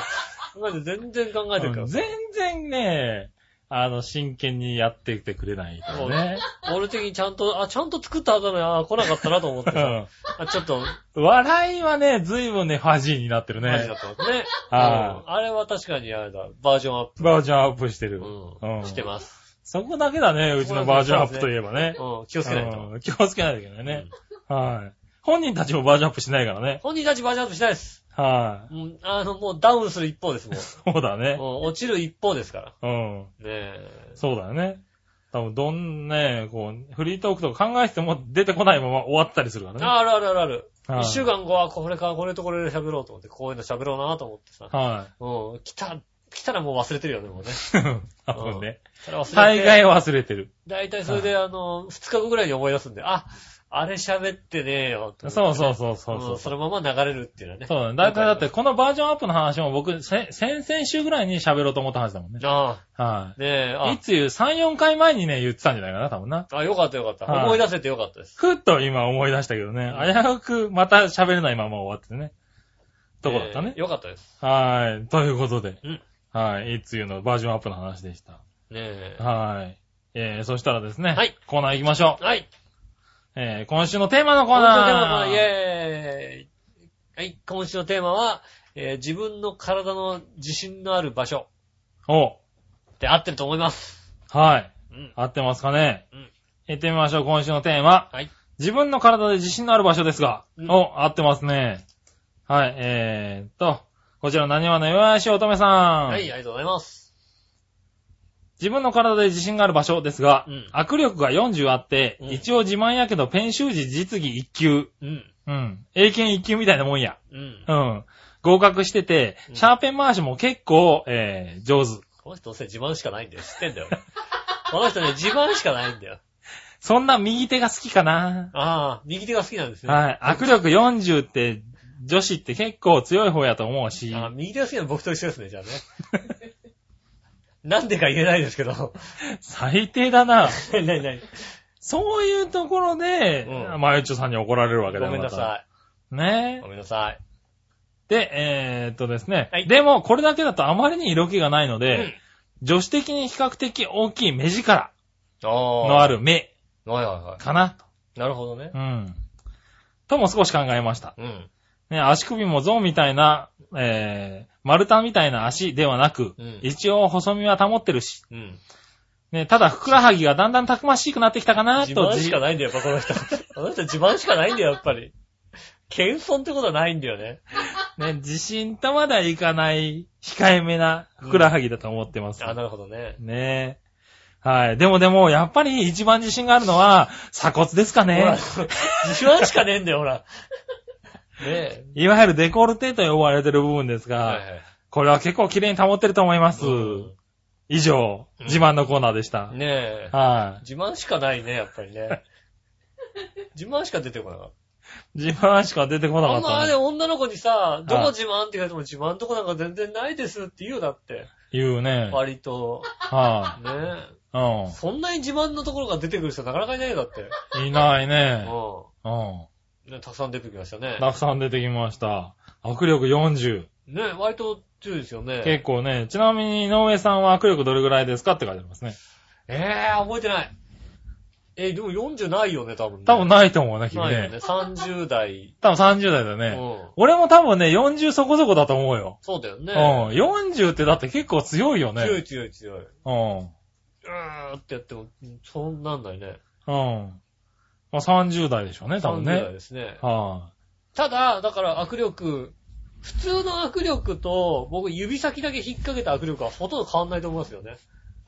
Speaker 2: 考えてる。全然考えてるから。
Speaker 3: 全然ね、あの、真剣にやっててくれないか
Speaker 2: そう
Speaker 3: らね。
Speaker 2: 俺的にちゃんと、あ、ちゃんと作ったはずなのに、あ、来なかったなと思ってさ、あちょっと、
Speaker 3: うん笑いはね、随分ね、ファジーになってる
Speaker 2: マジだっ
Speaker 3: ね。
Speaker 2: たわね。
Speaker 3: は
Speaker 2: うんあれは確かにあれだ、バージョンアップ。
Speaker 3: バージョンアップしてる。
Speaker 2: うん。してます。
Speaker 3: そこだけだね、うちのバージョンアップといえばね。
Speaker 2: うん。気をつけないと。
Speaker 3: うん気をつけないといけないね。はい。本人たちもバージョンアップしないからね。
Speaker 2: 本人たちバージョンアップしないです。
Speaker 3: は
Speaker 2: うん。あの、もうダウンする一方です、もう。
Speaker 3: い。そうだね。
Speaker 2: うん落ちる一方ですから。
Speaker 3: うん。
Speaker 2: ねえ。
Speaker 3: そうだよね。多分、どんね、こう、フリートークとか考えてても出てこないまま終わったりするからね。
Speaker 2: ああるあるあるある。
Speaker 3: はい
Speaker 2: 一週間後はこれか、これとこれで喋ろうと思って、こういうの喋ろうなと思ってさ。
Speaker 3: は
Speaker 2: うん。来た、来たらもう忘れてるよね、もうね。
Speaker 3: い。 (laughs) 多分ね。
Speaker 2: それ忘れて
Speaker 3: 大概忘れてる。
Speaker 2: 大体それで、あの、二日後ぐらいに思い出すんで、あ、あれ喋ってねえよ、と
Speaker 3: そう
Speaker 2: う。
Speaker 3: そうそうそう
Speaker 2: う
Speaker 3: そ
Speaker 2: ん
Speaker 3: う。
Speaker 2: そのまま流れるっていうのはね。
Speaker 3: そうだね。だいたいだって、このバージョンアップの話も僕、せ先々週ぐらいに喋ろうと思った話だもんね。
Speaker 2: あ
Speaker 3: は
Speaker 2: あ、ねえ、
Speaker 3: い。いつ言う、3、4回前にね、言ってたんじゃないかな、多分な。
Speaker 2: あ、あ、よかったよかった。
Speaker 3: はい
Speaker 2: 思い出せてよかったです。
Speaker 3: ふっと今思い出したけどね、危うくまた喋れないまま終わってね。とこだったね
Speaker 2: えー。よかったです。
Speaker 3: はい。ということで
Speaker 2: うん。
Speaker 3: はい。いつ言うのバージョンアップの話でした。
Speaker 2: ねえ。
Speaker 3: はい。えー、そしたらですね。
Speaker 2: はい。
Speaker 3: コーナー行きましょう。
Speaker 2: はい。
Speaker 3: えー、今週のテーマのコー
Speaker 2: 今週のテーマ
Speaker 3: ナ
Speaker 2: は
Speaker 3: ー。
Speaker 2: イェーイ。はい、今週のテーマは、えー自分の体の自信のある場所
Speaker 3: お。
Speaker 2: って合ってると思います。
Speaker 3: はい。
Speaker 2: うん。
Speaker 3: 合ってますかね
Speaker 2: うん
Speaker 3: 行ってみましょう、今週のテーマ。
Speaker 2: はい。
Speaker 3: 自分の体で自信のある場所ですが。
Speaker 2: うん
Speaker 3: お、合ってますね。はい、えーっと、こちら、何話の岩橋乙女さん。
Speaker 2: はい、ありがとうございます。
Speaker 3: 自分の体で自信がある場所ですが、
Speaker 2: うん
Speaker 3: 握力が40あって、
Speaker 2: うん
Speaker 3: 一応自慢やけど、ペン習字実技1級。
Speaker 2: うん。
Speaker 3: うん。英検1級みたいなもんや。
Speaker 2: うん。
Speaker 3: うん。合格してて
Speaker 2: う、ん
Speaker 3: シャーペン回しも結構、えー、上手。
Speaker 2: この人どうせ自慢しかないんだよ。知ってんだよ。 (laughs) この人ね、自慢しかないんだよ。
Speaker 3: そんな右手が好きかな。
Speaker 2: ああ、右手が好きなんですね。
Speaker 3: はい。握力40って、女子って結構強い方やと思うし、
Speaker 2: ああ、右手が好きなの僕と一緒ですね、じゃあね。 (laughs) なんでか言えないですけど。 (laughs)
Speaker 3: 最低だな。
Speaker 2: なになになに
Speaker 3: そういうところで、
Speaker 2: うん
Speaker 3: まゆちょさんに怒られるわけだ
Speaker 2: ごめんなさ
Speaker 3: い。ね
Speaker 2: い。ごめんなさい。
Speaker 3: で、えー、っとですね、
Speaker 2: はい
Speaker 3: でも、これだけだとあまりに色気がないので、女子的に比較的大きい目力
Speaker 2: ああ。
Speaker 3: のあ。る目
Speaker 2: はいはいは
Speaker 3: かな。
Speaker 2: い。なるほどね
Speaker 3: う。ん。とも少し考えました。
Speaker 2: うん。
Speaker 3: ね、足首も象みたいな、えー、丸太みたいな足ではなく、
Speaker 2: うん
Speaker 3: 一応細身は保ってるし、
Speaker 2: うん。
Speaker 3: ね、ただふくらはぎがだんだんたくましくなってきたかな
Speaker 2: 自
Speaker 3: と、
Speaker 2: 慢しかないんだよ、やっぱこの人。 (laughs) この人自慢しかないんだよ、やっぱり。謙遜ってことはないんだよね。
Speaker 3: ね、自信とまではいかない、控えめなふくらはぎだと思ってます。
Speaker 2: あ、なるほどね。
Speaker 3: ねえ。はい。でもでも、やっぱり一番自信があるのは、鎖骨ですか
Speaker 2: ほら、
Speaker 3: ね。
Speaker 2: 自慢しかねえんだよ、ほら。ね
Speaker 3: いわゆるデコルテと呼ばれてる部分です
Speaker 2: え。
Speaker 3: が、
Speaker 2: はいはい
Speaker 3: これは結構綺麗に保ってると思います。
Speaker 2: う
Speaker 3: 以上、
Speaker 2: うん
Speaker 3: 自慢のコーナーでした。
Speaker 2: ん。ねえ。
Speaker 3: はい。
Speaker 2: 自慢しかないね、やっぱりね。自慢しか出てこなかっ
Speaker 3: 自慢しか出て
Speaker 2: た。
Speaker 3: こなか
Speaker 2: あ
Speaker 3: っ
Speaker 2: ん
Speaker 3: た
Speaker 2: まね、
Speaker 3: ね。
Speaker 2: 女の子にさ、ど
Speaker 3: は
Speaker 2: こ
Speaker 3: い
Speaker 2: 自慢って言われても自慢とこなんか全然ないですって言うよだって。
Speaker 3: 言うね。はい、
Speaker 2: 割と。ね
Speaker 3: う
Speaker 2: そんなに自慢のところが出てくる人なかなかいないよ、だって。
Speaker 3: ん。いないね。
Speaker 2: う
Speaker 3: うん。
Speaker 2: ん。ね、たくさん出てきましたね。
Speaker 3: たくさん出てきました。握力40。
Speaker 2: ね、割と強いですよね。
Speaker 3: 結構ね。ちなみに、井上さんは握力どれぐらいですかって書いてありますね。
Speaker 2: えー、覚えてない。えーでも40ないよね、多分ね。
Speaker 3: 多分ないと思うね、君
Speaker 2: ないよ
Speaker 3: ね
Speaker 2: ね。。30代。
Speaker 3: 多分30代だよ
Speaker 2: う
Speaker 3: ね。
Speaker 2: ん。
Speaker 3: 俺も多分ね、40そこそこだと思うよ。
Speaker 2: そうだよ
Speaker 3: う
Speaker 2: ね
Speaker 3: ん。。40ってだって結構強いよね。
Speaker 2: 強い強い強い。
Speaker 3: うん。
Speaker 2: うーってやっても、うんそんなんないね。
Speaker 3: うん。まあ30代でしょうね、多分
Speaker 2: 30代
Speaker 3: ね。
Speaker 2: ですね。
Speaker 3: は
Speaker 2: ただ、だから握力、普通の握力と、僕指先だけ引っ掛けた握力はほとんど変わんないと思いますよね。
Speaker 3: い。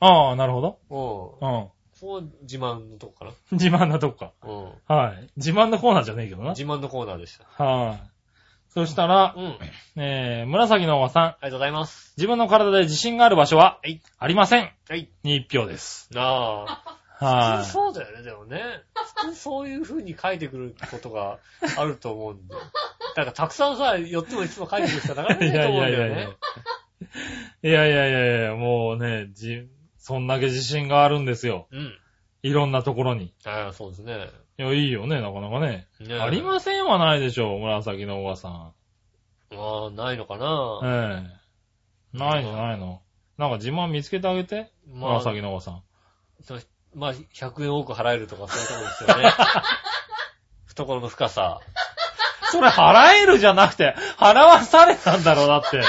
Speaker 3: ああ、なるほど。
Speaker 2: うん。
Speaker 3: う
Speaker 2: そう、自慢のとこかな。
Speaker 3: ん。自慢なとこか。
Speaker 2: うん。
Speaker 3: はい。自慢のコーナーじゃねえけどな。
Speaker 2: 自慢のコーナーでした。
Speaker 3: はい。そしたら
Speaker 2: う、ん。あり
Speaker 3: えー、紫のおばさん。
Speaker 2: がとうございます。
Speaker 3: 自分の体で自信がある場所は
Speaker 2: はい
Speaker 3: ありません。
Speaker 2: はい。
Speaker 3: に一票です。
Speaker 2: なあ。普
Speaker 3: は
Speaker 2: 通そうだよね、でもね。普通そういう風に書いてくることがあると思うん (laughs) だよ。だからたくさんさ、寄ってもいつも書いてくる人はなかなか
Speaker 3: い。
Speaker 2: いないと思うんだよね。
Speaker 3: いやいやいやいや、もうね、じ、そんだけ自信があるんですよ。
Speaker 2: うん。
Speaker 3: いろんなところに。
Speaker 2: ああ、そうですね。
Speaker 3: いや、いいよね、なかなかね。
Speaker 2: ね
Speaker 3: ありませんはないでしょう、紫のおばさん。
Speaker 2: ああ、ないのかな
Speaker 3: ええないの、ないの。なんか自慢見つけてあげて。
Speaker 2: まあ、
Speaker 3: 紫のおばさん。
Speaker 2: そうまあ、100円多く払えるとかそういうとこですよ (laughs) ね。懐の深さ。
Speaker 3: それ払えるじゃなくて、払わされたんだろう、だって。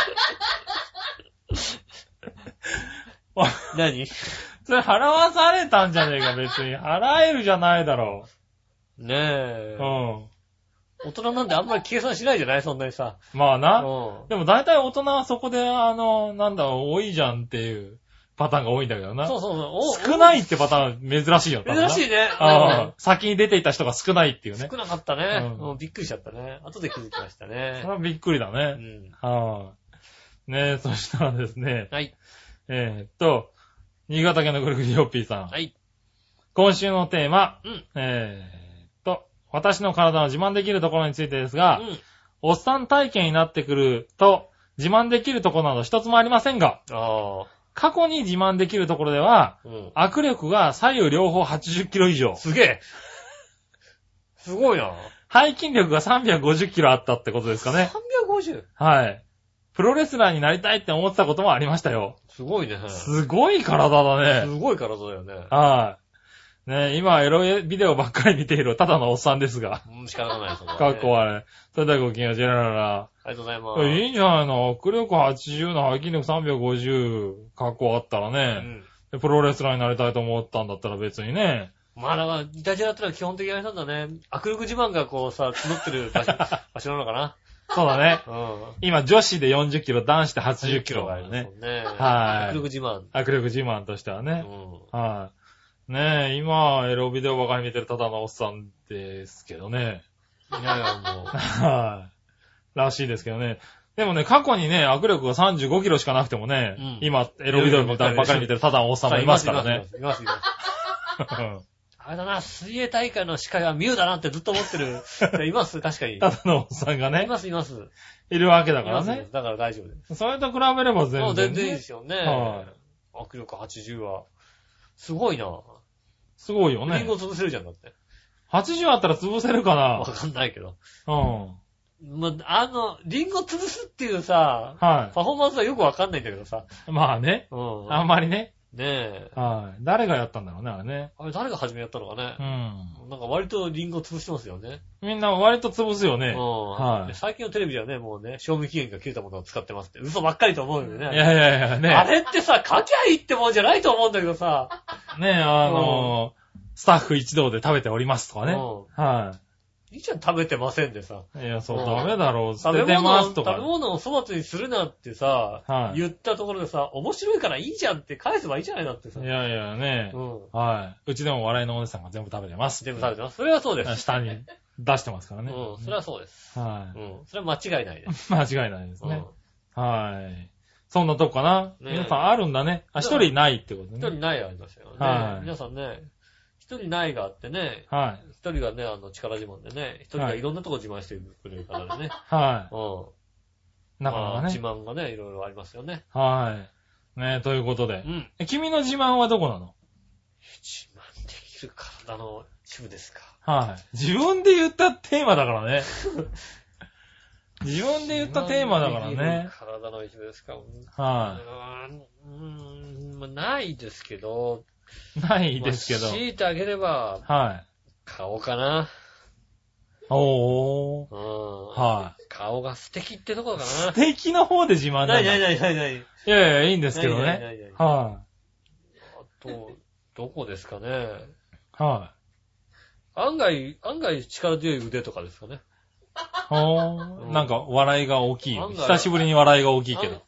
Speaker 3: (laughs) わ
Speaker 2: 何
Speaker 3: それ払わされたんじゃねえか、別に。払えるじゃないだろ
Speaker 2: ねえ
Speaker 3: う。う。ん。
Speaker 2: 大人なんであんまり計算しないじゃないそんなにさ。
Speaker 3: まあ
Speaker 2: う
Speaker 3: な。
Speaker 2: ん。
Speaker 3: でも大体大人はそこで、あの、なんだ、多いじゃんっていうパターンが多いんだけどな。
Speaker 2: そうそうそう。
Speaker 3: 少ないってパターン珍しいよ、多分な
Speaker 2: 珍しいね。
Speaker 3: ああ先に出ていた人が少ないっていうね。
Speaker 2: 少なかったね。
Speaker 3: うん
Speaker 2: うんびっくりしちゃったね。後で気づきました
Speaker 3: そ
Speaker 2: ね
Speaker 3: れ。はびっくりだ
Speaker 2: う
Speaker 3: ね。
Speaker 2: ん。
Speaker 3: はい。ねえ、そしたらですね、
Speaker 2: はい。
Speaker 3: えーっと、新潟県のぐるぐるよっぴーさん。
Speaker 2: はい。
Speaker 3: 今週のテーマ、
Speaker 2: うん
Speaker 3: えーっと、私の体の自慢できるところについてですが、
Speaker 2: うん。
Speaker 3: おっさん体験になってくると、自慢できるところなど一つもありませんが、
Speaker 2: ああ。
Speaker 3: 過去に自慢できるところでは、
Speaker 2: うん。
Speaker 3: 握力が左右両方80キロ以上、
Speaker 2: すげえ。すごいな。
Speaker 3: 背筋力が350キロあったってことですかね。
Speaker 2: 350。
Speaker 3: はい。プロレスラーになりたいって思ってたこともありましたよ。
Speaker 2: すごいね。す
Speaker 3: すごい体だね。
Speaker 2: ごい体だよね。
Speaker 3: はい。ね今、エロビデオばっかり見ているただのおっさんですが。
Speaker 2: うん、仕方ない、そこ
Speaker 3: (laughs)
Speaker 2: はね
Speaker 3: かっこ悪い。それではごきげんよう、ジェララ
Speaker 2: ありがとうございま
Speaker 3: ラ。いいんじゃないの握力80の背筋力350、格好あったら
Speaker 2: す。う
Speaker 3: ね、
Speaker 2: ん。
Speaker 3: でプロレスラーになりたいと思ったんだったら別にね。
Speaker 2: まあ、だから、イタジラってのは基本的にあれなんだね。握力自慢がこうさ、募ってる場
Speaker 3: (laughs)
Speaker 2: 所、場所なのかな。
Speaker 3: そうだね。
Speaker 2: うん。
Speaker 3: 今、女子で40キロ、男子で80キロ
Speaker 2: があ
Speaker 3: があ
Speaker 2: り
Speaker 3: る
Speaker 2: ます
Speaker 3: ね
Speaker 2: も。んね。
Speaker 3: は
Speaker 2: 握
Speaker 3: い
Speaker 2: 力自慢。
Speaker 3: 握力自慢としてはね。
Speaker 2: う
Speaker 3: はい。ねえ、今、エロビデオばかり見てるただのおっさんですけどね。
Speaker 2: ん。いやいや、 (laughs) もう。
Speaker 3: はい。らしいですけどね。でもね、過去にね、握力が35キロしかなくてもね、
Speaker 2: うん
Speaker 3: 今、エロビデオばっかり見てるただのおっさんもいますからね。。
Speaker 2: います、います。あれだな、水泳大会の司会はミュウだなってずっと思って
Speaker 3: (laughs)
Speaker 2: る。いやいます、確かに。い
Speaker 3: ただのおっさんがね
Speaker 2: ま、す、います。
Speaker 3: いるわけだ
Speaker 2: い
Speaker 3: か
Speaker 2: ま
Speaker 3: ら
Speaker 2: す
Speaker 3: ね。
Speaker 2: だから大丈夫です。
Speaker 3: それと比べれば全然、ね。
Speaker 2: もう全然いいですよね
Speaker 3: は。
Speaker 2: 握力80は。すごいな。
Speaker 3: すごいよ
Speaker 2: リ
Speaker 3: ね
Speaker 2: ンゴ。潰せるじゃん、だって。
Speaker 3: 80あったら潰せるか
Speaker 2: わ
Speaker 3: な
Speaker 2: かんないけど。
Speaker 3: うん。
Speaker 2: ま、あの、リンゴ潰すっていうさ、
Speaker 3: は
Speaker 2: パフォーマンスはよくわかんないんだけどさ。
Speaker 3: い。まあね。
Speaker 2: うん。
Speaker 3: あんまりね。
Speaker 2: ねえ。
Speaker 3: はい。誰がやったんだろうね、あれね。
Speaker 2: あれ誰が初めやったのかね
Speaker 3: う。ん。
Speaker 2: なんか割とリンゴ潰してますよね。
Speaker 3: みんな割と潰すよね。
Speaker 2: うん
Speaker 3: はい
Speaker 2: で最近のテレビではね、もうね、賞味期限が切れたものを使ってますって。嘘ばっかりと思うよね。
Speaker 3: いやいやいや、ね。
Speaker 2: あれってさ、書きゃいいってもんじゃないと思うんだけどさ。
Speaker 3: ねあのスタッフ一同で食べておりますとかね。
Speaker 2: うん
Speaker 3: はい
Speaker 2: いじゃん、食べてませんでさ。
Speaker 3: い。いや、そう、
Speaker 2: うん
Speaker 3: ダメだろう、捨
Speaker 2: 食べ
Speaker 3: てて
Speaker 2: 物
Speaker 3: ま
Speaker 2: を
Speaker 3: す
Speaker 2: 食べ
Speaker 3: とか。
Speaker 2: 物を粗末にするなってさ、
Speaker 3: はい
Speaker 2: 言ったところでさ、面白いからいいじゃんって返せばいいじゃないだってさ。
Speaker 3: いやいやね
Speaker 2: う、ん。
Speaker 3: はい。うちでも笑いのお姉さんが全部食べてます。
Speaker 2: 全部食べてます。それはそうです。
Speaker 3: 下に出してますから
Speaker 2: うん
Speaker 3: ね。。
Speaker 2: それはそうです。
Speaker 3: は
Speaker 2: うん。それは間違いないです。
Speaker 3: い。間違いないですね。
Speaker 2: う
Speaker 3: はい。そんなとこかな。
Speaker 2: ね
Speaker 3: 皆さんあるんだね。あ、一人ないってこと
Speaker 2: ん。一
Speaker 3: ね
Speaker 2: 人。ないがありましたよね。
Speaker 3: はい
Speaker 2: 皆さんね、一人ないがあってね、
Speaker 3: はい。
Speaker 2: 一人がね、あの、力自慢でね、一人がいろんなとこ自慢してくれる
Speaker 3: (laughs)
Speaker 2: からね。
Speaker 3: は
Speaker 2: うん。
Speaker 3: い。なかなか
Speaker 2: まあ自
Speaker 3: ね。
Speaker 2: 慢がね、いろいろありますよね。
Speaker 3: はい。ねということで
Speaker 2: う。ん。
Speaker 3: え君の自慢はどこなの
Speaker 2: 自慢できる体の一部ですか。
Speaker 3: はい。自分で言ったテーマだから
Speaker 2: (laughs)
Speaker 3: ね。自分で言ったテーマだから
Speaker 2: 自慢でき
Speaker 3: ね
Speaker 2: る。体の一部ですか。うー
Speaker 3: は
Speaker 2: ん、うーんまあないですけど。
Speaker 3: い。ないですけど
Speaker 2: まあ。強いてあげれば、
Speaker 3: はい。
Speaker 2: 顔かな。
Speaker 3: おー。
Speaker 2: うん。
Speaker 3: は
Speaker 2: 顔が素敵ってところか
Speaker 3: い。敵の方で自
Speaker 2: な。
Speaker 3: 慢な
Speaker 2: なん
Speaker 3: だ。
Speaker 2: いない
Speaker 3: い
Speaker 2: ないないない。
Speaker 3: やいや、いいんですけど
Speaker 2: ないな
Speaker 3: ね。
Speaker 2: いないない。あ
Speaker 3: は
Speaker 2: と、どこですかね。
Speaker 3: い。は
Speaker 2: 案外、案外力強い腕とかですかね。
Speaker 3: い。お
Speaker 2: う
Speaker 3: ー。
Speaker 2: ん
Speaker 3: なんか、笑いが大きい。
Speaker 2: 案外
Speaker 3: 久しぶりに笑いが大きいけど。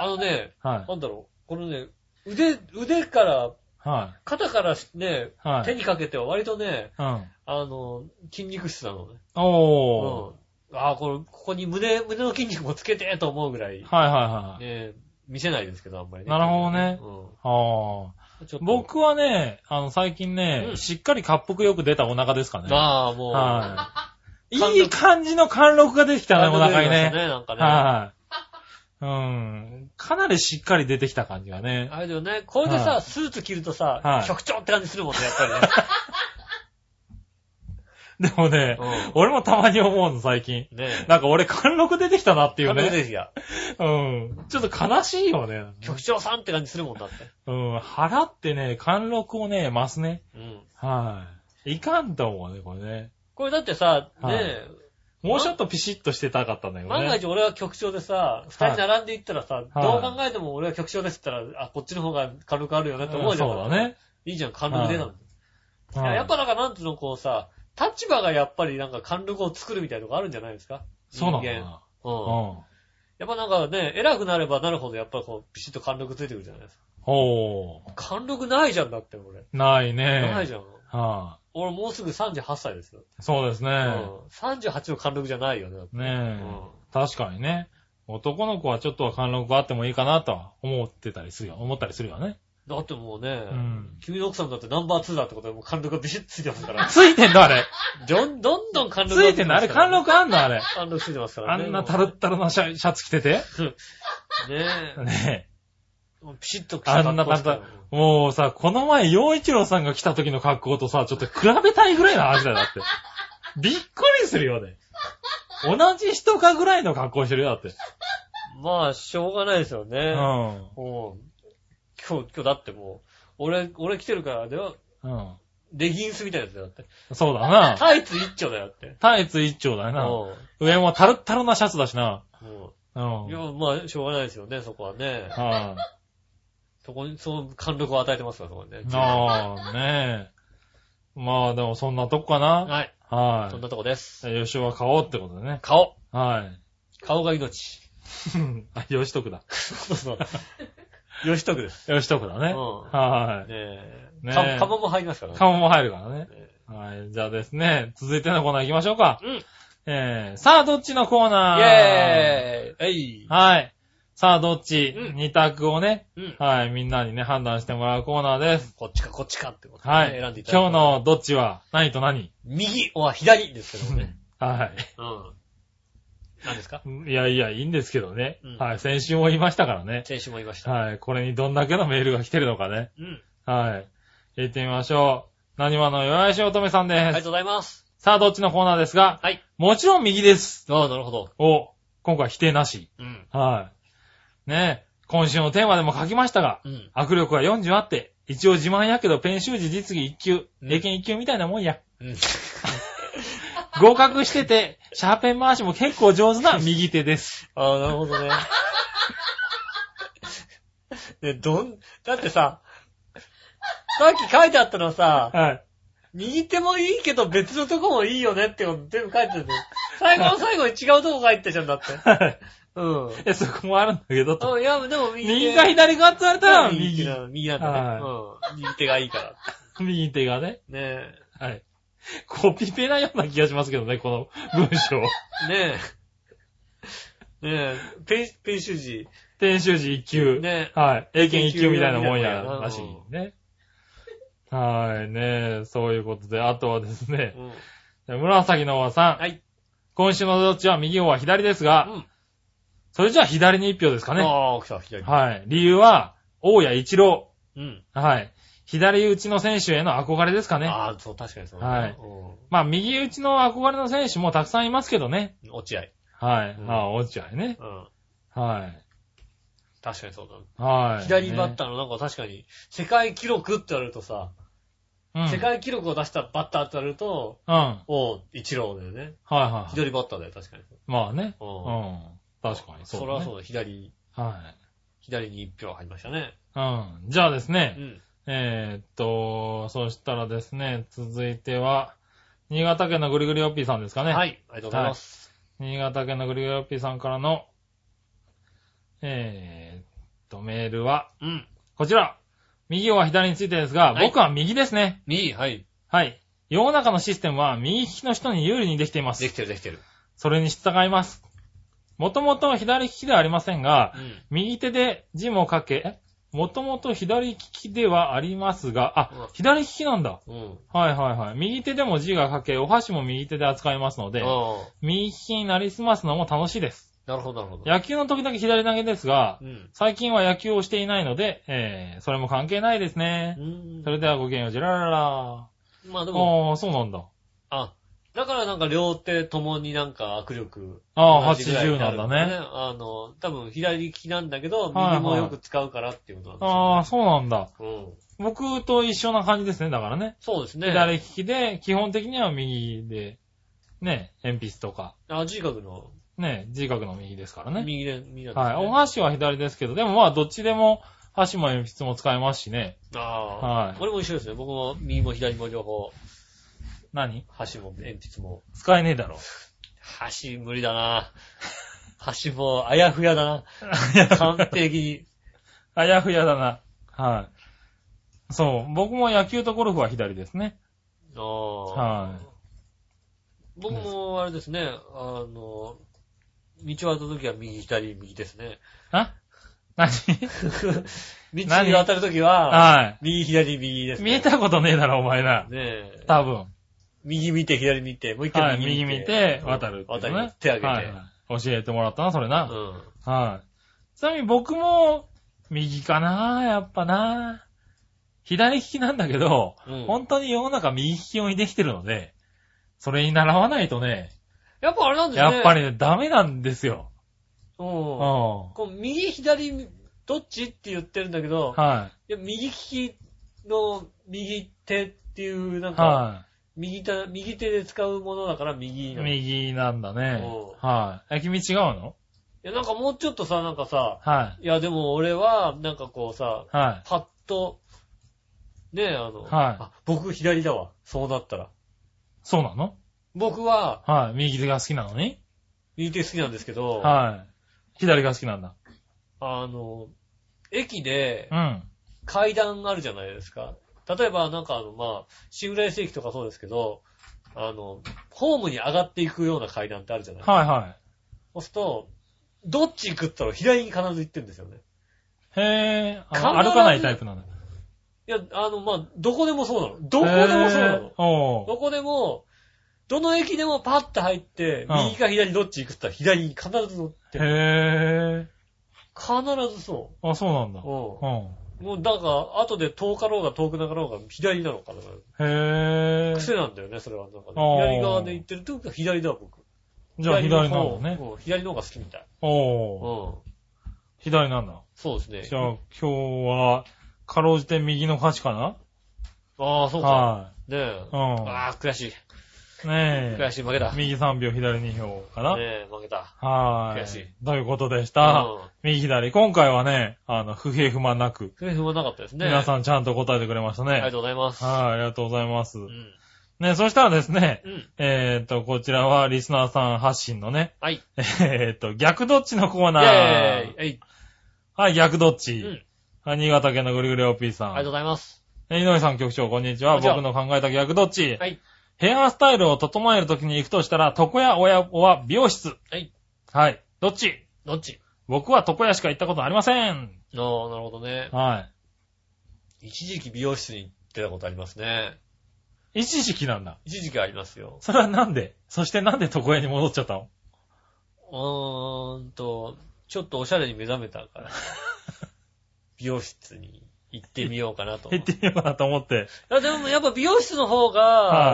Speaker 2: あのあのね、
Speaker 3: は
Speaker 2: なんだろう、このね、腕、腕から、
Speaker 3: い。は
Speaker 2: 肩からね、
Speaker 3: い。は
Speaker 2: 手
Speaker 3: い。
Speaker 2: にかけては割とね、
Speaker 3: うん。
Speaker 2: あの、筋肉質なのね。う
Speaker 3: おー。
Speaker 2: ん。ああ、これ、ここに胸、胸の筋肉もつけてと思うぐらい、ね
Speaker 3: はいはいはい。
Speaker 2: え見せないですけど、あんまりね。
Speaker 3: なるほどね
Speaker 2: う
Speaker 3: あ
Speaker 2: ん。ちょっ
Speaker 3: ー。
Speaker 2: と、
Speaker 3: 僕はね、あの、最近ね
Speaker 2: う、ん
Speaker 3: しっかり滑腹よく出たお腹ですかね。
Speaker 2: まあ、もう、
Speaker 3: はい。
Speaker 2: 貫禄
Speaker 3: いい感じの貫禄ができたね、お腹に
Speaker 2: 感動出てきました
Speaker 3: ね。
Speaker 2: なんかね。あ
Speaker 3: はい。うん。かなりしっかり出てきた感じがね。
Speaker 2: れだよね、これで
Speaker 3: は
Speaker 2: さ、スーツ着ると
Speaker 3: は
Speaker 2: さ
Speaker 3: い、
Speaker 2: 局長って感じするもんね、やっぱりね。
Speaker 3: でもね、
Speaker 2: うん
Speaker 3: 俺もたまに思うの、最近。
Speaker 2: ね
Speaker 3: (laughs)
Speaker 2: え。
Speaker 3: なんか俺、貫禄出てきたなっていう
Speaker 2: なん
Speaker 3: ね。
Speaker 2: でですよ
Speaker 3: うん。ちょっと悲しいよね。
Speaker 2: 局長さんって感じするもんだって。
Speaker 3: うん。払ってね、貫禄をね、増すね。
Speaker 2: うん。
Speaker 3: はい。いかんと思うね、これね。
Speaker 2: これだってさ、ね
Speaker 3: はい
Speaker 2: え、
Speaker 3: もうちょっとピシッとしてたかったんだよね。
Speaker 2: 万が一俺は局長でさ、二人並んでいったらさ、
Speaker 3: はい
Speaker 2: どう考えても俺は局長ですって言ったら、あ、こっちの方が軽くあるよねって思うじゃん。
Speaker 3: うんそうだね。
Speaker 2: いいじゃん、貫禄出なの。い
Speaker 3: は
Speaker 2: や
Speaker 3: い
Speaker 2: やっぱなんかなんつうの、こうさ、立場がやっぱりなんか貫禄を作るみたいなとこあるんじゃないですか
Speaker 3: そうなの
Speaker 2: 人
Speaker 3: か
Speaker 2: 間
Speaker 3: な。
Speaker 2: うん。
Speaker 3: うん。
Speaker 2: やっぱなんかね、偉くなればなるほどやっぱこう、ピシッと貫禄ついてくるじゃないですか。
Speaker 3: ほ
Speaker 2: 貫禄ないじゃんだって俺。
Speaker 3: う。ないね。
Speaker 2: ないじゃん。
Speaker 3: ゃん。は
Speaker 2: 俺もうすぐ38歳ですよ。
Speaker 3: い。そうです
Speaker 2: う
Speaker 3: ね。
Speaker 2: ん。38の貫禄じゃないよね。だって
Speaker 3: ねえ、
Speaker 2: うん
Speaker 3: 確かにね。男の子はちょっとは貫禄があってもいいかなとは思ってたりするよ。思ったりするよね。
Speaker 2: だってもうね、
Speaker 3: ん
Speaker 2: 君の奥さんだってナンバー2だってことでもう貫禄がビシッとついてます
Speaker 3: (laughs)
Speaker 2: から。
Speaker 3: ついてんのあれ。
Speaker 2: どんどんどん貫
Speaker 3: つ
Speaker 2: 禄が
Speaker 3: いてんのあれ貫禄あんのあれ。
Speaker 2: 貫禄ついてますか
Speaker 3: あ
Speaker 2: らね。
Speaker 3: んなタルッタルなシャシャツ着てて。
Speaker 2: もう (laughs) ねえ。
Speaker 3: ね
Speaker 2: もうピシッと着
Speaker 3: え。あんな簡単。もうさ、この前、洋一郎さんが来た時の格好とさ、ちょっと比べたいぐらいの話だよ、だって。びっくりするよね。同じ人かぐらいの格好してるよ、だって。
Speaker 2: まあ、しょうがないですよ
Speaker 3: う
Speaker 2: ね。
Speaker 3: ん。
Speaker 2: もう今日、今日だってもう、俺、俺来てるから、では、
Speaker 3: うん。
Speaker 2: レギンスみたいなやつだよだって。
Speaker 3: そうだな。
Speaker 2: タイツ一丁だよだって。
Speaker 3: タイツ一丁だよな。
Speaker 2: も
Speaker 3: 上もタルッタルなシャツだしな。
Speaker 2: う、も
Speaker 3: うん。
Speaker 2: う、いや、まあ、しょうがないですよね、そこはね。
Speaker 3: はい。
Speaker 2: そこに、その貫禄を与えてますから、そこにね。
Speaker 3: ああ、ねえ。まあでもそんなとこかな。
Speaker 2: はい。
Speaker 3: は
Speaker 2: そんなとこです。
Speaker 3: い。吉尾は買おうってことでね。
Speaker 2: 顔。 (laughs)
Speaker 3: はい。
Speaker 2: 顔が命。
Speaker 3: あ、吉徳だ。
Speaker 2: そう
Speaker 3: (laughs)
Speaker 2: そう。吉徳です。
Speaker 3: 吉徳だね。
Speaker 2: うん
Speaker 3: は
Speaker 2: ね
Speaker 3: ね
Speaker 2: え。
Speaker 3: え
Speaker 2: か釜も入りますから
Speaker 3: い。
Speaker 2: ね。
Speaker 3: カモも入るからね
Speaker 2: ね。
Speaker 3: はい。じゃあですね、続いてのコーナー行きましょうか。
Speaker 2: うん。イ
Speaker 3: えー、さあどっちのコーナー
Speaker 2: ェーイえい
Speaker 3: はい。さあどっち
Speaker 2: うん
Speaker 3: 二択をね、
Speaker 2: うん。
Speaker 3: はい、みんなにね、判断してもらうコーナーです。
Speaker 2: こっちかこっちかってことでね
Speaker 3: は
Speaker 2: 選んで
Speaker 3: い。
Speaker 2: いただ
Speaker 3: 今
Speaker 2: いて
Speaker 3: 日のどっちは何と何
Speaker 2: 右、おは左ですけどもね。
Speaker 3: はい。
Speaker 2: うん。何ですか
Speaker 3: いやいや、いいんですけどね。
Speaker 2: うん
Speaker 3: はい。先週も言いましたからね。
Speaker 2: 先週も言いました。
Speaker 3: はい。これにどんだけのメールが来てるのかね。
Speaker 2: うん。
Speaker 3: はい。行ってみましょう。何話の弱いし乙女さん
Speaker 2: あ
Speaker 3: で
Speaker 2: りが
Speaker 3: す。
Speaker 2: とうございます。
Speaker 3: さあ、どっちのコーナーですが、
Speaker 2: はい。
Speaker 3: もちろん右です。
Speaker 2: ああ、なるほど。
Speaker 3: お、今回否定なし。
Speaker 2: うん。
Speaker 3: はい。ねえ、今週のテーマでも書きましたが、
Speaker 2: うん。
Speaker 3: 握力は40あって、一応自慢やけど、ペン習字実技1級、
Speaker 2: うん
Speaker 3: 英検1級みたいなもんや。
Speaker 2: うん。
Speaker 3: 合格し
Speaker 2: (laughs)
Speaker 3: てて、シャーペン回しも結構上手な右手です。
Speaker 2: ああ、なるほ (laughs) どね。ね、どん、だってさ、さっき書いてあったのはさ、
Speaker 3: はい。
Speaker 2: 右手もいいけど別のとこもいいよねってこと全部書いてたんだよ。最後の最後に違うとこ書いてたじゃんだって。
Speaker 3: はい
Speaker 2: うん。
Speaker 3: え、そこもあるんだけど、と
Speaker 2: あいや、でも右手。
Speaker 3: 右か左かって言われたら
Speaker 2: 右手
Speaker 3: 右
Speaker 2: な。の右なんだね。うん。右手がいいから。
Speaker 3: 右手がね。
Speaker 2: ね
Speaker 3: はい。コピペなような気がしますけどね、この文
Speaker 2: (laughs)
Speaker 3: 章。
Speaker 2: え。ねえ。ねえ。ペン、ペン習字。
Speaker 3: 天修字1級。
Speaker 2: ね
Speaker 3: はい。英検1級みたいなもんやらしいね。はい、ねそういうことで、あとはです
Speaker 2: え。
Speaker 3: ね、
Speaker 2: うん。
Speaker 3: 紫のおばさん。
Speaker 2: はい。
Speaker 3: 今週のどっちは右方は左ですが、
Speaker 2: うん
Speaker 3: それじゃあ左に1票ですかね。
Speaker 2: ああ、来た、左。
Speaker 3: はい。理由は、大谷一郎。
Speaker 2: うん。
Speaker 3: はい。左打ちの選手への憧れですかね。
Speaker 2: ああ、そう、確かにそうだね。
Speaker 3: はい
Speaker 2: うん
Speaker 3: まあ、右打ちの憧れの選手もたくさんいますけどね。
Speaker 2: 落合。
Speaker 3: はい。
Speaker 2: うん
Speaker 3: ああ、落ち合いね。
Speaker 2: うん。
Speaker 3: は
Speaker 2: 確かにそうだ。
Speaker 3: い。はい。
Speaker 2: 左バッ
Speaker 3: タ
Speaker 2: ターのなんか確かに、世界記録って言われるとさ、
Speaker 3: ー。うん。
Speaker 2: 世界記録を出したバッターって言われると、
Speaker 3: うん。はい
Speaker 2: おう、一郎だよね。
Speaker 3: はいはい。
Speaker 2: 左バッターだよ、確かに。
Speaker 3: まあね。
Speaker 2: う。
Speaker 3: うんん。確かにそ
Speaker 2: そ
Speaker 3: うだ、ね。
Speaker 2: れはそうだ、左、
Speaker 3: は
Speaker 2: 左に一票入りましたね。
Speaker 3: い。うん。じゃあです
Speaker 2: う
Speaker 3: ね、
Speaker 2: ん。
Speaker 3: えーっと、そしたらですね、続いては、新潟県のぐりぐりおっぴーさんですかね。。
Speaker 2: はいい、ありがとうございます。
Speaker 3: 新潟県のぐりぐりおっぴーさんからの、えーっと、メールは、
Speaker 2: うん。
Speaker 3: こちら。右は左についてですが、
Speaker 2: はい
Speaker 3: 僕は右ですね。
Speaker 2: 右、はい。
Speaker 3: はい。世の中のシステムは右利きの人に有利にできています
Speaker 2: で。きてる、できてる。
Speaker 3: それに従います。もともと左利きではありませんが
Speaker 2: う、ん。
Speaker 3: 右手で字も書け、もともと左利きではありますが、
Speaker 2: う
Speaker 3: あ
Speaker 2: わ、
Speaker 3: 左利きなんだ。
Speaker 2: うん。
Speaker 3: はいはいはい。右手でも字が書け、お箸も右手で扱いますので、
Speaker 2: ああ
Speaker 3: 右利きになりすますのも楽しいです。
Speaker 2: なるほど、なるほど。
Speaker 3: 野球の時々左投げですが
Speaker 2: う、ん。
Speaker 3: 最近は野球をしていないので、えー、それも関係ないですね。
Speaker 2: うん
Speaker 3: それではごきげんよう、ジェラララ。
Speaker 2: まあでも、
Speaker 3: ああ、そうなんだ。
Speaker 2: あ、だからなんか両手ともになんか握力。
Speaker 3: あ
Speaker 2: 同
Speaker 3: あ、
Speaker 2: じぐらい
Speaker 3: 80
Speaker 2: に
Speaker 3: なん
Speaker 2: る
Speaker 3: だ
Speaker 2: の
Speaker 3: ね。。
Speaker 2: あの、多分左利きなんだけど、
Speaker 3: はい
Speaker 2: 右もよく使うからっていうこと
Speaker 3: あ
Speaker 2: なん
Speaker 3: あ、
Speaker 2: です
Speaker 3: そうなんだ。
Speaker 2: よ、ね。うん。
Speaker 3: 僕と一緒な感じですね、だからね。
Speaker 2: そうですね。
Speaker 3: 左利きで、基本的には右で、ね、鉛筆とか、
Speaker 2: あ、G 角の
Speaker 3: ね、字角の右ですからね。
Speaker 2: 右で、右なんですね。
Speaker 3: はい。お箸は左ですけど、でもまあ、どっちでも、箸も鉛筆も使えますしね。
Speaker 2: ああ。
Speaker 3: はい
Speaker 2: 俺も一緒ですね。僕も右も左も両方、
Speaker 3: 何
Speaker 2: 箸も鉛筆も。
Speaker 3: 使えねえ
Speaker 2: (laughs)
Speaker 3: だろ。
Speaker 2: 箸無理だ
Speaker 3: (laughs)
Speaker 2: な。箸もあやふやだな。完璧に。
Speaker 3: あやふやだな。はい。そう。僕も野球とゴルフは左ですね。
Speaker 2: ああ。。
Speaker 3: はい
Speaker 2: 僕もあれですね、あの、道を渡るときは右左右です
Speaker 3: (laughs)
Speaker 2: ね。
Speaker 3: あ何
Speaker 2: 道
Speaker 3: 何
Speaker 2: に渡るときは、
Speaker 3: は
Speaker 2: 右左右です
Speaker 3: い。
Speaker 2: ね。
Speaker 3: 見えたことねえだろ、お前な。
Speaker 2: ねえ。
Speaker 3: 多分。
Speaker 2: 右見て左見て、もう一
Speaker 3: は
Speaker 2: 回
Speaker 3: い。右
Speaker 2: 右
Speaker 3: 見
Speaker 2: 見て。
Speaker 3: て、渡るっていう
Speaker 2: 渡
Speaker 3: ね。
Speaker 2: ります、手あげて。
Speaker 3: はいはい。教えてもらったな、それ
Speaker 2: う
Speaker 3: な。
Speaker 2: ん。
Speaker 3: はい。ちなみに僕も、右かな、やっぱな。左利きなんだけど、
Speaker 2: うん
Speaker 3: 本当に世の中右利き用にできてるので、それに習わないとね、
Speaker 2: やっぱあれなんですね。
Speaker 3: やっぱ。りね、ダメなんですよ。
Speaker 2: うん。
Speaker 3: うん。
Speaker 2: こ
Speaker 3: は。
Speaker 2: う右左、どっちって言ってるんだけど、いや右利きの右手っていう、ないんか、
Speaker 3: はい。
Speaker 2: 右手、右手で使うものだから右なの。い
Speaker 3: 右なんだね
Speaker 2: おう。
Speaker 3: はい。え、君違うの
Speaker 2: や、なんかもうちょっとさ、なんかさ、
Speaker 3: はい。
Speaker 2: いや、でも俺は、なんかこうさ、
Speaker 3: は
Speaker 2: パッと、ねえ、あの、
Speaker 3: はい
Speaker 2: あ僕左だわ。そうなったら。
Speaker 3: い。そうなの
Speaker 2: 僕は、
Speaker 3: はい。右手が好きなのに
Speaker 2: 右手好きなんですけど、
Speaker 3: はい。左が好きなんだ。
Speaker 2: あの、駅で
Speaker 3: うん。
Speaker 2: 階段あるじゃないですか。例えば、なんかあの、まあ、新浦安駅とかそうですけど、あの、ホームに上がっていくような階段ってあるじゃない
Speaker 3: はいは
Speaker 2: そうすると、どっち行くって言ったら左に必ず行ってるんですよね。
Speaker 3: い。へぇー。あ
Speaker 2: 必ず
Speaker 3: 歩かないタイプなんだ。
Speaker 2: いや、あの、まあ、どこでもそうなの。どこでもそうな
Speaker 3: へー
Speaker 2: の。
Speaker 3: お
Speaker 2: どこでも、どの駅でもパッと入って、
Speaker 3: うん
Speaker 2: 右か左どっち行くって言ったら左に必ず乗って
Speaker 3: う。へ
Speaker 2: 必ずそ
Speaker 3: ぇー。あ、そうなんだ
Speaker 2: う。。う。
Speaker 3: うん
Speaker 2: もう、だから、後で遠かろうが遠くなかろうが左なのかな。
Speaker 3: ん。へぇー。
Speaker 2: 癖なんだよね、それは。なんかね
Speaker 3: あー
Speaker 2: 左側で行ってると左だ、僕。
Speaker 3: じゃあ左な
Speaker 2: の
Speaker 3: ん
Speaker 2: 方
Speaker 3: だね。
Speaker 2: うん左の方が好きみたい。うん
Speaker 3: おー。。左なんだ。
Speaker 2: そうですね。
Speaker 3: じゃあ今日は、かろうじて右の端かな
Speaker 2: ああ、そうか。
Speaker 3: は
Speaker 2: ねえ。
Speaker 3: い。う
Speaker 2: ああ、悔しい。
Speaker 3: ん。ね
Speaker 2: 悔
Speaker 3: え。
Speaker 2: しい、負けた。ね
Speaker 3: 右3秒、左2票かな
Speaker 2: え、負けた。
Speaker 3: はい。
Speaker 2: 悔しい。
Speaker 3: ということでし
Speaker 2: う
Speaker 3: た。
Speaker 2: ん
Speaker 3: 右左。今回はね、あの、不平不満なく、
Speaker 2: 不平不満なかったですね。
Speaker 3: 皆
Speaker 2: ん。
Speaker 3: さんちゃんと答えてくれました
Speaker 2: ありが
Speaker 3: ね。
Speaker 2: とうございます。
Speaker 3: はい、ありがとうございます
Speaker 2: う。ん。
Speaker 3: ね、そしたらですね、
Speaker 2: うん。
Speaker 3: えっと、こちらはリスナーさん発信のね、 (laughs)
Speaker 2: はい。イ
Speaker 3: えっと、逆どっちのコー
Speaker 2: ェー
Speaker 3: ナ
Speaker 2: イ
Speaker 3: ー。
Speaker 2: はい。
Speaker 3: はい、逆どっ
Speaker 2: う
Speaker 3: ち。
Speaker 2: ん。
Speaker 3: はい、新潟県のぐりぐり OP さ
Speaker 2: あ
Speaker 3: ん。
Speaker 2: りがとうございます。
Speaker 3: え井上さん局長、こんにちは。
Speaker 2: こんにちは
Speaker 3: 僕の考えた逆どっち。
Speaker 2: はい。
Speaker 3: ヘアスタイルを整えるときに行くとしたら、床屋、親子は美容室。
Speaker 2: はい。
Speaker 3: はい。どっち
Speaker 2: どっち
Speaker 3: 僕は床屋しか行ったことありません。
Speaker 2: ああ、なるほどね。
Speaker 3: は
Speaker 2: 一時期美容室に行ってたことありますね。
Speaker 3: い。一時期なんだ。
Speaker 2: 一時期ありますよ。
Speaker 3: それはなんでそしてなんで床屋に戻っちゃったの
Speaker 2: うーんと、ちょっとおしゃれに目覚めた (laughs) から、美容室に行ってみようかなと。
Speaker 3: 行ってみようかなと思って。
Speaker 2: いやでもやっぱ美容室の方
Speaker 3: は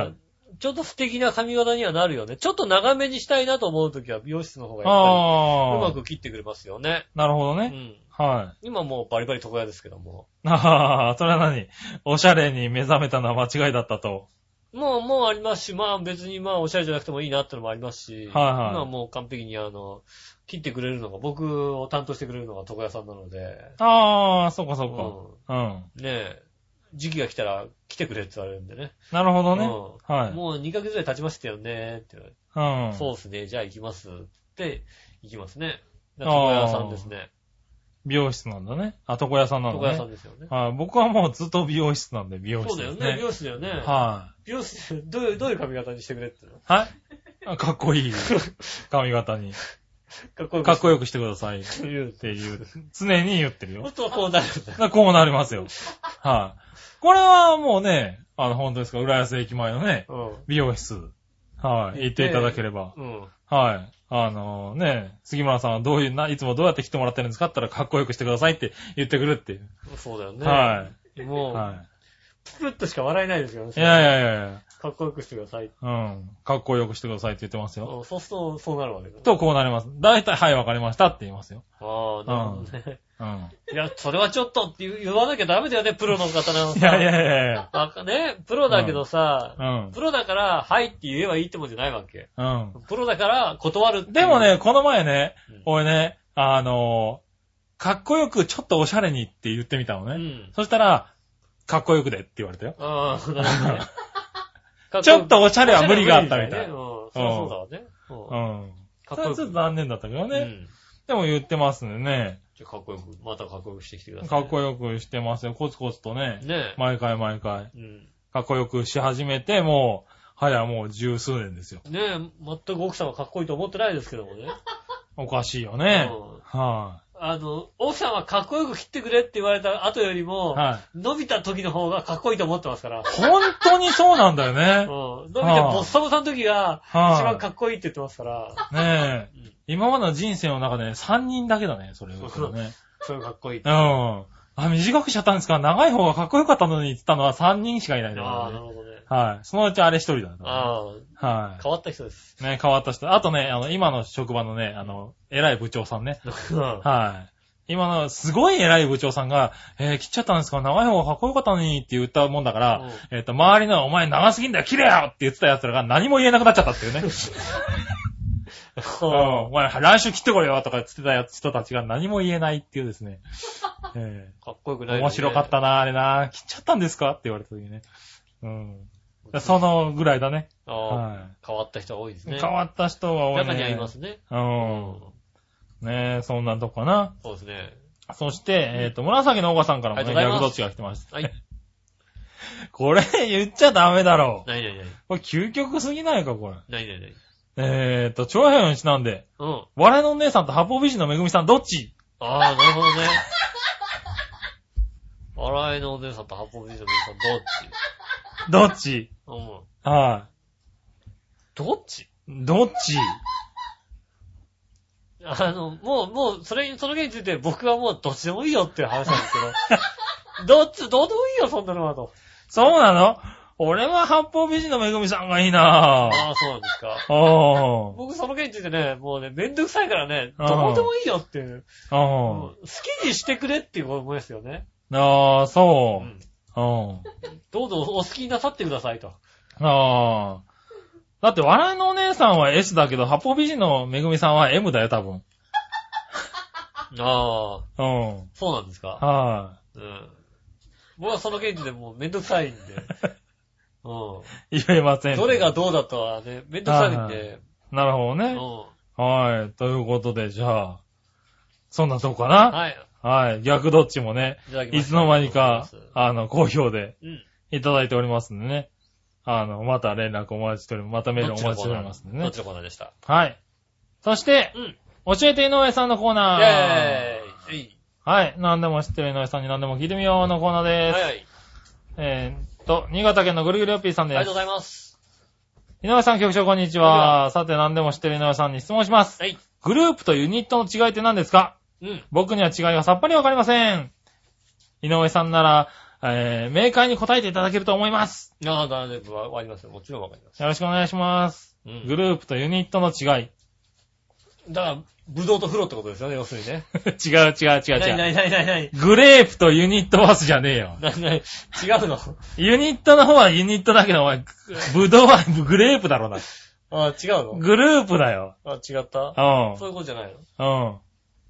Speaker 2: が
Speaker 3: い、
Speaker 2: ちょっと素敵な髪型にはなるよね。ちょっと長めにしたいなと思うときは美容室の方がやっぱりう
Speaker 3: あ
Speaker 2: ま
Speaker 3: あ。
Speaker 2: く切ってくれますよね。
Speaker 3: なるほど
Speaker 2: う
Speaker 3: ね。
Speaker 2: ん。
Speaker 3: は
Speaker 2: 今もうバリバリ床屋ですけども。
Speaker 3: い。ああ、それは何おしゃれに目覚めたのは間違いだったと。
Speaker 2: もう、もうありますし、まあ別にまあおしゃれじゃなくてもいいなってのもありますし、
Speaker 3: はいはい
Speaker 2: 今もう完璧にあの、切ってくれるのが、僕を担当してくれるのが床屋さんなので、
Speaker 3: ああ、そっかそうっ
Speaker 2: ん
Speaker 3: か。うん。
Speaker 2: ねえ、時期が来たら来てくれって言われるんでね。
Speaker 3: なるほどね。
Speaker 2: うん
Speaker 3: はい。
Speaker 2: もう2ヶ月ぐらい経ちましたよねって言われて、
Speaker 3: うん。
Speaker 2: そうっすね、じゃあ行きますって、行きますね。だから床屋さんですね。
Speaker 3: 美容室なんだね。あ、床屋さんなん
Speaker 2: 床
Speaker 3: だ
Speaker 2: 屋さん
Speaker 3: ね。
Speaker 2: ですよね。
Speaker 3: はい。僕はもうずっと美容室なんで、美容
Speaker 2: そう
Speaker 3: 室
Speaker 2: だ
Speaker 3: で
Speaker 2: よ
Speaker 3: す
Speaker 2: ね、
Speaker 3: ね
Speaker 2: 美。容室だよね。
Speaker 3: は
Speaker 2: 美容室、どういう、どういう髪型にしてくれっての
Speaker 3: い。はいあかっこいい髪型に。
Speaker 2: かっこよく
Speaker 3: かっこよくしてください。っ
Speaker 2: く言うって
Speaker 3: いう、常に言ってる
Speaker 2: う。も
Speaker 3: よ
Speaker 2: っ。とこうなるんだ
Speaker 3: だからこうなりますよ。はい。これはもうね、あの、本当ですか、浦安駅前のね、
Speaker 2: う
Speaker 3: 美容室、はい、行っていただけれ
Speaker 2: ん。
Speaker 3: ば。
Speaker 2: うん。
Speaker 3: はい。あのね、杉村さんはどういう、な、いつもどうやって来てもらってるんですかって言ったら、かっこよくしてくださいって言ってくるっていう。
Speaker 2: そうだよね。。
Speaker 3: はい
Speaker 2: も
Speaker 3: い。
Speaker 2: う、
Speaker 3: は
Speaker 2: プルッとしか笑えないですよね。
Speaker 3: い。いやいやいやいや。
Speaker 2: かっこよくしてください。
Speaker 3: うん。かっこよくしてくださいって言ってますよ。
Speaker 2: そうすると、そうなるわけだ。
Speaker 3: と、こうなります。だいたい、はい、わかりましたって言いますよ。
Speaker 2: ああ、なるほどね。
Speaker 3: うん。
Speaker 2: いや、それはちょっとって言う言わなきゃダメだよね、プロの方なのさ。
Speaker 3: いやいやいやいや。
Speaker 2: わかね、プロだけどさ、
Speaker 3: うん。
Speaker 2: プロだから、はいって言えばいいってもんじゃないわけ。
Speaker 3: うん。
Speaker 2: プロだから、断るっていう
Speaker 3: でも、ね、この前ね
Speaker 2: うん、
Speaker 3: 俺ね、あのー、かっこよくちょっとおしゃれにって言ってみたの
Speaker 2: う
Speaker 3: ね。
Speaker 2: ん。
Speaker 3: そしたら、かっこよくでって言われたよ。
Speaker 2: ああ、なるほどねかこいい。
Speaker 3: (laughs) ちょっとおしゃれは無理があったみた
Speaker 2: ね
Speaker 3: い。
Speaker 2: う
Speaker 3: うんん。
Speaker 2: そりゃそうだわね。うんかっこ
Speaker 3: それ
Speaker 2: よ
Speaker 3: は
Speaker 2: く。
Speaker 3: ちょっと残念だったけど
Speaker 2: う
Speaker 3: ね。
Speaker 2: ん
Speaker 3: でも言ってますんでね。
Speaker 2: じゃあかっこよく、またかっこよくしてきてください。
Speaker 3: かっこよくしてますよ。コツコツとね。
Speaker 2: ね
Speaker 3: 毎回毎回。
Speaker 2: え。うん。
Speaker 3: かっこよくし始めて、もう、早もう十数年ですよ。
Speaker 2: ねえ、全く奥さんはかっこいいと思ってないですけどもね。
Speaker 3: おかしいよね。
Speaker 2: うん
Speaker 3: は
Speaker 2: あの、奥さんはかっこよく切ってくれって言われた後より
Speaker 3: い。
Speaker 2: も、
Speaker 3: はい。
Speaker 2: 伸びた時の方がかっこいいと思ってますから。
Speaker 3: 本当にそうなんだ
Speaker 2: (laughs)
Speaker 3: よ
Speaker 2: うん。
Speaker 3: ね。
Speaker 2: 伸びてボッサボサの時が、一
Speaker 3: はい
Speaker 2: 番かっこいいって言ってますから、
Speaker 3: ね
Speaker 2: う
Speaker 3: え
Speaker 2: ん。
Speaker 3: 今までの人生の中でね、3人だけだね、それを言うとね。
Speaker 2: それがかっこいいって
Speaker 3: うん。あ、短くしちゃったんですか長い方がかっこよかったのに言ってたのは3人しかいないんだ
Speaker 2: ああ、な
Speaker 3: からね。
Speaker 2: るほどね。
Speaker 3: はい。そのうちあれ一人だね。
Speaker 2: あ
Speaker 3: は
Speaker 2: あ、変わった人
Speaker 3: (laughs)
Speaker 2: です。
Speaker 3: い。ね、変わった人。あとね、あの、今の職場のね、あの、偉い部長さんね。
Speaker 2: うん
Speaker 3: はい。今の、すごい偉い部長さんが、えー、切っちゃったんですか長い方がかっこよかったのにって言ったもんだから、えっ、と、周りの、お前長すぎんだよ、切れよって言ってた奴らが何も言えなくなっちゃったってい
Speaker 2: (laughs)
Speaker 3: うね。うん、お前、来週切ってこいよとか言ってたやつ人たちが何も言えないっていうです
Speaker 2: (laughs)
Speaker 3: ね。え
Speaker 2: かっこよく
Speaker 3: え
Speaker 2: ない、
Speaker 3: 面白かっ。たな、あれな。切っちゃったんですかって言われた時ね。うん。そのぐらいだね。
Speaker 2: ああ、
Speaker 3: は
Speaker 2: 変わった人が多いです
Speaker 3: い。
Speaker 2: ね。
Speaker 3: 変わった人は多い、ね。
Speaker 2: 中にはいますね。
Speaker 3: う。。
Speaker 2: うん
Speaker 3: ねえ、そんなとこかな。
Speaker 2: そうですね。
Speaker 3: そして、えっ、と、紫のおばさんからも
Speaker 2: あり
Speaker 3: ね、
Speaker 2: がとうござ
Speaker 3: 逆
Speaker 2: い
Speaker 3: ど
Speaker 2: ます
Speaker 3: っちが来てました。
Speaker 2: はい。
Speaker 3: これ言っちゃダメだろう。
Speaker 2: ないないない。
Speaker 3: これ究極すぎないか、これ。
Speaker 2: ないないない。
Speaker 3: えっ、と、長編にちなんで、
Speaker 2: うん。
Speaker 3: 笑いのお姉さんと八方美人のめぐみさん、どっち
Speaker 2: ああ、なるほどね。笑いのお姉さんと八方美人のお姉
Speaker 3: どっち
Speaker 2: さん、どっち
Speaker 3: は
Speaker 2: うん。どっち
Speaker 3: い。どっち
Speaker 2: あの、もう、もう、それに、その件について僕はもうどっちでもいいよっていう話なんですけ (laughs) ど、どっち、どうでもいいよ、そんなのはと。
Speaker 3: そうなの俺は八方美人のめぐみさんがいいなぁ。
Speaker 2: ああ、そうなんですか。
Speaker 3: おー。
Speaker 2: 僕その件についてね、もうね、めんどくさいからね、どうでもいいよっていう。
Speaker 3: おー
Speaker 2: 好きにしてくれっていう思いですよね。
Speaker 3: あー、
Speaker 2: う
Speaker 3: そ
Speaker 2: ん。
Speaker 3: う。うん。
Speaker 2: どうぞお好きになさってくださいと。
Speaker 3: あー。だって、笑いのお姉さんは S だけど、八方美人のめぐみさんは M だよ、多分。
Speaker 2: ああ、
Speaker 3: うん。
Speaker 2: そうなんですか。
Speaker 3: は
Speaker 2: うん。僕はその件についてもうめんどく
Speaker 3: (laughs)
Speaker 2: さいんで。う
Speaker 3: い。言えませ
Speaker 2: ん。
Speaker 3: ん。
Speaker 2: どれがどうだとはね、めんどくさいんで。
Speaker 3: なるほど
Speaker 2: うん
Speaker 3: ね。。はい。ということで、じゃあ、そんなとこかな。
Speaker 2: はい。
Speaker 3: はい。逆どっちもね、
Speaker 2: いただきま
Speaker 3: い
Speaker 2: す
Speaker 3: つの間にか
Speaker 2: ありがとうござい、ま
Speaker 3: あの、好評で
Speaker 2: すうん。
Speaker 3: いただいておりますんでね。あの、また連絡お待ちしております。またメールお待ちしておりますんで
Speaker 2: どっ
Speaker 3: ね
Speaker 2: ち。のコーナーでした。
Speaker 3: はい。そして
Speaker 2: う、ん。
Speaker 3: 教えて井上さんのコー
Speaker 2: イェー
Speaker 3: ナ
Speaker 2: イ
Speaker 3: ー。
Speaker 2: えい。
Speaker 3: はい。何でも知ってる井上さんに何でも聞いてみようのコーナー
Speaker 2: は
Speaker 3: で
Speaker 2: い
Speaker 3: す。
Speaker 2: はい。
Speaker 3: えーっと、新潟県のぐるぐるよっぴーさん
Speaker 2: あ
Speaker 3: で
Speaker 2: りが
Speaker 3: す。
Speaker 2: とうございます。
Speaker 3: 井上さん局長こんにちは。さて何でも知ってる井上さんに質問します。
Speaker 2: はい。
Speaker 3: グループとユニットの違いって何ですか
Speaker 2: うん。
Speaker 3: 僕には違いがさっぱりわかりません。井上さんなら、えー、明快に答えていただけると思います。
Speaker 2: ああ、大丈夫。わかりますよ。もちろんわかります。
Speaker 3: よろしくお願いします。
Speaker 2: う
Speaker 3: グ
Speaker 2: ん。
Speaker 3: ループとユニットの違い。 (laughs)
Speaker 2: だから、ブドウとフロってことですよね、要するにね。 (laughs)
Speaker 3: 違う違う違う
Speaker 2: なにな
Speaker 3: 違う。
Speaker 2: になになに
Speaker 3: グレープとユニットバスじゃねえよ。
Speaker 2: なになに違うの
Speaker 3: ユニットの方はユニットだけど、お前、ぶどうはグレープだろうな。
Speaker 2: ああ、違うの
Speaker 3: グループだよ。
Speaker 2: あ違った
Speaker 3: うん。
Speaker 2: そういうことじゃないの
Speaker 3: うん。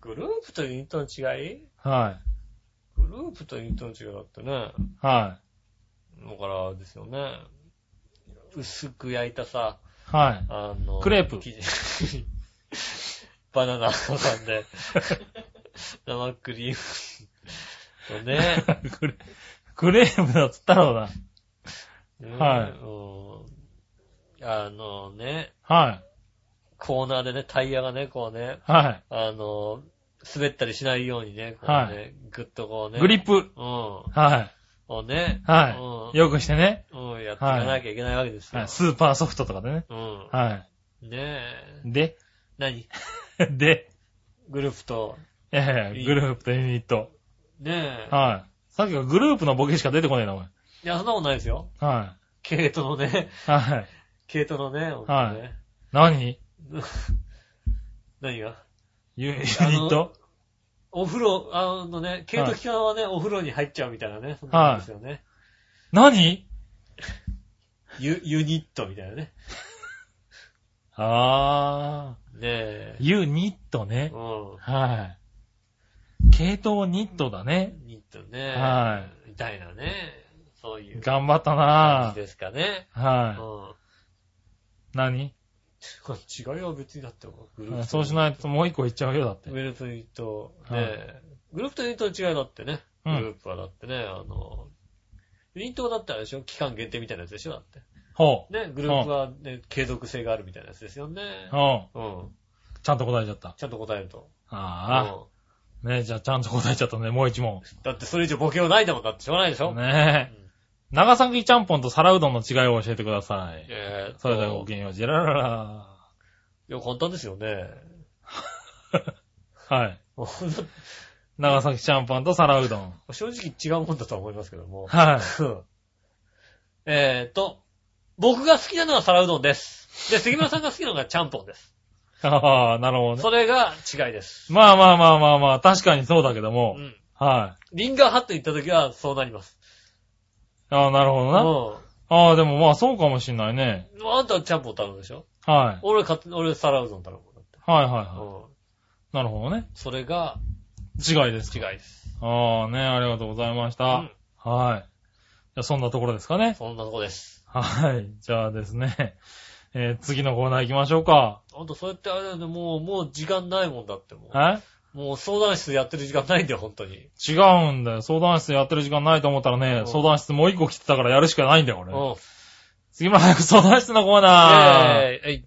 Speaker 2: グループとユニットの違い
Speaker 3: は
Speaker 2: グループとユニットの違いだってね。
Speaker 3: い。は
Speaker 2: だからですよね。薄く焼いたさ、
Speaker 3: い。はい。
Speaker 2: あの、
Speaker 3: クレープ
Speaker 2: 生地 (laughs) バナナを挟んで、生クリームとね。
Speaker 3: グレグレープだっつったろうな。 (laughs) はい
Speaker 2: い。あのね、
Speaker 3: はい。
Speaker 2: コーナーでね、タイヤがね、こうね、
Speaker 3: は
Speaker 2: あの、滑ったりしないようにね、こうね、
Speaker 3: は
Speaker 2: ぐっとこう
Speaker 3: い。
Speaker 2: ね。
Speaker 3: グリップ。
Speaker 2: うん。を
Speaker 3: は
Speaker 2: ね
Speaker 3: い。、はい。よくしてね。
Speaker 2: うん、うん、やっていかなきゃいけないわけですよ。
Speaker 3: はいスーパーソフトとかでね。
Speaker 2: うん。
Speaker 3: は
Speaker 2: ねえ。
Speaker 3: い。で、 (laughs)
Speaker 2: 何
Speaker 3: で、
Speaker 2: グループと、
Speaker 3: ええ、グループとユニット。
Speaker 2: ねえ。
Speaker 3: はい。さっきはグループのボケしか出てこねえな、お前。
Speaker 2: いや、そんなことないですよ。
Speaker 3: は
Speaker 2: 毛糸のね、 (laughs)
Speaker 3: はい。
Speaker 2: 毛糸のね、ほんとね
Speaker 3: 何
Speaker 2: 何が
Speaker 3: ユニ
Speaker 2: あの
Speaker 3: ット
Speaker 2: お風呂、あのね、毛糸期間はね、お風呂に入っちゃうみたいなね、そんな感じですよね。
Speaker 3: 何
Speaker 2: ユ、ユニットみたいなね。
Speaker 3: あ
Speaker 2: ねえ
Speaker 3: ー、。ユニットね
Speaker 2: う。ん。
Speaker 3: はい。系統ニットだね。
Speaker 2: ニットね。
Speaker 3: は
Speaker 2: みたいなね。そういう
Speaker 3: 頑張っ
Speaker 2: 感
Speaker 3: たな
Speaker 2: じですかね。
Speaker 3: ぁ。は
Speaker 2: うん。
Speaker 3: い。何
Speaker 2: 違いは別にだって、グループ
Speaker 3: そうしないともう一個いっちゃうよ、だって
Speaker 2: グ。ループユニット、ね、
Speaker 3: はい
Speaker 2: グループとユニットの違いだってね。
Speaker 3: う
Speaker 2: グ
Speaker 3: ん
Speaker 2: ループはだってね、あの、ユニットはだってあれでしょ期間限定みたいなやつでしょだって。
Speaker 3: ほう。
Speaker 2: ね、グループはね、継続性があるみたいなやつですよね。
Speaker 3: ほ
Speaker 2: うん。
Speaker 3: う。ちゃんと答えちゃった。
Speaker 2: ちゃんと答えると。
Speaker 3: あ
Speaker 2: うん
Speaker 3: あ。ねえ、じゃあちゃんと答えちゃったね、もう一問。
Speaker 2: だってそれ以上ボケはないでもんだってしょうがないでしょ、
Speaker 3: ねえ。長崎ちゃんぽんと皿うどんの違いを教えてください。
Speaker 2: えーっと
Speaker 3: それではごきげんよう、ジェラララ。
Speaker 2: いや、簡単ですよね。 (laughs)
Speaker 3: はい。
Speaker 2: もうだって
Speaker 3: 長崎ちゃんぽんと皿う
Speaker 2: (laughs)
Speaker 3: どん。
Speaker 2: 正直違うもんだとは思いますけども。
Speaker 3: はい。
Speaker 2: うんえーと、僕が好きなのは皿うどんです。で、杉村さんが好きなのがちゃんぽんです。
Speaker 3: ああ、なるほどね。
Speaker 2: それが違いです。
Speaker 3: まあまあまあまあまあ、確かにそうだけ
Speaker 2: う
Speaker 3: ども。
Speaker 2: ん。
Speaker 3: は
Speaker 2: リンガーハットに行った時はそうなります。
Speaker 3: い。ああ、なるほど
Speaker 2: う
Speaker 3: な。ああ、でもまあそうかもしんないね。
Speaker 2: ん。あんたはちゃんぽん頼むでしょ
Speaker 3: はい。
Speaker 2: 俺か、俺皿うどん頼むもんだって。
Speaker 3: はいはいうは
Speaker 2: ん。
Speaker 3: い。なるほどね。
Speaker 2: それが
Speaker 3: 違いです
Speaker 2: 違
Speaker 3: か。
Speaker 2: いです。
Speaker 3: ああ、ね、ありがとうございまし
Speaker 2: う
Speaker 3: た
Speaker 2: ん。
Speaker 3: はい。じゃあそんなところですかね。
Speaker 2: そんなとこです。
Speaker 3: はい。じゃあですね。えー次のコーナー行きましょうか。
Speaker 2: あんたそうやってあれだよね、もう、もう時間ないもんだってもう。
Speaker 3: え
Speaker 2: もう相談室やってる時間ないんだよ、本当に。
Speaker 3: 違うんだよ。相談室やってる時間ないと思ったらね
Speaker 2: う、ん
Speaker 3: 相談室もう一個来てたからやるしかないんだよ、俺。
Speaker 2: うん。
Speaker 3: 次も早く相談室のコーナー。
Speaker 2: イェーイえい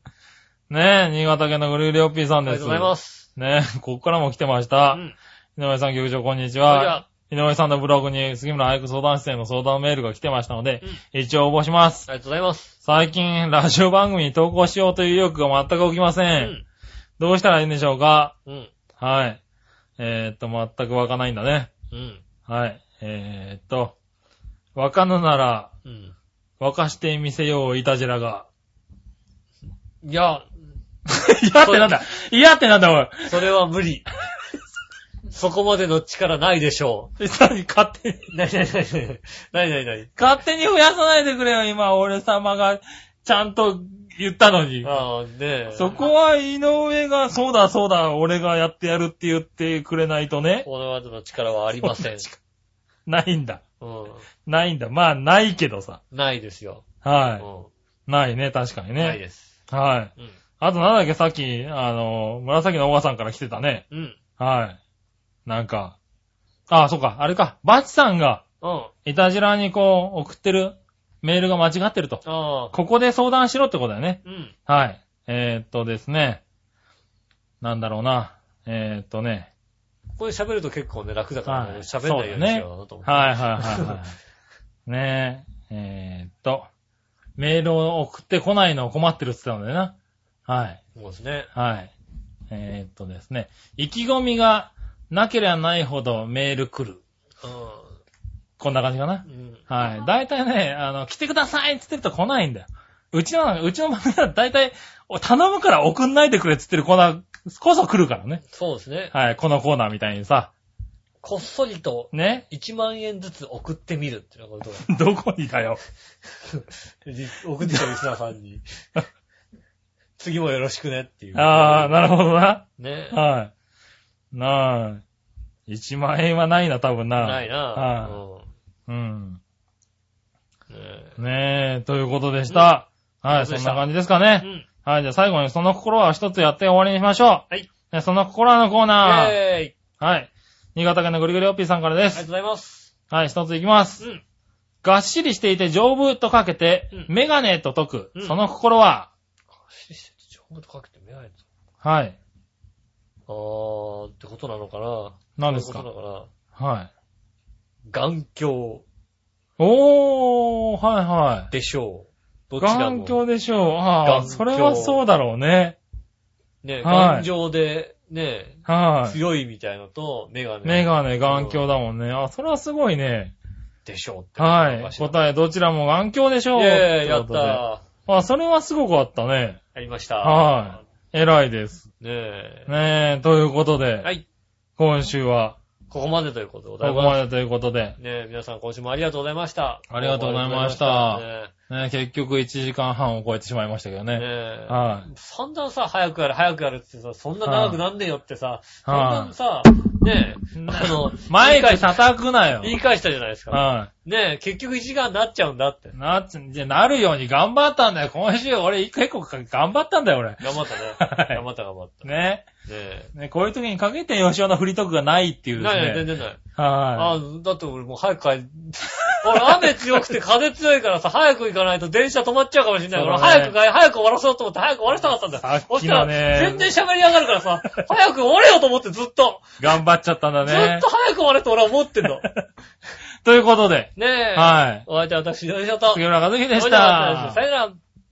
Speaker 3: ねえ、新潟県のぐるりょっぴーさ
Speaker 2: あ
Speaker 3: ん
Speaker 2: りが
Speaker 3: です。
Speaker 2: とうございます。
Speaker 3: ねえ、ここからも来てまし
Speaker 2: う
Speaker 3: た。
Speaker 2: ん。
Speaker 3: 井上さん局長、こんにち
Speaker 2: それじゃ
Speaker 3: は。
Speaker 2: あ
Speaker 3: 井上さんのブログに杉村愛子相談室への相談メールが来てましたので、一応応募します。
Speaker 2: ありがとうございます。
Speaker 3: 最近、ラジオ番組に投稿しようという意欲が全く起きませ。
Speaker 2: うんん。
Speaker 3: どうしたらいいんでしょうか
Speaker 2: うん。
Speaker 3: はい。えー、っと、全く湧かないんだね。
Speaker 2: うん。
Speaker 3: はい。えー、っと、湧かぬなら、
Speaker 2: うん。
Speaker 3: 沸かしてみせよう、いたじらが。
Speaker 2: いや、
Speaker 3: (laughs) 嫌ってなんだ嫌ってなんだ、おい。
Speaker 2: それは無理。
Speaker 3: (laughs)
Speaker 2: そこまでの力ないでしょ
Speaker 3: さに勝手に。
Speaker 2: う。なになになになになになに
Speaker 3: 勝手に増やさないでくれよ、今、俺様が、ちゃんと言ったのに。
Speaker 2: ああ、ねえ。
Speaker 3: そこは井上が、そうだそうだ、俺がやってやるって言ってくれないとね、
Speaker 2: このまでの力はありません。
Speaker 3: ないんだ。
Speaker 2: うん。
Speaker 3: ないんだ。まあ、ないけどさ。
Speaker 2: ないですよ。う
Speaker 3: は
Speaker 2: ん。
Speaker 3: い。ないね、確かに
Speaker 2: ない
Speaker 3: ね。
Speaker 2: です。
Speaker 3: はい。
Speaker 2: うん。
Speaker 3: あと、なんだっけ、さっき、あの、紫のおばさんから来てたね。
Speaker 2: うん。うん。
Speaker 3: はい。なんか、あ、そうか、あれか、バチさんが、
Speaker 2: あ
Speaker 3: いたじらにこう、送ってるメールが間違ってると。
Speaker 2: あ。
Speaker 3: ここで相談しろってことだよね。
Speaker 2: うん。
Speaker 3: はい。えー、っとですね。なんだろうな。えー、っとね。
Speaker 2: これ喋ると結構ね、楽だから
Speaker 3: は
Speaker 2: ね、
Speaker 3: い
Speaker 2: 喋んないようにしようなと思って。
Speaker 3: はいはいはいはい。ねえ。えー、っと。メールを送ってこないのを困ってるって言ってたのでな。はい。
Speaker 2: い。そうですね。
Speaker 3: はい。えー、っとですね。意気込みがなければないほどメール来る。こんな感じかな
Speaker 2: う。ん。
Speaker 3: はい。だいたいね、あの、来てくださいって言ってると来ないんだよ。うちの、うちの番組はだいたい、お頼むから送んないでくれって言ってるコーナーこそ来るからね。
Speaker 2: そうですね。
Speaker 3: はい、このコーナーみたいにさ。
Speaker 2: こっそりと
Speaker 3: ね
Speaker 2: 1万円ずつ送ってみるっていうのがどう
Speaker 3: どこにだよ。
Speaker 2: 送ってきたリスナーさん
Speaker 3: (laughs)
Speaker 2: に。次もよろしくねっていう。
Speaker 3: ああ、なるほどな。
Speaker 2: ね。
Speaker 3: はい。なあ。1万円はないな、多分な。
Speaker 2: ないな
Speaker 3: は
Speaker 2: ぁ。
Speaker 3: い。うん。
Speaker 2: うんね
Speaker 3: ねえ、ということでした。はい、
Speaker 2: と
Speaker 3: そ
Speaker 2: いうことで
Speaker 3: ん
Speaker 2: した
Speaker 3: な感じですかね。
Speaker 2: うん。
Speaker 3: はい、じゃあ最後にその心は一つやって終わりにしましょう。
Speaker 2: はい
Speaker 3: ね。その心はのコーナー。
Speaker 2: イェーイ
Speaker 3: はい。新潟県のぐりぐりおっぴーさんから
Speaker 2: あ
Speaker 3: で
Speaker 2: りがとうご
Speaker 3: す。
Speaker 2: ざいます。
Speaker 3: はい、一ついきます。
Speaker 2: うん。
Speaker 3: がっしりしていて丈夫とかけて
Speaker 2: うん、
Speaker 3: メガネと解く。
Speaker 2: うん
Speaker 3: その心は、
Speaker 2: ちょうどかけてみないと。
Speaker 3: はい。
Speaker 2: あーってことなのかな
Speaker 3: 何です
Speaker 2: そういう
Speaker 3: か
Speaker 2: ことだか
Speaker 3: はい。
Speaker 2: ら、眼鏡
Speaker 3: おー、はいはい。
Speaker 2: でしょう。どっちだろ
Speaker 3: 眼
Speaker 2: う。
Speaker 3: 鏡でしょう。ああ、
Speaker 2: 眼鏡
Speaker 3: それはそうだろうね。
Speaker 2: ね、
Speaker 3: はい
Speaker 2: 頑丈で、ね、
Speaker 3: はい。
Speaker 2: 強いみたいのと、メガネ。
Speaker 3: メガネ、眼鏡だもんね。あ、それはすごいね。
Speaker 2: でしょうって。
Speaker 3: はい。
Speaker 2: え。
Speaker 3: 答え、どちらも眼鏡でしょう。
Speaker 2: イェーイ、や
Speaker 3: という
Speaker 2: っ
Speaker 3: こ
Speaker 2: た
Speaker 3: とであ、それはすごくあったね。
Speaker 2: ー。やりました。
Speaker 3: は偉いです。
Speaker 2: い。ねえ。
Speaker 3: ねえ、ということで、
Speaker 2: はい。
Speaker 3: 今週は
Speaker 2: ここまでということでござい
Speaker 3: ここ
Speaker 2: ま
Speaker 3: までということで、
Speaker 2: す。ねえ、皆さん今週もありがとうございました。
Speaker 3: ありがとうございました
Speaker 2: ありがとうございまし
Speaker 3: ねえ結局1時間半を超えてしまいましたけ
Speaker 2: た
Speaker 3: ど
Speaker 2: ね
Speaker 3: ね。
Speaker 2: ねえ。
Speaker 3: はい。
Speaker 2: 散々さ、早くやる、早くやるってさ、そんな長くなんねえよってさ、そん
Speaker 3: は
Speaker 2: ないさ、ねえ、あ
Speaker 3: (laughs)
Speaker 2: の、
Speaker 3: マ
Speaker 2: 言い
Speaker 3: イ
Speaker 2: 返
Speaker 3: ク
Speaker 2: し
Speaker 3: 叩くなよ。
Speaker 2: 言い返したじゃないですか。
Speaker 3: は
Speaker 2: ねえ、結局1時間になっちゃうんだって
Speaker 3: い。。なっち、じゃ、なるように頑張ったんだよ。今週俺結構か頑張ったんだよ、俺。
Speaker 2: 頑張ったね。
Speaker 3: (laughs) はい
Speaker 2: 頑張った頑張った。ね
Speaker 3: ね。
Speaker 2: え。
Speaker 3: ね、こういう時にかけて吉尾の振りとくがないっていうです
Speaker 2: ないない、全
Speaker 3: ね。
Speaker 2: 然ない。
Speaker 3: は
Speaker 2: あだって俺もう早く帰る。 (laughs) 俺雨強くて風強いからさ、早く行かないと電車止まっちゃうかもしれないから、
Speaker 3: そうだね
Speaker 2: 早く帰、早く終わらそうと思って早く終わらせたかったんだよ。
Speaker 3: さっきの
Speaker 2: そ
Speaker 3: ね
Speaker 2: したら、全然喋り上がるからさ、早く終われよと思ってずっと、
Speaker 3: い。頑張っちゃったんだ
Speaker 2: ずっ
Speaker 3: ね
Speaker 2: と。早く終われって俺は思ってんの。
Speaker 3: ということで、
Speaker 2: ねえ。
Speaker 3: はい
Speaker 2: お相手は私、吉田と。
Speaker 3: 杉村和樹でし
Speaker 2: それではまた来週さ。
Speaker 3: た
Speaker 2: よなら。